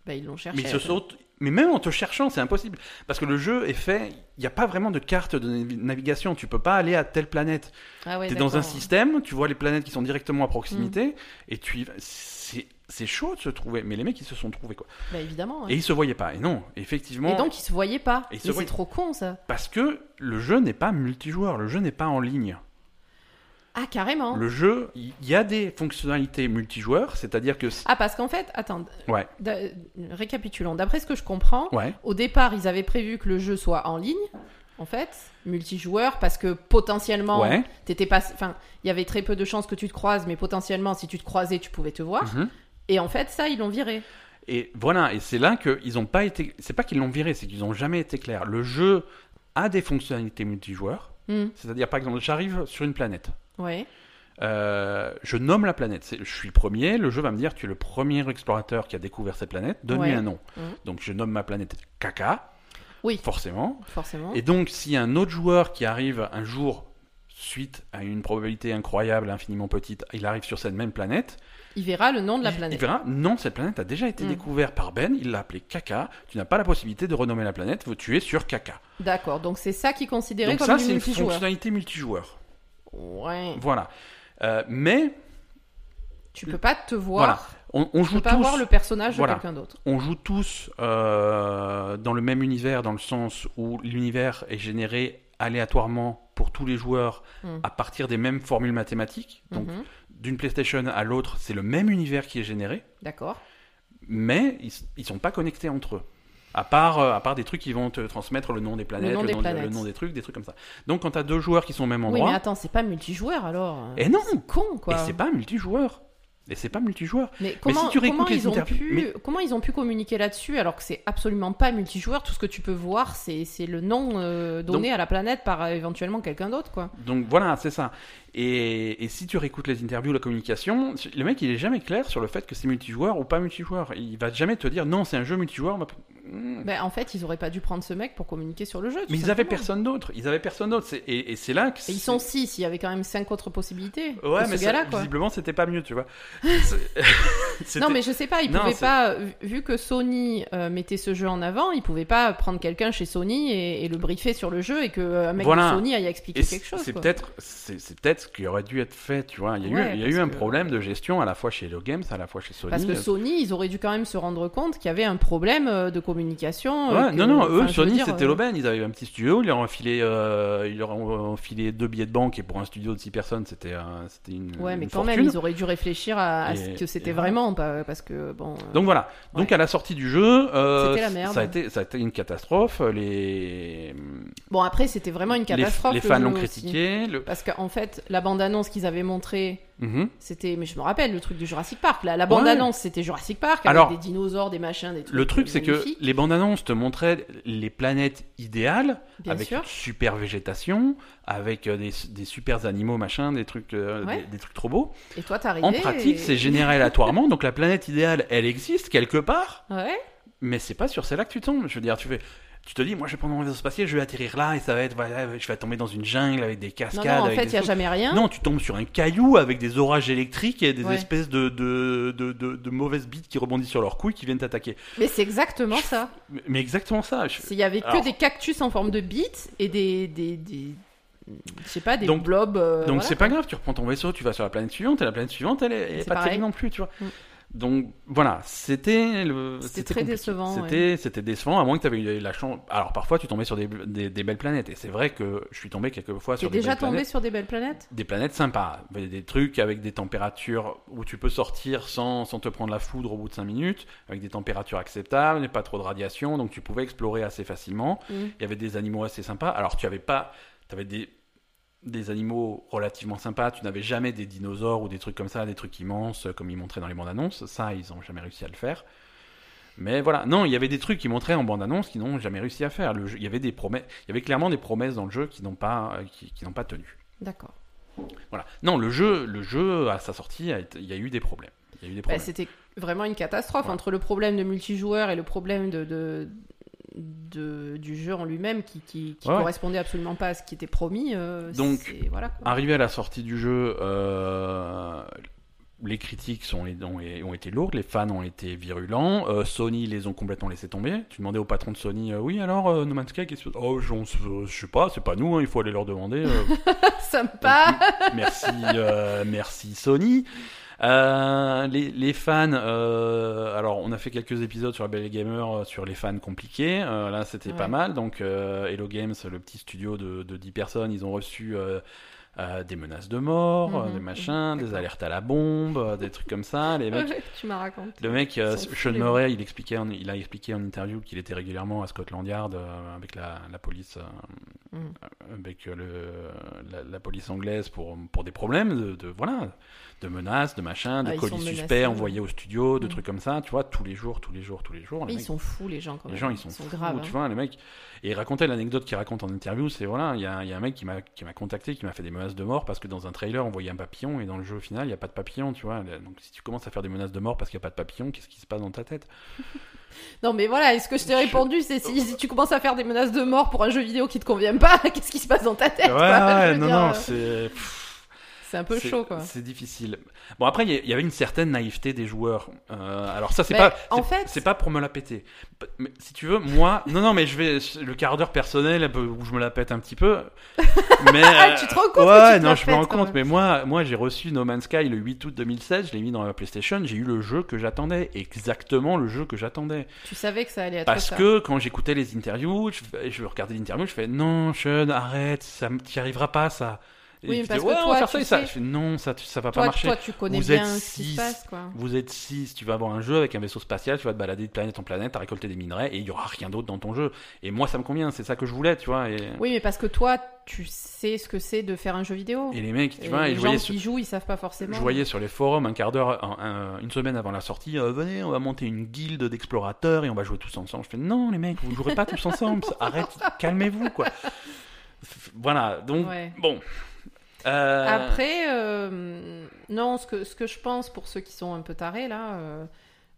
B: Bah, ils l'ont cherché.
A: Mais, ils se
B: après.
A: sont- mais même en te cherchant, c'est impossible. Parce que le jeu est fait, il n'y a pas vraiment de carte de navi- navigation. Tu peux pas aller à telle planète.
B: Ah ouais,
A: T'es dans un
B: d'accord. Mm.
A: système, tu vois les planètes qui sont directement à proximité, et tu y vas. C'est c'est chaud de se trouver, mais les mecs ils se sont trouvés quoi.
B: Bah, évidemment. ouais.
A: Et ils se voyaient pas, et non, effectivement,
B: Et donc, ils se voyaient pas.
A: Et ils se
B: Mais
A: voyaient-
B: c'est trop con, ça.
A: parce que le jeu n'est pas multijoueur, le jeu n'est pas en ligne.
B: Ah, carrément.
A: Le jeu, il y a des fonctionnalités multijoueurs, c'est-à-dire que. si-
B: Ah, parce qu'en fait, attends.
A: Ouais.
B: d'a- euh, Récapitulons. D'après ce que je comprends,
A: Ouais,
B: au départ, ils avaient prévu que le jeu soit en ligne, en fait, multijoueur, parce que potentiellement,
A: ouais.
B: t'étais pas. Enfin, il y avait très peu de chances que tu te croises, mais potentiellement, si tu te croisais, tu pouvais te voir.
A: mhm.
B: Et en fait, ça, ils l'ont viré.
A: Et voilà, et c'est là qu'ils n'ont pas été. C'est pas qu'ils l'ont viré, c'est qu'ils n'ont jamais été clairs. Le jeu a des fonctionnalités multijoueurs,
B: Hmm,
A: c'est-à-dire par exemple, j'arrive sur une planète.
B: Ouais.
A: Euh, je nomme la planète. C'est- Je suis le premier. Le jeu va me dire tu es le premier explorateur qui a découvert cette planète. Donne-lui
B: Ouais.
A: un nom.
B: Mhm.
A: Donc je nomme ma planète Caca.
B: Oui. Mhm.
A: Forcément.
B: Forcément.
A: Et donc si un autre joueur qui arrive un jour suite à une probabilité incroyable, infiniment petite, il arrive sur cette même planète,
B: Il verra le nom de la
A: il-
B: planète.
A: il verra non cette planète a déjà été
B: Mhm.
A: découverte par Ben. Il l'a appelée Caca. Tu n'as pas la possibilité de renommer la planète. Tu es sur Caca.
B: D'accord. Donc, c'est ça qui est considéré
A: Donc
B: comme
A: ça
B: du
A: c'est une
B: multijoueur. Mhm.
A: fonctionnalité multijoueur.
B: Ouais.
A: Voilà. Euh, mais
B: Tu peux pas te voir.
A: voilà, on, on
B: Tu
A: joue
B: peux pas
A: tous.
B: voir le personnage
A: Voilà.
B: de quelqu'un d'autre.
A: on joue tous euh, dans le même univers, dans le sens où l'univers est généré aléatoirement pour tous les joueurs
B: Mm.
A: à partir des mêmes formules mathématiques. Donc,
B: Mhm.
A: d'une PlayStation à l'autre, c'est le même univers qui est généré,
B: D'accord.
A: mais ils, ils sont pas connectés entre eux. À part, euh, à part des trucs qui vont te transmettre le nom des planètes,
B: nom des
A: de-
B: planètes.
A: nom des trucs, des trucs comme ça. Donc, quand tu as deux joueurs qui sont au même
B: Oui,
A: endroit,
B: mais attends, c'est pas multijoueur alors.
A: et Eh non,
B: C'est con
A: et
B: quoi.
A: c'est pas multijoueur, et c'est pas multijoueur.
B: Mais comment,
A: si tu réécoutes
B: comment
A: les
B: ils ont
A: interviews-
B: pu,
A: mais-
B: comment ils ont pu communiquer là-dessus alors que c'est absolument pas multijoueur Tout ce que tu peux voir, c'est c'est le nom euh, donné à la planète par euh, éventuellement quelqu'un d'autre quoi.
A: Donc voilà, c'est ça. Et, et si tu réécoutes les interviews, la communication, le mec il est jamais clair sur le fait que c'est multijoueur ou pas multijoueur. Il va jamais te dire non, c'est un jeu multijoueur. on va- Mm.
B: Ben, en fait, ils auraient pas dû prendre ce mec pour communiquer sur le jeu. tout
A: Mais ils avaient
B: simplement.
A: personne d'autre. Ils avaient personne d'autre. C'est- Et, et c'est là que.
B: Et ils
A: c'est-
B: sont six, il y avait quand même cinq autres possibilités.
A: Ouais,
B: que
A: mais
B: ce
A: ça-
B: gars-là, quoi.
A: visiblement, c'était pas mieux, tu
B: *laughs*
A: vois. C'est- *laughs* c'était-
B: Non, mais je sais pas, ils
A: Non,
B: pouvaient
A: c'est-
B: pas, euh, vu- vu que Sony euh, mettait ce jeu en avant, ils pouvaient pas prendre quelqu'un chez Sony et, et le briefer sur le jeu et que euh, un mec
A: Voilà.
B: de Sony aille expliquer
A: Et c'est
B: quelque chose.
A: c'est
B: quoi.
A: peut-être c'est c'est peut-être ce qui aurait dû être fait, tu vois. Il y a eu,
B: Ouais,
A: il y a
B: parce
A: eu un
B: que-
A: problème de gestion à la fois chez Hello Games, à la fois chez Sony. euh,
B: Parce que Sony, ils auraient dû quand même se rendre compte qu'il y avait un problème euh, de communication. euh,
A: Ouais,
B: que-
A: non, non,
B: enfin,
A: eux,
B: je veux
A: Sony,
B: dire,
A: c'était
B: euh,
A: l'aubaine. Ils avaient un petit studio, ils leur ont filé, euh, ils leur ont filé deux billets de banque et pour un studio de six personnes, c'était euh, c'était une.
B: Ouais, mais
A: une
B: quand même,
A: fortune.
B: ils auraient dû réfléchir à, à ce
A: Et-
B: que c'était
A: et voilà.
B: vraiment, pas- parce que bon. euh,
A: Donc voilà. Donc à la sortie du jeu, euh,
B: C'était la merde.
A: ça a été, ça a été une catastrophe. Les
B: bon, après, c'était vraiment une
A: les-
B: catastrophe.
A: les,
B: le
A: fans
B: jeu
A: l'ont
B: aussi.
A: critiqué. Le...
B: Parce qu'en fait, la bande-annonce qu'ils avaient montrée,
A: Mhm.
B: c'était. Mais je me rappelle, le truc de Jurassic Park. La, la
A: Ouais.
B: bande-annonce, c'était Jurassic Park, avec
A: Alors,
B: des dinosaures, des machins, des trucs.
A: Le truc,
B: euh,
A: c'est que
B: magnifiques,
A: les bandes annonces te montraient les planètes idéales
B: Bien
A: avec
B: sûr.
A: une super végétation, avec euh, des, des super animaux, machin, des trucs, euh,
B: Ouais.
A: des, des trucs trop beaux.
B: Et toi, t'arrives.
A: En pratique, c'est généré aléatoirement, donc la planète idéale, elle existe quelque part,
B: Ouais.
A: mais c'est pas sur celle-là que tu tombes. Je veux dire, tu fais. Tu te dis, moi je vais prendre mon réseau spatial, je vais atterrir là et ça va être, voilà, je vais tomber dans une jungle avec des
B: Non,
A: cascades.
B: non, en
A: avec
B: fait,
A: des
B: il n'y a
A: trucs.
B: jamais rien.
A: Non, tu tombes sur un caillou avec des orages électriques et des
B: Ouais.
A: espèces de, de, de, de- de mauvaises bites qui rebondissent sur leurs couilles qui viennent t'attaquer.
B: Mais c'est exactement ça.
A: Mais- Mais exactement ça. je-
B: C'est- Il y avait
A: Alors-
B: que des cactus en forme de bites et des. des, des- je sais pas, des
A: Donc-
B: blobs. euh,
A: Donc
B: voilà.
A: c'est pas grave, tu reprends ton vaisseau, tu vas sur la planète suivante, et la planète suivante, elle est, elle est
B: C'est
A: pas
B: pareil.
A: terrible non plus, tu vois.
B: Mm.
A: Donc voilà, c'était le-
B: C'était très
A: compliqué.
B: décevant, ouais.
A: C'était c'était décevant, à moins que tu avais eu la chance. Alors parfois, tu tombais sur des, des- des belles planètes, et c'est vrai que je suis tombé quelques fois
B: T'es
A: sur des
B: déjà
A: belles
B: tombé
A: planètes.
B: sur des belles planètes
A: Des planètes sympas, des des trucs avec des températures où tu peux sortir sans, sans te prendre la foudre au bout de 5 minutes, avec des températures acceptables, pas trop de radiation, donc tu pouvais explorer assez facilement.
B: Mm.
A: Il y avait des animaux assez sympas. Alors, tu avais pas. Tu avais des, des animaux relativement sympas. Tu n'avais jamais des dinosaures ou des trucs comme ça, des trucs immenses, comme ils montraient dans les bandes annonces. Ça, ils n'ont jamais réussi à le faire. Mais voilà, non, il y avait des trucs qu'ils montraient en bande-annonce qu'ils n'ont jamais réussi à faire. Le jeu- il y avait des promesses, il y avait clairement des promesses dans le jeu qui n'ont pas, euh, qui, qui n'ont pas tenu.
B: D'accord.
A: Voilà. Non, le jeu, le jeu à sa sortie, a été- il y a eu des problèmes. Il y a eu des
B: Bah,
A: problèmes.
B: c'était vraiment une catastrophe
A: Ouais.
B: entre le problème de multijoueur et le problème de, de- de- du jeu en lui-même qui, qui, qui
A: Ouais.
B: correspondait absolument pas à ce qui était promis. euh,
A: Donc,
B: c'est- voilà. quoi.
A: Arrivé à la sortie du jeu, euh, les critiques sont, ont, ont été lourdes, les fans ont été virulents, euh, Sony les ont complètement laissés tomber. Tu demandais au patron de Sony, euh, oui alors euh, No Man's Sky, qu'est-ce que- Oh, je, on se- je sais pas, c'est pas nous, hein, il faut aller leur demander. euh,
B: *laughs* Sympa.
A: merci, euh, merci Sony. Euh, les, les fans, euh, alors on a fait quelques épisodes sur la Belle et Gamer euh, sur les fans compliqués. Euh, là, c'était
B: Ouais.
A: pas mal. Donc, euh, Hello Games, le petit studio de, de 10 personnes, ils ont reçu euh, euh, des menaces de mort,
B: Mhm,
A: euh, des
B: mhm,
A: machins, des
B: d'accord.
A: alertes à la bombe, euh, des trucs comme ça.
B: *laughs*
A: Les mecs,
B: tu m'as raconté.
A: le mec, euh,
B: Ils s'en
A: Sean
B: foutent, les
A: Murray, il, expliquait en- il a expliqué en interview qu'il était régulièrement à Scotland Yard euh, avec la, la police, euh,
B: Mm.
A: avec euh, le, la, la police anglaise pour, pour des problèmes de, de- voilà, de menaces, de machins, de
B: Ah, ils sont
A: colis
B: menacés,
A: suspects
B: ouais.
A: envoyés au studio, de
B: Mm.
A: trucs comme ça, tu vois, tous les jours, tous les jours, tous les jours.
B: Mais
A: Oh, les
B: ils
A: mecs-
B: sont fous, les gens, quand
A: les
B: même.
A: gens, ils sont, fous,
B: graves.
A: tu
B: hein.
A: vois, les mecs. Et il racontait l'anecdote qu'il raconte en interview, c'est voilà, il y a, il y a un mec qui m'a qui m'a contacté, qui m'a fait des menaces de mort parce que dans un trailer on voyait un papillon et dans le jeu final il n'y a pas de papillon, tu vois. Donc si tu commences à faire des menaces de mort parce qu'il n'y a pas de papillon, qu'est-ce qui se passe dans ta tête
B: Non, mais voilà, est-ce que je t'ai
A: Je-
B: répondu C'est si, si tu commences à faire des menaces de mort pour un jeu vidéo qui te convient pas, *laughs* qu'est-ce qui se passe dans ta *laughs* tête quoi Je veux
A: non,
B: dire,
A: non,
B: euh,
A: c'est. pff,
B: c'est un peu
A: c'est-
B: chaud, quoi.
A: C'est difficile. Bon, après, il y a- il y, avait une certaine naïveté des joueurs. Euh, alors, ça, c'est
B: Ben,
A: pas. c'est-
B: en fait-
A: C'est pas pour me la péter. P- Mais, si tu veux, moi. Non, non, mais je vais. Le quart d'heure personnel peu- où je me la pète un petit
B: *laughs*
A: peu. Mais, euh,
B: Ah, tu te rends compte que tu
A: Ouais,
B: te
A: non,
B: la
A: je me
B: pètes,
A: rends
B: quand
A: compte. Mais
B: même.
A: moi, moi j'ai reçu No Man's Sky le 8 août 2016. Je l'ai mis dans ma PlayStation. J'ai eu le jeu que j'attendais. Exactement le jeu que j'attendais.
B: Tu savais que ça allait être
A: Parce
B: ça.
A: que quand j'écoutais les interviews, je, je regardais l'interview, je fais non, Sean, arrête, ça m- t'y arrivera pas ça. Et
B: Oui, mais
A: puis,
B: parce que
A: ouais, on
B: toi,
A: va faire ça
B: tu
A: et ça.
B: sais-
A: Je fais non, ça, tu- ça va pas
B: toi,
A: marcher.
B: toi, tu connais
A: Vous
B: bien
A: êtes
B: ce qui
A: six.
B: se passe, quoi.
A: Vous êtes 6, tu vas avoir un jeu avec un vaisseau spatial, tu vas te balader de planète en planète à récolter des minerais et il y aura rien d'autre dans ton jeu. Et moi, ça me convient, c'est ça que je voulais, tu vois. Et,
B: Oui, mais parce que toi, tu sais ce que c'est de faire un jeu vidéo.
A: et les mecs, tu
B: Et
A: vois, et
B: les
A: je
B: gens
A: voyais
B: qui jouent, ils savent pas forcément.
A: Je voyais sur les forums un quart d'heure, un- un- une semaine avant la sortie, euh, venez, on va monter une guilde d'explorateurs et on va jouer tous ensemble. Je fais non, les mecs, vous jouerez pas tous ensemble, arrête, calmez-vous quoi. F- Voilà, donc
B: Ouais.
A: bon. Euh,
B: Après, euh, non, ce que, ce que je pense pour ceux qui sont un peu tarés là, euh,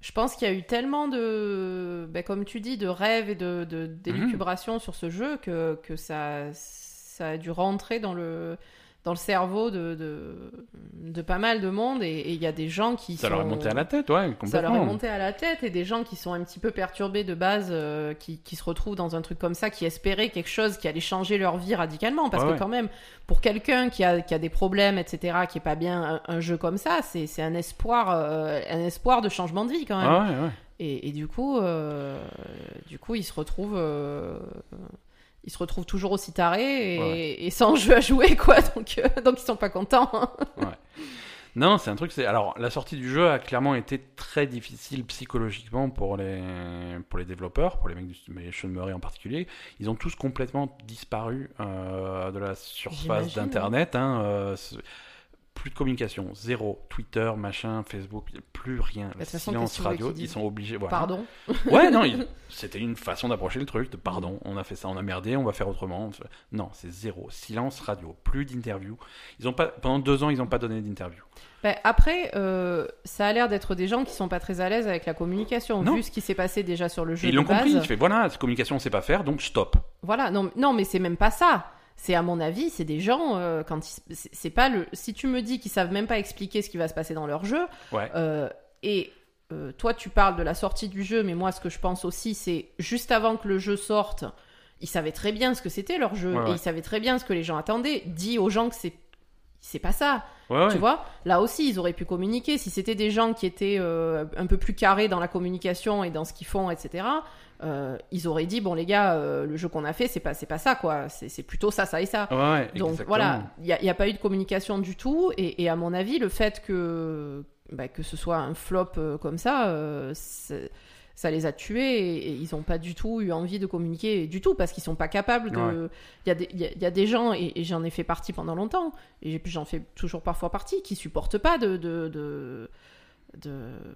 B: Je pense qu'il y a eu tellement de, ben, comme tu dis, de rêves et de, de
A: Mhm.
B: d'élucubrations sur ce jeu que, que ça, ça a dû rentrer dans le, dans le cerveau de, de, de pas mal de monde. Et et il y a des gens qui
A: Ça leur est
B: sont-
A: monté à la tête, ouais, complètement.
B: ça leur est monté à la tête et des gens qui sont un petit peu perturbés de base, euh, qui, qui se retrouvent dans un truc comme ça, qui espéraient quelque chose qui allait changer leur vie radicalement. Parce
A: Ouais,
B: que
A: ouais.
B: quand même, pour quelqu'un qui a, qui a des problèmes, etc., qui est pas bien, un, un jeu comme ça, c'est c'est un espoir, euh, un espoir de changement de vie quand même.
A: Ah ouais, ouais.
B: Et, et du coup, euh, du coup, ils se retrouvent. euh, ils se retrouvent toujours aussi tarés et,
A: Ouais.
B: et sans *laughs* jeu à jouer quoi donc euh, donc ils sont pas contents hein,
A: Non, c'est un truc. C'est alors la sortie du jeu a clairement été très difficile psychologiquement pour les pour les développeurs, pour les mecs du mais Sean Murray en particulier. Ils ont tous complètement disparu euh, de la surface
B: J'imagine,
A: d'internet. hein, euh, ce- plus de communication, zéro. Twitter, machin, Facebook, plus rien.
B: Bah, toute façon,
A: Silence
B: qu'est-ce que tu veux
A: radio.
B: qu'ils
A: Ils
B: disent
A: sont obligés. Voilà.
B: pardon
A: *laughs* Ouais, non,
B: *laughs*
A: il- c'était une façon d'approcher le truc. De, pardon, on a fait ça, on a merdé, on va faire autrement. Non, c'est zéro. Silence radio, plus d'interviews. Ils ont pas pendant deux ans, ils n'ont pas donné d'interview.
B: Ben, après, euh, ça a l'air d'être des gens qui sont pas très à l'aise avec la communication,
A: Non.
B: vu ce qui s'est passé déjà sur le jeu.
A: Et ils
B: de
A: l'ont compris.
B: base.
A: Tu fais voilà, cette communication on sait pas faire, donc stop.
B: Voilà, non, non mais c'est même pas ça. C'est à mon avis, c'est des gens euh, quand ils- c'est c'est pas le. Si tu me dis qu'ils savent même pas expliquer ce qui va se passer dans leur jeu,
A: Ouais.
B: euh, et euh, toi tu parles de la sortie du jeu, mais moi ce que je pense aussi, c'est juste avant que le jeu sorte, ils savaient très bien ce que c'était leur jeu
A: Ouais,
B: et
A: ouais.
B: ils savaient très bien ce que les gens attendaient. Dis aux gens que c'est c'est pas ça.
A: Ouais,
B: Tu
A: ouais.
B: vois, là aussi, ils auraient pu communiquer. Si c'était des gens qui étaient euh, un peu plus carrés dans la communication et dans ce qu'ils font, etc., euh, ils auraient dit bon, les gars, euh, le jeu qu'on a fait, c'est pas, c'est pas ça, quoi. C'est c'est plutôt ça, ça et ça.
A: Ouais, ouais,
B: Donc
A: exactement.
B: voilà, il n'y a, y a pas eu de communication du tout. Et, et à mon avis, le fait que, bah, que ce soit un flop euh, comme ça, euh, c'est- ça les a tués et, et ils n'ont pas du tout eu envie de communiquer du tout parce qu'ils sont pas capables de. Il y a des- il y, a- il y a des gens, et, et j'en ai fait partie pendant longtemps, et j'ai- j'en fais toujours parfois partie, qui supportent pas de. de, de, de-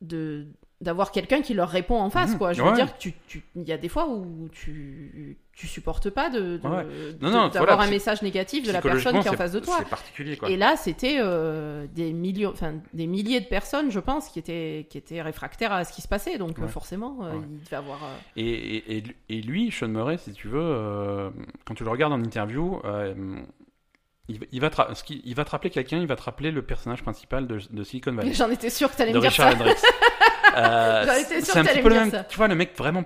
B: de- d'avoir quelqu'un qui leur répond en face
A: Mhm.
B: quoi je
A: Ouais.
B: veux dire tu tu- il y a des fois où tu tu supportes pas de, de-
A: Ouais.
B: de-
A: Non, non,
B: d'avoir
A: voilà,
B: un
A: psy-
B: message négatif de la personne
A: Psychologiquement,
B: qui est en
A: c'est-
B: face de toi.
A: C'est particulier quoi.
B: Et là, c'était euh, des millions, enfin des milliers de personnes, je pense, qui étaient qui étaient réfractaires à ce qui se passait. Donc euh,
A: Ouais.
B: forcément, euh,
A: Ouais.
B: il devait avoir. euh,
A: Et, et- et- et lui, Sean Murray, si tu veux, euh, quand tu le regardes en interview, euh, il, va- il va te, ra- ce qui- il va te rappeler quelqu'un, il va te rappeler le personnage principal de, de Silicon Valley.
B: J'en étais sûre que t'allais
A: Bah, de
B: me dire
A: Richard
B: *laughs* ça.
A: Hendricks. Euh,
B: J'en étais sûre
A: c'est un
B: que
A: petit
B: t'allais
A: peu le
B: me dire
A: même.
B: ça.
A: Tu vois, le mec vraiment.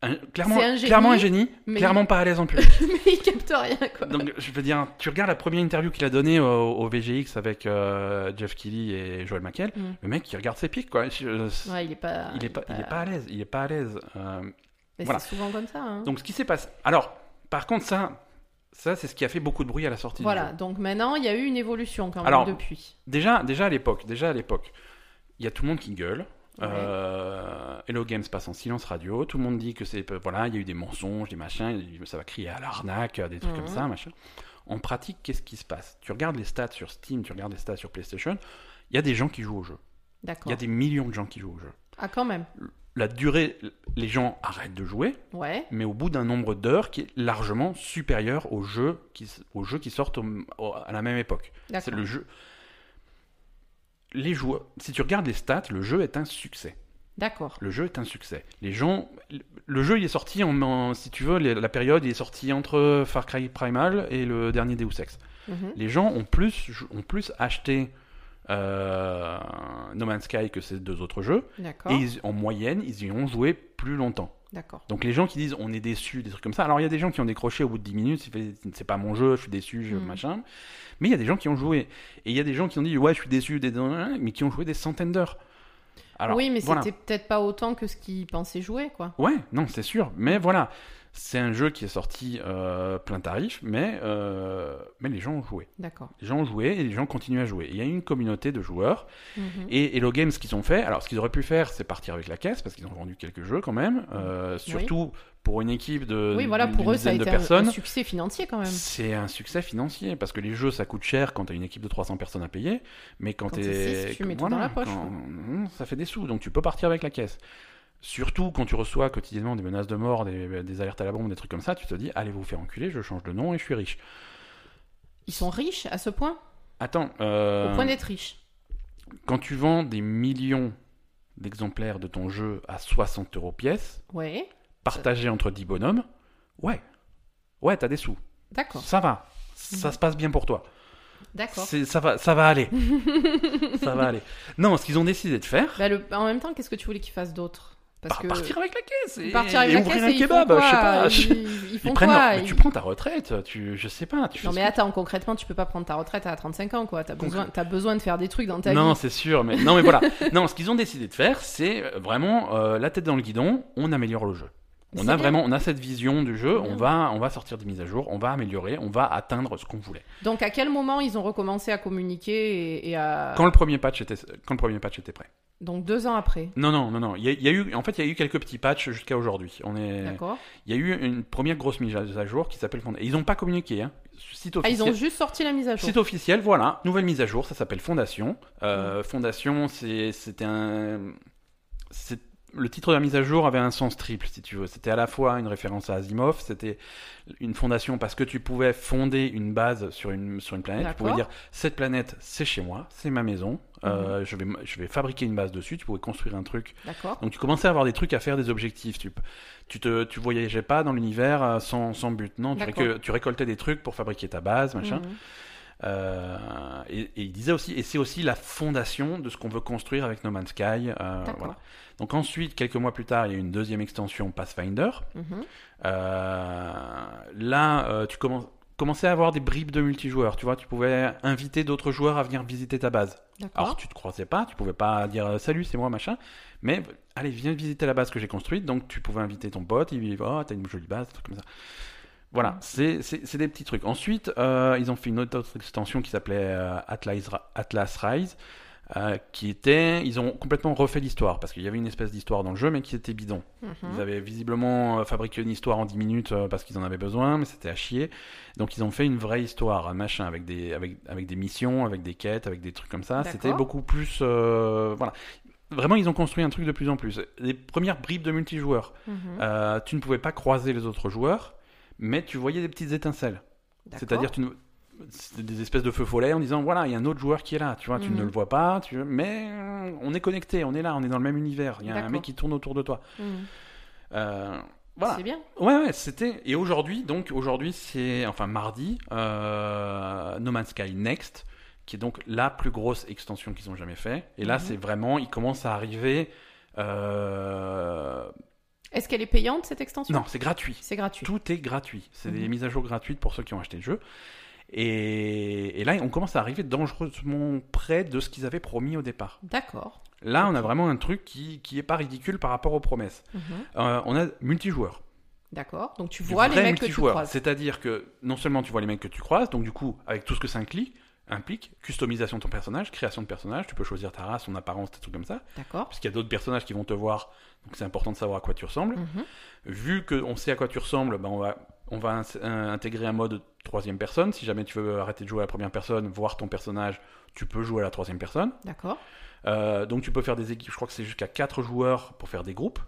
A: un- clairement,
B: C'est un génie,
A: clairement un génie,
B: mais-
A: clairement pas à l'aise en public.
B: Mais il capte rien
A: *laughs*
B: quoi.
A: Donc, je veux dire, tu regardes la première interview qu'il a donnée au, au VGX avec euh, Jeff Kelly et Joel McHale,
B: Mm.
A: le mec, il regarde ses pics, quoi. Je-
B: Ouais, bah, Mm. il est pas. euh,
A: il est pas, il est pas à l'aise. Il est pas à l'aise. Euh,
B: mais
A: voilà.
B: C'est souvent comme ça. hein.
A: donc, ce qui s'est passé. Alors, par contre, ça, ça, c'est ce qui a fait beaucoup de bruit à la sortie. du
B: voilà.
A: jeu.
B: Donc maintenant, il y a eu une évolution quand même
A: Alors,
B: depuis.
A: Déjà, déjà à l'époque, déjà à l'époque, il y a tout le monde qui gueule.
B: Ouais.
A: Euh, Hello Games passe en silence radio. Tout le monde dit que c'est voilà, il y a eu des mensonges, des machins, ça va crier à l'arnaque, euh, des trucs
B: Mhm.
A: comme ça, machin. En pratique, qu'est-ce qui se passe Tu regardes les stats sur Steam, tu regardes les stats sur PlayStation. Il y a des gens qui jouent au jeu. Il y
B: D'accord.
A: a des millions de gens qui jouent au jeu.
B: Ah quand même.
A: La durée, les gens arrêtent de jouer,
B: Ouais.
A: mais au bout d'un nombre d'heures qui est largement supérieur aux jeux qui, s- aux jeux qui sortent au- au- à la même époque. C'est
B: D'accord.
A: le jeu. Les joueurs, si tu regardes les stats, le jeu est un succès.
B: D'accord.
A: Le jeu est un succès. Les gens, le jeu il est sorti en, en- si tu veux, les- la période il est sorti entre Far Cry Primal et le dernier Deus Ex.
B: Mhm.
A: Les gens ont plus ont plus acheté euh, No Man's Sky que ces deux autres jeux
B: D'accord.
A: et ils- en moyenne ils y ont joué plus longtemps.
B: D'accord.
A: Donc les gens qui disent on est déçu, des trucs comme ça. Alors il y a des gens qui ont décroché au bout de 10 minutes, ils fait, c'est pas mon jeu, je suis déçu, je-
B: Mm.
A: machin. Mais il y a des gens qui ont joué. Et il y a des gens qui ont dit ouais, je suis déçu, des... mais qui ont joué des centaines d'heures. Alors,
B: oui, mais
A: voilà.
B: c'était peut-être pas autant que ce qu'ils pensaient jouer quoi.
A: Ouais, non, c'est sûr. Mais voilà, c'est un jeu qui est sorti euh, plein tarif, mais, euh, mais les gens ont joué.
B: D'accord.
A: Les gens ont joué et les gens continuent à jouer. Et Il y a une communauté de joueurs.
B: Mhm.
A: Et Hello Games, ce qu'ils ont fait, alors ce qu'ils auraient pu faire, c'est partir avec la caisse, parce qu'ils ont vendu quelques jeux quand même. euh, surtout pour une équipe de
B: Oui, voilà,
A: d'une
B: pour eux, ça a
A: dizaine de
B: été un,
A: personnes.
B: un succès financier quand même.
A: C'est un succès financier parce que les jeux ça coûte cher quand t'as une équipe de 300 personnes à payer, mais quand,
B: Quand
A: t'es-
B: t'es six, tu mets tout dans la poche,
A: quand- Mm, ça fait des sous, donc tu peux partir avec la caisse. Surtout quand tu reçois quotidiennement des menaces de mort, des, des alertes à la bombe, des trucs comme ça, tu te dis allez vous faire enculer, je change de nom et je suis riche.
B: Ils sont riches à ce point
A: Attends, euh,
B: Au point d'être riches.
A: quand tu vends des millions d'exemplaires de ton jeu à 60 euros pièce,
B: Ouais,
A: partagé entre 10 bonhommes, ouais, ouais, t'as des sous.
B: d'accord, Mmh.
A: Ça va, ça se passe bien pour toi.
B: d'accord.
A: C'est- Ça va, ça va
B: *laughs*
A: aller. ça va aller. Non, ce qu'ils ont décidé de faire,
B: Bah, le- En même temps, qu'est-ce que tu voulais qu'ils fassent d'autre Parce
A: par-
B: que
A: Bah, partir avec la caisse et,
B: partir avec
A: et
B: la
A: ouvrir
B: caisse,
A: un
B: et ils font
A: kebab,
B: quoi
A: je sais pas. je-
B: Ils, ils
A: *laughs*
B: font
A: Ils prennent
B: quoi
A: leur- mais
B: Ils-
A: tu prends ta retraite, tu, je sais pas. Tu
B: Non
A: fais
B: mais
A: ce que-
B: attends, concrètement, tu peux pas prendre ta retraite à 35 ans, quoi. T'as
A: Concrè-
B: besoin, t'as besoin de faire des trucs dans ta
A: non,
B: vie.
A: c'est sûr, mais non, mais
B: *laughs*
A: voilà. non, ce qu'ils ont décidé de faire, c'est vraiment euh, la tête dans le guidon. On améliore le jeu.
B: Mais
A: On a
B: c'est Mm. bien.
A: vraiment, on a cette vision du jeu.
B: Bien.
A: On va, on va sortir des mises à jour. On va améliorer. On va atteindre ce qu'on voulait.
B: Donc à quel moment ils ont recommencé à communiquer et, et à...
A: Quand le premier patch était, quand le premier patch était prêt.
B: Donc deux ans après,
A: Non, non, non, non. Il y, a- il y a eu, en fait, il y a eu quelques petits patchs jusqu'à aujourd'hui. On est,
B: d'accord
A: il y a eu une première grosse mise à jour qui s'appelle Fond. Et ils n'ont pas communiqué. Hein. Site
B: Ah, ils
A: officiel.
B: ont juste sorti la mise à jour.
A: Site officiel, voilà, nouvelle mise à jour, ça s'appelle Fondation. Euh, Fondation, c'est- c'était un. c'est- Le titre de la mise à jour avait un sens triple, si tu veux. C'était à la fois une référence à Asimov, c'était une fondation parce que tu pouvais fonder une base sur une, sur une planète. Tu pouvais
B: D'accord. Mhm.
A: dire Cette planète, c'est chez moi, c'est ma maison, euh, je, vais, m- je vais fabriquer une base dessus, tu pouvais construire un truc.
B: D'accord.
A: Donc tu commençais à avoir des trucs à faire, des objectifs. Tu, tu, te, tu voyageais pas dans l'univers euh, sans, sans but, non tu,
B: D'accord.
A: récol- tu récoltais des trucs pour fabriquer ta base, machin.
B: Mhm.
A: Euh, et, et il disait aussi, et c'est aussi la fondation de ce qu'on veut construire avec No Man's Sky. euh,
B: D'accord.
A: voilà. Donc ensuite, quelques mois plus tard, il y a eu une deuxième extension Pathfinder.
B: Mhm.
A: Euh, là, euh, tu commences commençais à avoir des bribes de multijoueurs, tu vois, tu pouvais inviter d'autres joueurs à venir visiter ta base. Alors
B: D'accord.
A: tu te croisais pas, tu pouvais pas dire euh, salut, c'est moi machin, mais euh, allez, viens visiter la base que j'ai construite, donc tu pouvais inviter ton pote, il dit oh, t'as une jolie base, des trucs comme ça. Voilà, c'est- c'est c'est des petits trucs. Ensuite, euh, ils ont fait une autre, autre extension qui s'appelait euh, Atlas, Atlas Rise, euh, qui était, ils ont complètement refait l'histoire, parce qu'il y avait une espèce d'histoire dans le jeu, mais qui était bidon. Ils
B: Mhm.
A: avaient visiblement euh, fabriqué une histoire en 10 minutes euh, parce qu'ils en avaient besoin, mais c'était à chier. Donc ils ont fait une vraie histoire, un machin, avec des, avec, avec des missions, avec des quêtes, avec des trucs comme ça.
B: D'accord.
A: C'était beaucoup plus... euh, voilà. Vraiment, ils ont construit un truc de plus en plus. Les premières bribes de multijoueurs.
B: Mhm.
A: Euh, tu ne pouvais pas croiser les autres joueurs, mais tu voyais des petites étincelles.
B: D'accord.
A: C'est-à-dire tu ne- c'était des espèces de feux follets en disant voilà il y a un autre joueur qui est là tu vois tu
B: Mhm.
A: ne le vois pas tu mais euh, on est connecté on est là on est dans le même univers il y a un
B: D'accord.
A: mec qui tourne autour de toi
B: Mhm.
A: Euh, voilà
B: C'est bien.
A: Ouais, ouais, c'était. Et aujourd'hui, donc, aujourd'hui, c'est. Enfin, mardi, euh, No Man's Sky Next, qui est donc la plus grosse extension qu'ils ont jamais fait. Et là,
B: Mhm.
A: c'est vraiment. Ils commencent à arriver. euh,
B: Est-ce qu'elle est payante cette extension
A: Non, c'est gratuit.
B: C'est gratuit.
A: Tout est gratuit. C'est des
B: Mhm.
A: mises à jour gratuites pour ceux qui ont acheté le jeu. Et, et là, on commence à arriver dangereusement près de ce qu'ils avaient promis au départ.
B: D'accord.
A: Là, on a vraiment un truc qui, qui est pas ridicule par rapport aux promesses.
B: Mhm.
A: Euh, on a multijoueur.
B: D'accord. Donc tu
A: du
B: vois les
A: vrai
B: mecs que tu
A: multijoueur.
B: croises.
A: C'est-à-dire que non seulement tu vois les mecs que tu croises, donc du coup, avec tout ce que ça implique, implique customisation de ton personnage, création de personnage, tu peux choisir ta race, ton apparence, des trucs comme ça,
B: D'accord.
A: parce qu'il y a d'autres personnages qui vont te voir, donc c'est important de savoir à quoi tu ressembles.
B: Mhm.
A: Vu qu'on sait à quoi tu ressembles, ben on va, on va ins- un- intégrer un mode troisième personne. Si jamais tu veux arrêter de jouer à la première personne, voir ton personnage, tu peux jouer à la troisième personne.
B: D'accord.
A: Euh, donc tu peux faire des équipes, je crois que c'est jusqu'à 4 joueurs pour faire des groupes.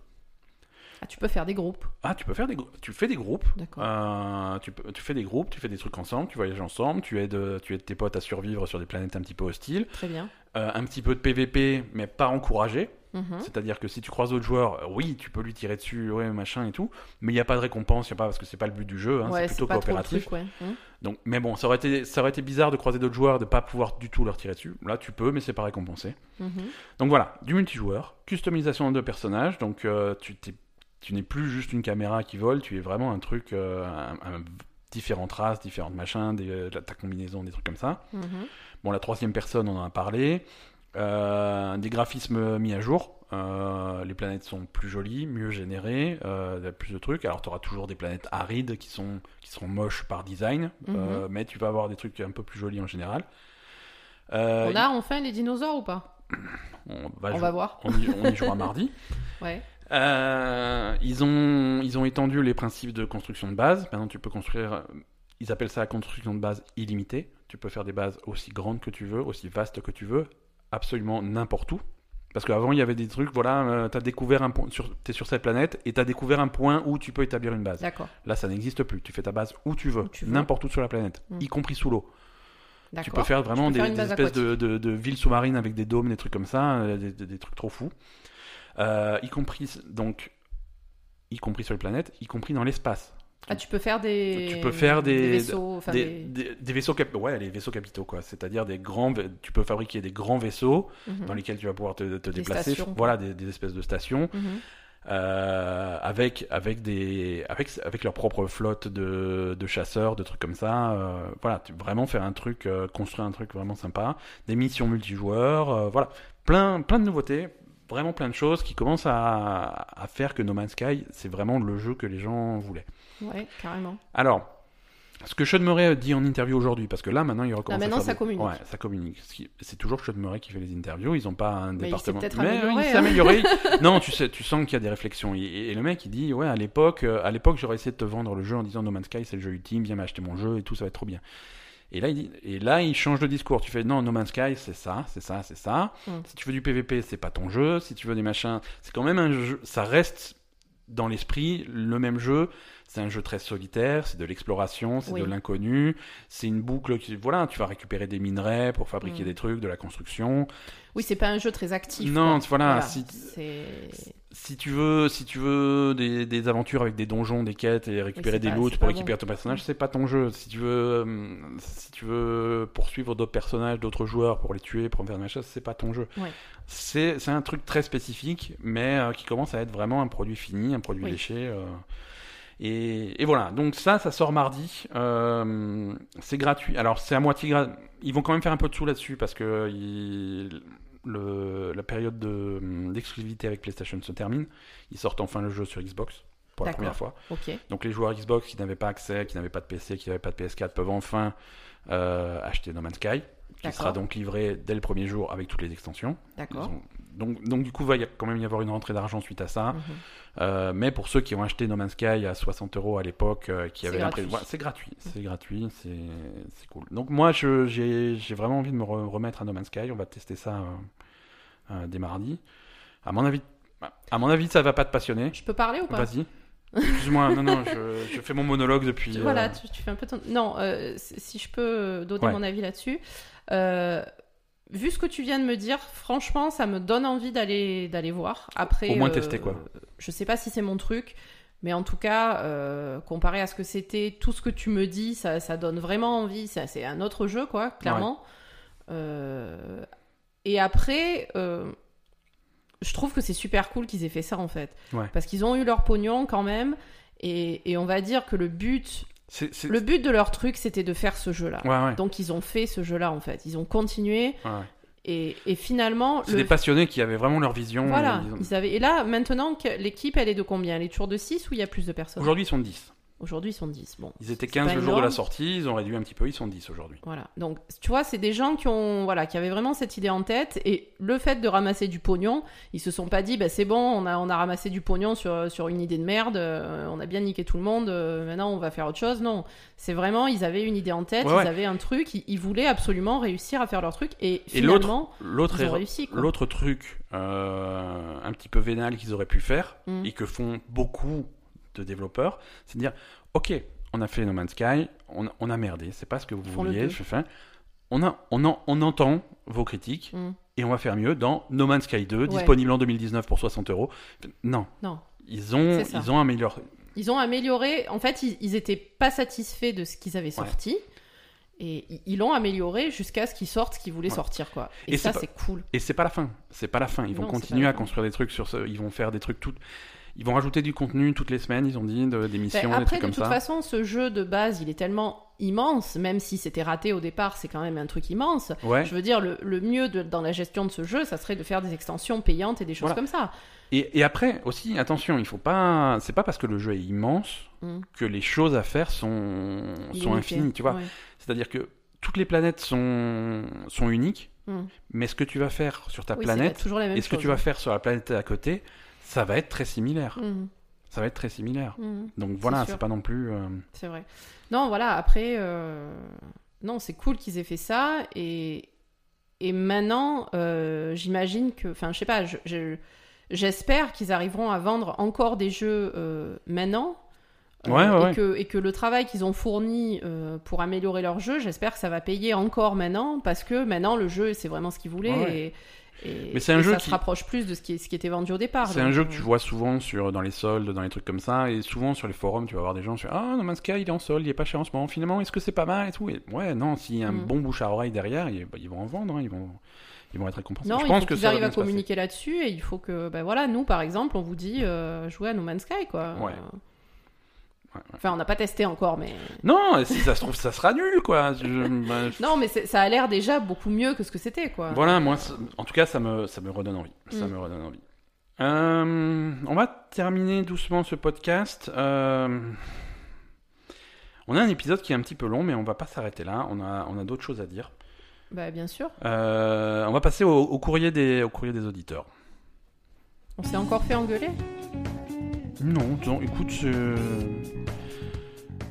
B: Ah, tu peux faire des groupes.
A: Ah, tu peux faire des groupes. Tu fais des groupes.
B: D'accord.
A: Euh, tu, peux- tu fais des groupes, tu fais des trucs ensemble, tu voyages ensemble, tu aides, euh, tu aides tes potes à survivre sur des planètes un petit peu hostiles.
B: Très bien.
A: Euh, un petit peu de PVP, mais pas encouragé.
B: Mhm.
A: C'est-à-dire que si tu croises d'autres joueurs, euh, oui, tu peux lui tirer dessus, ouais, machin et tout, mais il n'y a pas de récompense, y a pas, parce que c'est pas le but du jeu, hein,
B: ouais,
A: c'est plutôt
B: c'est pas trop le
A: coopératif.
B: truc, ouais. Mhm.
A: Donc, mais bon, ça aurait, été, ça aurait été bizarre de croiser d'autres joueurs et de pas pouvoir du tout leur tirer dessus. Là, tu peux, mais c'est pas récompensé.
B: Mhm.
A: Donc voilà, du multijoueur, customisation de personnages, donc euh, tu, t'es- tu n'es plus juste une caméra qui vole, tu es vraiment un truc, euh, un- un- différentes races, différentes machins, des, euh, ta combinaison, des trucs comme ça.
B: Mhm.
A: Bon, la troisième personne, on en a parlé. Euh, des graphismes mis à jour, euh, les planètes sont plus jolies, mieux générées, euh, plus de trucs. Alors tu auras toujours des planètes arides qui, sont, qui seront moches par design,
B: Mhm.
A: euh, mais tu vas avoir des trucs un peu plus jolis en général. Euh, Ah,
B: On a enfin les dinosaures ou pas
A: on
B: On
A: va
B: va
A: jouer-
B: voir.
A: on y- on y jouera mardi.
B: Ouais.
A: Euh, ils, ont, ils ont étendu les principes de construction de base. Maintenant, tu peux construire. euh, Ils appellent ça la construction de base illimitée. Tu peux faire des bases aussi grandes que tu veux, aussi vastes que tu veux, absolument n'importe où. Parce qu'avant, il y avait des trucs, voilà, euh, t'as découvert un point, sur, t'es sur cette planète et t'as découvert un point où tu peux établir une base.
B: D'accord.
A: Là, ça n'existe plus. Tu fais ta base où tu veux,
B: Où tu veux.
A: n'importe où sur la planète,
B: Mm.
A: y compris sous l'eau. Tu
B: D'accord.
A: peux faire vraiment
B: Tu peux faire
A: des,
B: une
A: des
B: base
A: espèces de, de- de villes sous-marines avec des dômes, des trucs comme ça, euh, des, des- des trucs trop fous. Euh, y compris donc, y compris sur les planètes, y compris dans l'espace.
B: Ah, tu peux faire des.
A: Tu peux faire des-
B: vaisseaux. enfin,
A: des,
B: des-
A: des- des vaisseaux cap- ouais, les vaisseaux capitaux quoi. C'est-à-dire des grands, va- tu peux fabriquer des grands vaisseaux
B: Mhm.
A: dans lesquels tu vas pouvoir te, te déplacer.
B: stations, quoi.
A: voilà, des, des espèces de stations
B: Mhm.
A: euh, avec avec des avec avec leur propre flotte de, de chasseurs, de trucs comme ça. euh, voilà, tu, vraiment faire un truc, euh, construire un truc vraiment sympa. Des missions multijoueurs, euh, voilà, plein plein de nouveautés, vraiment plein de choses qui commencent à, à faire que No Man's Sky, c'est vraiment le jeu que les gens voulaient.
B: Ouais, carrément.
A: Alors, ce que Sean Murray dit en interview aujourd'hui, parce que là maintenant il recommence.
B: Là,
A: à
B: maintenant,
A: faire
B: ça
A: des-
B: communique.
A: Ouais, ça communique. Ce qui- C'est toujours Sean Murray qui fait les interviews. Ils n'ont pas un
B: Mais il s'est
A: département.
B: peut-être
A: Mais, euh,
B: amélioré,
A: il s'est
B: hein. *laughs*
A: amélioré. non, tu sais, tu sens qu'il y a des réflexions. Et, et- et le mec il dit ouais à l'époque, euh, à l'époque j'aurais essayé de te vendre le jeu en disant No Man's Sky c'est le jeu ultime, viens m'acheter mon jeu et tout, ça va être trop bien. Et là, il dit- et là, il change de discours. Tu fais non, No Man's Sky, c'est ça, c'est ça, c'est ça.
B: Mm.
A: Si tu veux du PVP, c'est pas ton jeu. Si tu veux des machins, c'est quand même un jeu. Ça reste dans l'esprit le même jeu. C'est un jeu très solitaire, c'est de l'exploration, c'est
B: Oui.
A: de l'inconnu. C'est une boucle qui, voilà, tu vas récupérer des minerais pour fabriquer
B: Mm.
A: des trucs, de la construction.
B: Oui, c'est pas un jeu très actif.
A: non,
B: quoi.
A: voilà,
B: Voilà,
A: si-
B: c'est-
A: si tu veux, si tu veux des, des aventures avec des donjons, des quêtes et récupérer
B: c'est
A: des
B: pas-
A: loots
B: c'est
A: pour
B: pas
A: récupérer ton personnage, c'est pas ton jeu. Si tu veux, hum, si tu veux poursuivre d'autres personnages, d'autres joueurs pour les tuer, pour faire des choses, c'est pas ton jeu.
B: Ouais.
A: C'est c'est un truc très spécifique, mais euh, qui commence à être vraiment un produit fini, un produit
B: Oui.
A: léché. euh, et, et voilà, donc ça, ça sort mardi. Euh, c'est gratuit. Alors, c'est à moitié gratuit. Ils vont quand même faire un peu de sous là-dessus parce que euh, ils- le- la période de- hum, d'exclusivité avec PlayStation se termine. Ils sortent enfin le jeu sur Xbox pour la
B: D'accord.
A: première fois.
B: Ok.
A: Donc, les joueurs Xbox qui n'avaient pas accès, qui n'avaient pas de PC, qui n'avaient pas de PS4 peuvent enfin euh, acheter No Man's Sky qui
B: D'accord.
A: sera donc livré dès le premier jour avec toutes les extensions. Ils
B: D'accord.
A: ont- Donc, donc, du coup, va y- quand même y avoir une rentrée d'argent suite à ça.
B: Mhm.
A: Euh, mais pour ceux qui ont acheté No Man's Sky à 60 euros à l'époque, euh, qui
B: C'est
A: avaient l'impression.
B: gratuit. Mm.
A: Ouais, c'est gratuit, c'est gratuit, c'est c'est cool. Donc moi, je- j'ai j'ai vraiment envie de me re- remettre à No Man's Sky. On va tester ça euh, euh, dès mardi. À mon avis, à mon avis, ça va pas te passionner.
B: Je peux parler ou pas
A: Vas-y. Excuse-moi, non, non, je, je fais mon monologue depuis.
B: Tu-
A: euh,
B: Voilà, tu, tu fais un peu ton... Non, euh, si si je peux euh, donner
A: Ouais.
B: mon avis là-dessus. euh, vu ce que tu viens de me dire, franchement, ça me donne envie d'aller d'aller voir. Après, euh,
A: Au moins tester, quoi.
B: Je sais pas si c'est mon truc, mais en tout cas, euh, comparé à ce que c'était, tout ce que tu me dis, ça, ça donne vraiment envie. Ça, C'est un autre jeu, quoi, clairement. Euh, et après, euh, je trouve que c'est super cool qu'ils aient fait ça, en fait.
A: Ouais.
B: Parce qu'ils ont eu leur pognon quand même. Et, et on va dire que le but,
A: c'est- c'est-
B: le but de leur truc, c'était de faire ce jeu-là.
A: Ouais, ouais.
B: Donc ils ont fait ce jeu-là en fait. Ils ont continué
A: ouais.
B: et, et finalement
A: C'est
B: le-
A: des passionnés qui avaient vraiment leur vision. euh,
B: voilà,
A: et ils ont-
B: ils avaient. Et là maintenant que- l'équipe elle est de combien Elle est toujours de 6 ou il y a plus de personnes
A: Aujourd'hui, ils sont 10.
B: Aujourd'hui ils sont 10. Bon.
A: Ils étaient
B: C'est pas
A: 15 le jour de la
B: énorme.
A: sortie, ils ont réduit un petit peu, ils sont 10 aujourd'hui.
B: Voilà. Donc tu vois, c'est des gens qui ont voilà, qui avaient vraiment cette idée en tête et le fait de ramasser du pognon, ils se sont pas dit bah c'est bon, on a on a ramassé du pognon sur sur une idée de merde, euh, on a bien niqué tout le monde, euh, maintenant on va faire autre chose. Non, c'est vraiment ils avaient une idée en tête,
A: Ouais,
B: ils
A: ouais.
B: avaient un truc, ils, ils voulaient absolument réussir à faire leur truc et,
A: Et l'autre-
B: finalement
A: L'autre
B: ils ont
A: erreur-
B: réussi quoi.
A: L'autre truc euh, un petit peu vénal qu'ils auraient pu faire
B: Mm.
A: et que font beaucoup de développeurs, c'est de dire Ok, on a fait No Man's Sky, on, on a merdé, c'est pas ce que vous
B: Ils font le
A: vouliez,
B: deux.
A: je fais. On, a, on, en- on entend vos critiques
B: Mm.
A: et on va faire mieux dans No Man's Sky 2,
B: Ouais.
A: disponible en 2019 pour 60 euros. Non.
B: Non.
A: Ils ont,
B: C'est ça.
A: ils ont amélioré.
B: Ils ont amélioré. En fait, ils, ils étaient pas satisfaits de ce qu'ils avaient
A: Ouais.
B: sorti. Et ils- ils l'ont amélioré jusqu'à ce qu'ils sortent ce qu'ils voulaient
A: Ouais.
B: sortir, quoi.
A: Et
B: Et,
A: c'est
B: ça,
A: pas-
B: c'est cool.
A: Et c'est pas la fin. C'est pas la fin. Ils vont
B: Non, c'est pas
A: continuer
B: la
A: à
B: fin.
A: construire des trucs sur ce. Ils vont faire des trucs tout. Ils vont rajouter du contenu toutes les semaines, ils ont dit, de- des
B: Ben,
A: missions, des
B: après,
A: trucs
B: de
A: comme
B: toute
A: ça.
B: façon, ce jeu de base, il est tellement immense, même si c'était raté au départ, c'est quand même un truc immense.
A: Ouais.
B: Je veux dire, le, le mieux de- dans la gestion de ce jeu, ça serait de faire des extensions payantes et des choses
A: Voilà.
B: comme ça.
A: Et, et après aussi, attention, il faut pas. C'est pas parce que le jeu est immense
B: Mm.
A: que les choses à faire sont sont
B: Limité.
A: infinies, tu vois.
B: Ouais.
A: C'est-à-dire que toutes les planètes sont sont uniques,
B: Mm.
A: mais ce que tu vas faire sur ta
B: Oui, c'est
A: planète
B: toujours la même
A: et ce que
B: chose.
A: tu vas faire sur la planète à côté, ça va être très similaire.
B: Mm.
A: Ça va être très similaire.
B: Mm.
A: Donc voilà,
B: sûr.
A: c'est pas non plus. euh,
B: C'est vrai. Non, voilà, après, euh, non, c'est cool qu'ils aient fait ça. Et, et maintenant, euh, j'imagine que, enfin, je sais pas, je- je- j'espère qu'ils arriveront à vendre encore des jeux euh, maintenant Euh,
A: Ouais, ouais,
B: et,
A: ouais.
B: Que, et que le travail qu'ils ont fourni euh, pour améliorer leur jeu, j'espère que ça va payer encore maintenant, parce que maintenant le jeu, c'est vraiment ce qu'ils voulaient.
A: Ouais, ouais.
B: Et, et-
A: Mais c'est un
B: et
A: jeu
B: ça
A: qui-
B: se rapproche plus de ce qui, ce qui était vendu au départ.
A: C'est un
B: donc,
A: jeu que tu
B: euh,
A: vois souvent sur, dans les soldes, dans les trucs comme ça, et souvent sur les forums, tu vas voir des gens, tu fais, ah, No Man's Sky, il est en solde, il est pas cher en ce moment, finalement, est-ce que c'est pas mal et tout et Ouais, non, s'il y a un
B: Mm.
A: bon bouche à oreille derrière, ils, bah, ils vont en vendre, hein, ils, vont, ils vont être récompensés.
B: Non,
A: je
B: il
A: pense
B: faut
A: que
B: qu'ils
A: ça va
B: arrivent
A: bien
B: à
A: se passer.
B: communiquer là-dessus et il faut que, ben voilà, nous par exemple, on vous dit euh, jouez à No Man's Sky, quoi.
A: Ouais.
B: Euh,
A: Ouais, ouais.
B: Enfin, on n'a pas testé encore, mais
A: Non, et si ça se trouve, ça sera nul, quoi. Je-
B: *laughs*
A: bah, je-
B: non, mais c'est- ça a l'air déjà beaucoup mieux que ce que c'était, quoi.
A: Voilà, moi, ça- en tout cas, ça me, ça me redonne envie. Ça
B: Mm.
A: me redonne envie. Euh, on va terminer doucement ce podcast. Euh, on a un épisode qui est un petit peu long, mais on va pas s'arrêter là. On a, on a d'autres choses à dire.
B: Bah bien sûr.
A: Euh, on va passer au, au courrier des, au courrier des auditeurs.
B: On s'est encore fait engueuler.
A: Non, disons, écoute, euh,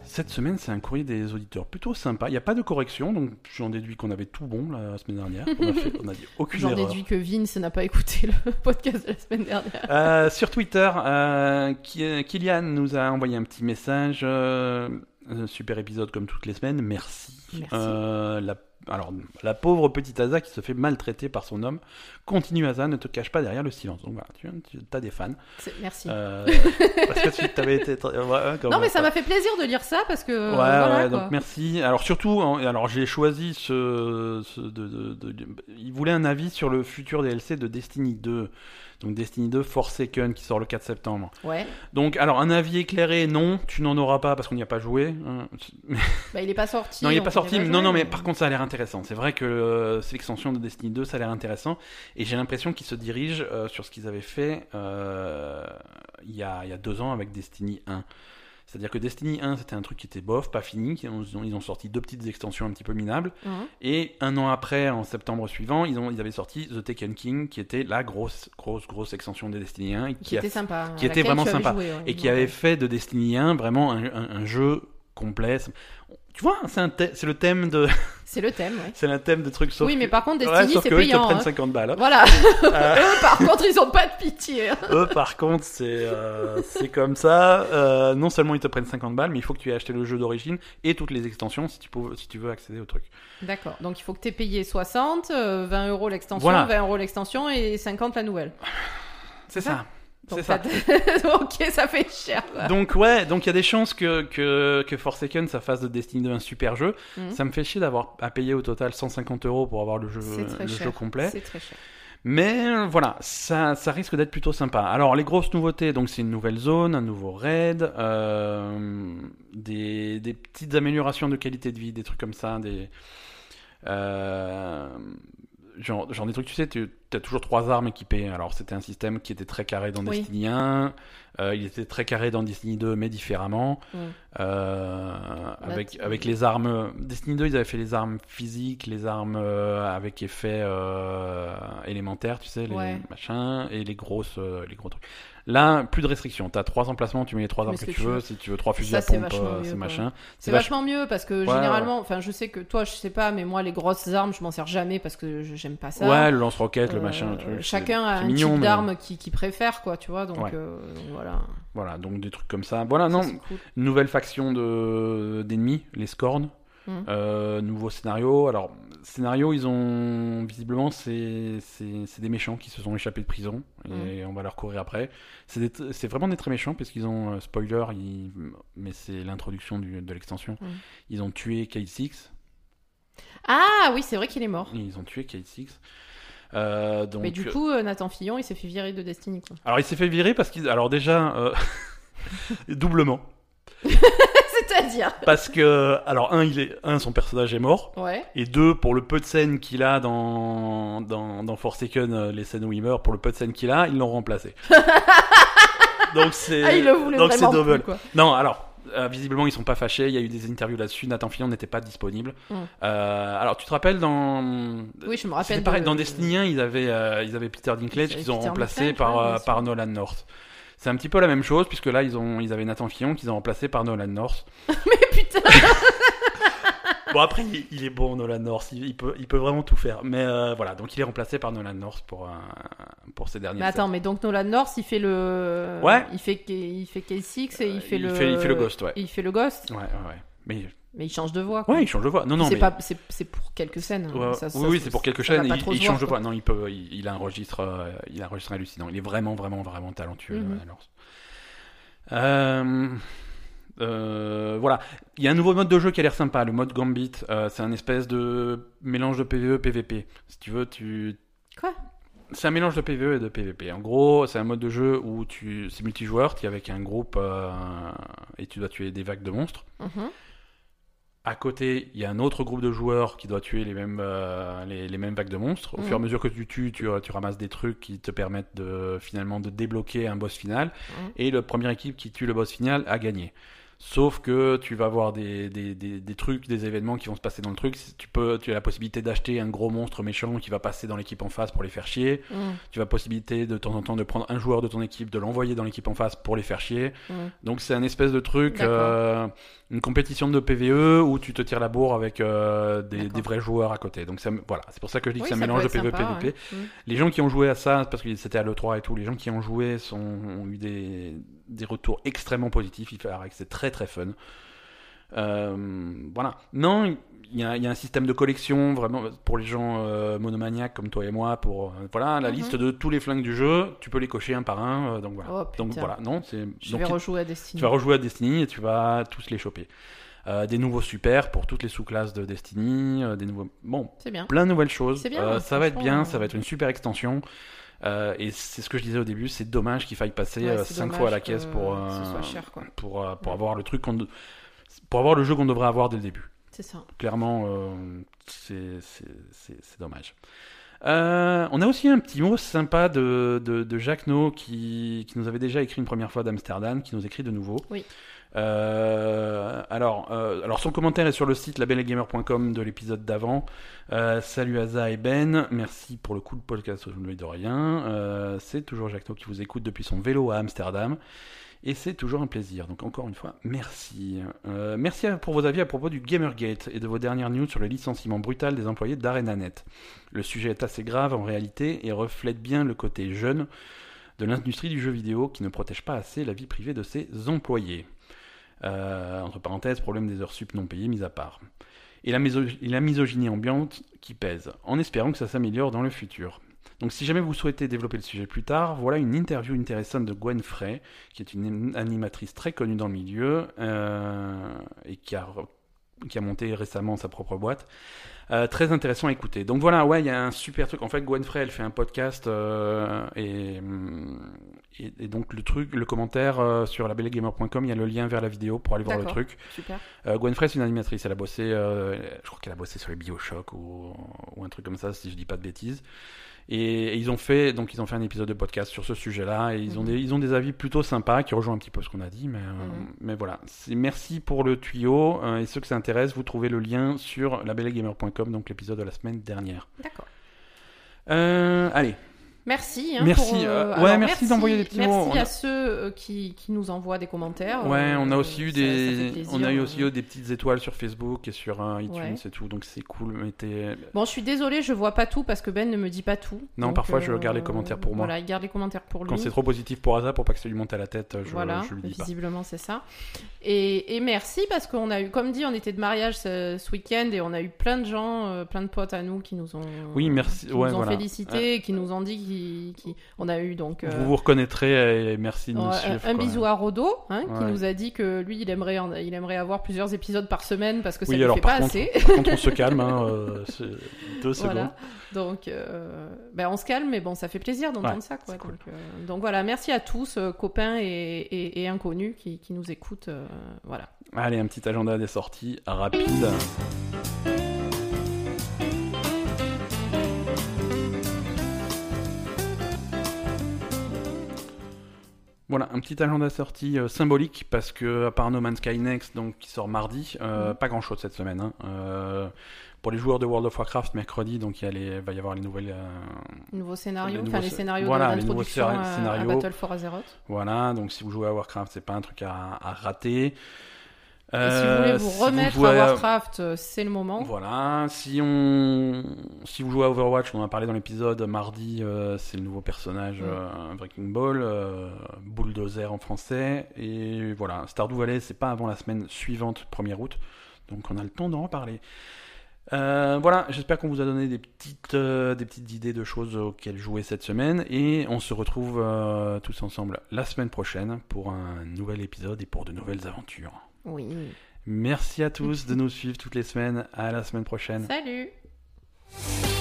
A: cette semaine, c'est un courrier des auditeurs plutôt sympa. Il n'y a pas de correction, donc j'en déduis qu'on avait tout bon la semaine dernière. On a, fait- on
B: *laughs*
A: a dit aucune
B: J'en
A: erreur.
B: déduis que Vince n'a pas écouté le *laughs* podcast de la semaine dernière.
A: Euh, sur Twitter, euh, Ki- euh, Kylian nous a envoyé un petit message. euh, un super épisode comme toutes les semaines, merci.
B: Merci.
A: Euh, la, alors, la pauvre petite Asa qui se fait maltraiter par son homme. Continue Asa, ne te cache pas derrière le silence. Donc voilà, tu, as des fans.
B: C'est- Merci.
A: Euh, parce que si t'avais été... très- ouais, ouais, quand
B: non,
A: même.
B: mais ça m'a fait plaisir de lire ça parce que euh,
A: Ouais,
B: voilà,
A: ouais,
B: quoi.
A: donc merci. Alors surtout, hein, alors j'ai choisi ce, ce- de, de- de- il voulait un avis sur le futur DLC de Destiny 2. Donc Destiny 2 Forsaken qui sort le 4 septembre.
B: Ouais.
A: Donc alors un avis éclairé, non, tu n'en auras pas parce qu'on n'y a pas joué. hein.
B: Bah, il est pas sorti.
A: Non, il n'est
B: on
A: pas sorti.
B: pourrait
A: non,
B: jouer,
A: non, mais par contre ça a l'air intéressant. C'est vrai que euh, cette extension de Destiny 2, ça a l'air intéressant. Et j'ai l'impression qu'ils se dirigent euh, sur ce qu'ils avaient fait euh, il y, a, il y a deux ans avec Destiny 1. C'est-à-dire que Destiny 1, c'était un truc qui était bof, pas fini. qui- Ils ont, ils ont sorti deux petites extensions un petit peu minables.
B: Hein.
A: Et un an après, en septembre suivant, ils, ont, ils avaient sorti The Taken King, qui était la grosse, grosse, grosse extension de Destiny 1. Et qui,
B: qui
A: a-
B: était sympa.
A: qui
B: à
A: était
B: laquelle
A: vraiment
B: tu avais
A: sympa,
B: joué, ouais.
A: et qui avait fait de Destiny 1 vraiment un, un- un jeu complet. Tu vois, c'est un thè- c'est le thème de,
B: C'est le thème, ouais.
A: c'est un thème de truc sauf
B: oui, mais
A: que-
B: par contre,
A: Ouais,
B: Destiny,
A: sauf
B: c'est
A: que eux, ils te
B: payant.
A: prennent
B: hein.
A: 50 balles.
B: *laughs* Voilà.
A: Euh. *laughs*
B: Eux, par contre, ils ont pas de pitié. hein.
A: Eux, par contre, c'est euh, c'est comme ça. Euh, non seulement ils te prennent 50 balles, mais il faut que tu aies acheté le jeu d'origine et toutes les extensions si tu, peux, si tu veux accéder au truc.
B: D'accord. Donc, il faut que tu aies payé 60, euh, 20 euros l'extension,
A: Voilà.
B: 20 euros l'extension et 50 la nouvelle.
A: C'est ça.
B: Donc,
A: C'est ça.
B: t'as- *laughs* ok, ça fait cher. quoi.
A: Donc ouais, donc il y a des chances que, que, que Forsaken, ça fasse de Destiny 2 un super jeu.
B: Mhm.
A: Ça me fait chier d'avoir à payer au total 150 euros pour avoir le jeu,
B: C'est très
A: le
B: cher.
A: jeu complet.
B: C'est très cher.
A: Mais euh, voilà, ça, ça risque d'être plutôt sympa. Alors les grosses nouveautés, donc c'est une nouvelle zone, un nouveau raid, euh, des, des petites améliorations de qualité de vie, des trucs comme ça, des euh, genre, genre des trucs, tu sais, tu as toujours trois armes équipées. Alors c'était un système qui était très carré dans
B: Oui.
A: Destiny 1, euh, il était très carré dans Destiny 2, mais différemment.
B: Mm.
A: Euh, avec,
B: tu-
A: avec les armes. euh, Destiny 2, ils avaient fait les armes physiques, les armes euh, avec effet euh, élémentaire, tu sais, les
B: Ouais.
A: machins, et les grosses, euh, les gros trucs. Là, plus de restrictions. T'as trois emplacements, tu mets les trois
B: Mais
A: armes
B: ce
A: que,
B: que
A: tu
B: tu
A: veux.
B: veux.
A: Si tu veux trois fusils
B: Ça,
A: à
B: c'est
A: pompe,
B: vachement
A: euh,
B: mieux,
A: ces
B: quoi.
A: machins.
B: C'est
A: vach-
B: vachement mieux parce que
A: Ouais,
B: généralement, enfin, je sais que toi, je sais pas, mais moi, les grosses armes, je m'en sers jamais parce que je- j'aime pas ça.
A: Ouais, le lance-roquette, le
B: Euh,
A: machin, le truc.
B: Chacun
A: c'est-
B: a
A: c'est
B: un
A: mignon,
B: type
A: mais
B: d'arme qui qu'il préfère, quoi, tu vois. Donc,
A: Ouais.
B: euh, donc voilà.
A: Voilà, donc des trucs comme ça. Voilà,
B: Ça,
A: non,
B: c'est cool.
A: Nouvelle faction de d'ennemis, les Scorn.
B: Mhm.
A: Euh, nouveau scénario. Alors, scénario, ils ont visiblement c'est c'est c'est des méchants qui se sont échappés de prison et
B: Mm.
A: on va leur courir après. C'est des- c'est vraiment des très méchants parce qu'ils ont euh, spoiler, ils- mais c'est l'introduction du- de l'extension.
B: Mhm.
A: Ils ont tué K6.
B: Ah oui, c'est vrai qu'il est mort.
A: Ils ont tué K6. Euh, donc,
B: mais du coup, euh, Nathan Fillon, il s'est fait virer de Destiny,
A: *laughs*
B: quoi.
A: alors il s'est fait virer parce qu'ils alors déjà euh, *laughs* doublement
B: C'est-à-dire
A: parce que alors un il est un son personnage est mort.
B: Ouais.
A: Et deux, pour le peu de scènes qu'il a dans, dans, dans Forsaken, euh, les scènes où il meurt, pour le peu de scènes qu'il a, ils l'ont
B: *laughs*
A: remplacé. donc c'est.
B: Ah, il le voulait
A: donc c'est
B: vraiment
A: double.
B: plus, quoi.
A: Non, alors. euh, visiblement, ils sont pas fâchés. Il y a eu des interviews là-dessus. Nathan Fillon n'était pas disponible.
B: Mm.
A: Euh, alors, tu te rappelles dans
B: Oui, je me
A: c'était
B: rappelle.
A: pareil,
B: de-
A: dans
B: *laughs*
A: Destiny 1, ils avaient, euh, ils avaient Peter Dinklage
B: Ils avaient
A: qu'ils ont
B: Peter
A: remplacé
B: Dinklage,
A: par,
B: ouais,
A: euh,
B: bien sûr.
A: par Nolan North. C'est un petit peu la même chose, puisque là, ils, ont, ils avaient Nathan Fillon qu'ils ont remplacé par Nolan North.
B: Mais putain,
A: Bon, Bon, après, il, il est bon, Nolan North. Il, il peut, il peut vraiment tout faire. Mais euh, voilà, donc il est remplacé par Nolan North pour, un- pour ces derniers
B: Mais attends, mais donc Nolan North, il fait le.
A: Ouais.
B: Il fait, il fait K6 et il fait
A: Euh, il
B: le.
A: Fait, il fait le ghost, ouais.
B: Il fait le ghost,
A: Ouais, ouais, ouais. Mais
B: mais il change de voix. quoi.
A: ouais, il change de voix. Non, non,
B: c'est
A: mais.
B: pas, c'est, c'est pour quelques scènes. hein.
A: Ouais,
B: Ça- ça-
A: oui, oui,
B: ça-
A: c'est pour quelque
B: ça va
A: chose.
B: pas
A: Il,
B: trop
A: il
B: se
A: change
B: voir,
A: de
B: quoi.
A: voix. Non, il peut. Il, il a un registre. euh, il a un registre hallucinant. Il est vraiment, vraiment, vraiment talentueux.
B: Mhm.
A: alors. Euh, euh, voilà. Il y a un nouveau mode de jeu qui a l'air sympa. Le mode Gambit. Euh, c'est un espèce de mélange de E, PVE PVP. Si tu veux, tu.
B: Quoi
A: c'est un mélange de PVE et de PVP. En gros, c'est un mode de jeu où tu c'est multijoueur, tu es avec un groupe euh, et tu dois tuer des vagues de monstres.
B: Mhm.
A: À côté, il y a un autre groupe de joueurs qui doit tuer les mêmes, euh, les, les mêmes vagues de monstres. Au
B: Mhm.
A: fur et à mesure que tu tues, tu, tu ramasses des trucs qui te permettent de, finalement de débloquer un boss final.
B: Mhm.
A: Et la première équipe qui tue le boss final a gagné. Sauf que tu vas avoir des, des, des, des trucs, des événements qui vont se passer dans le truc. Tu, peux, tu as la possibilité d'acheter un gros monstre méchant qui va passer dans l'équipe en face pour les faire chier.
B: Mhm.
A: Tu as possibilité de temps en temps de prendre un joueur de ton équipe, de l'envoyer dans l'équipe en face pour les faire chier.
B: Mhm.
A: Donc c'est un espèce de truc,
B: D'accord.
A: euh, une compétition de PVE où tu te tires la bourre avec euh, des,
B: D'accord.
A: des vrais joueurs à côté. Donc ça, me- voilà, c'est pour ça que je dis que
B: Oui,
A: c'est un
B: ça peut
A: mélange de E,
B: être
A: PVE
B: sympa,
A: PVP.
B: ouais. Mhm.
A: Les gens qui ont joué à ça, parce que c'était à l'E3 et tout, les gens qui ont joué sont, ont eu des, des retours extrêmement positifs. Il paraît que c'est très très fun. Euh, voilà. Non, il y, a, il y a un système de collection vraiment pour les gens euh, monomaniaques comme toi et moi. Pour euh, voilà la
B: Mhm.
A: liste de tous les flingues du jeu, tu peux les cocher un par un. euh, donc voilà.
B: Oh,
A: donc
B: putain.
A: voilà. Non, c'est
B: Je
A: donc
B: vais
A: tu-
B: rejouer à Destiny.
A: tu vas rejouer à Destiny et tu vas tous les choper. Euh, des nouveaux super pour toutes les sous-classes de Destiny, euh, des nouveaux bon
B: C'est bien.
A: plein de nouvelles choses.
B: C'est bien,
A: Euh, ça va être
B: franchement,
A: bien,
B: euh.
A: ça va être une super extension. Euh, et c'est ce que je disais au début, c'est dommage qu'il faille passer
B: Ouais, c'est
A: 5
B: dommage
A: fois à la
B: que
A: caisse pour, euh,
B: ce soit cher, quoi.
A: pour, euh, pour
B: Ouais.
A: avoir le truc qu'on de- pour avoir le jeu qu'on devrait avoir dès le début.
B: C'est ça.
A: Clairement, euh, c'est- c'est c'est- c'est dommage. Euh, on a aussi un petit mot sympa de, de, de Jacques No qui, qui nous avait déjà écrit une première fois d'Amsterdam, qui nous écrit de nouveau.
B: Oui.
A: Euh, alors, euh, alors, son commentaire est sur le site labellegamer.com de l'épisode d'avant. Euh, salut Aza et Ben, merci pour le coup de podcast, je ne me dis de rien. Euh, c'est toujours Jacques No qui vous écoute depuis son vélo à Amsterdam. Et c'est toujours un plaisir. Donc encore une fois, merci. Euh, merci à- pour vos avis à propos du Gamergate et de vos dernières news sur le licenciement brutal des employés d'ArenaNet. Le sujet est assez grave en réalité et reflète bien le côté jeune de l'industrie du jeu vidéo qui ne protège pas assez la vie privée de ses employés. Euh, entre parenthèses, problème des heures sup non payées mis à part. Et la, miso- et la misogynie ambiante qui pèse, en espérant que ça s'améliore dans le futur. Donc si jamais vous souhaitez développer le sujet plus tard, voilà une interview intéressante de Gwen Frey, qui est une animatrice très connue dans le milieu euh, et qui a, qui a monté récemment sa propre boîte. Euh, très intéressant à écouter. Donc voilà, ouais, il y a un super truc. En fait, Gwen Frey, elle fait un podcast euh, et, hum, et, et donc le truc, le commentaire euh, sur labellegamer.com, il y a le lien vers la vidéo pour aller voir le
B: D'accord.
A: truc.
B: Super.
A: Euh, Gwen Frey, c'est une animatrice. Elle a bossé, euh, je crois qu'elle a bossé sur les Bioshock ou, ou un truc comme ça, si je dis pas de bêtises. Et, et ils ont fait, donc ils ont fait un épisode de podcast sur ce sujet-là. Et ils ont
B: Mhm.
A: des, ils ont des avis plutôt sympas qui rejoignent un petit peu ce qu'on a dit, mais, euh,
B: Mhm.
A: mais voilà. C'est- Merci pour le tuyau euh, et ceux que ça intéresse, vous trouvez le lien sur labellegamer.com, donc l'épisode de la semaine dernière.
B: D'accord.
A: Euh, allez,
B: Merci. hein,
A: Merci,
B: pour,
A: euh, ouais,
B: alors,
A: merci d'envoyer des petits
B: merci
A: mots. On a-
B: à ceux euh, qui, qui nous envoient des commentaires.
A: ouais,
B: euh,
A: on a aussi eu
B: ça- ça fait
A: des,
B: plaisir,
A: on a eu
B: euh.
A: aussi eu des petites étoiles sur Facebook et sur euh, iTunes
B: Ouais.
A: et tout, donc c'est cool. Mettez,
B: Bon, je suis désolée, je vois pas tout parce que Ben ne me dit pas tout. euh,
A: Non, parfois, je garde les commentaires pour moi.
B: Voilà, il garde les commentaires pour lui.
A: Quand c'est trop positif pour Asa, pour pas que ça lui monte à la tête, euh, je,
B: voilà,
A: je lui dis pas.
B: visiblement c'est ça. Et, et merci parce qu'on a eu, comme dit, on était de mariage ce, ce week-end et on a eu plein de gens, euh, plein de potes à nous qui nous ont,
A: Oui, merci.
B: qui
A: ouais,
B: nous ont
A: voilà.
B: félicités, et qui nous ont dit qu'ils- qu'ils- on a eu donc euh,
A: Vous vous reconnaîtrez et merci de
B: un-
A: nous
B: un,
A: suivre. quoi.
B: bisou à Rodo hein, qui
A: Ouais.
B: nous a dit que lui il aimerait, en- il aimerait avoir plusieurs épisodes par semaine parce que ça
A: Oui,
B: lui
A: alors,
B: fait
A: par
B: pas
A: contre-
B: assez.
A: Par contre, on se calme, hein, euh, c'est- deux secondes.
B: *laughs* Voilà. Donc, euh, ben, on se calme, mais bon, ça fait plaisir d'entendre
A: Ouais,
B: ça. Quoi.
A: c'est cool.
B: donc, euh, donc voilà, merci à tous, euh, copains et, et- et inconnus qui, qui nous écoutent. euh, voilà.
A: Allez, un petit agenda des sorties rapide. Voilà, un petit agenda des sorties euh, symbolique parce que à part No Man's Sky Next, donc qui sort mardi, euh,
B: Mhm.
A: pas grand chose cette semaine. hein. Euh, pour les joueurs de World of Warcraft, mercredi, donc il y a les- va y avoir les nouvelles, euh,
B: Nouveau scénario,
A: Les
B: enfin
A: nouveaux
B: les
A: scé-
B: scénarios
A: voilà,
B: de
A: les nouveaux
B: l'introduction
A: scén-
B: à-
A: scénarios.
B: à Battle for Azeroth.
A: Voilà, donc si vous jouez à Warcraft, c'est pas un truc à, à rater.
B: Et si vous voulez vous
A: Euh, si
B: remettre
A: jouez
B: à
A: à-
B: Warcraft, euh, c'est le moment.
A: Voilà, si on si vous jouez à Overwatch, on en a parlé dans l'épisode mardi, euh, c'est le nouveau personnage
B: Mm.
A: euh, Breaking Ball, euh, Bulldozer en français et voilà, Stardew Valley, c'est pas avant la semaine suivante 1er août. Donc on a le temps d'en reparler. Euh, voilà, j'espère qu'on vous a donné des petites, euh, des petites idées de choses auxquelles jouer cette semaine et on se retrouve euh, tous ensemble la semaine prochaine pour un nouvel épisode et pour de nouvelles aventures.
B: Oui.
A: Merci à tous de nous suivre toutes les semaines. À la semaine prochaine.
B: Salut.
C: Thank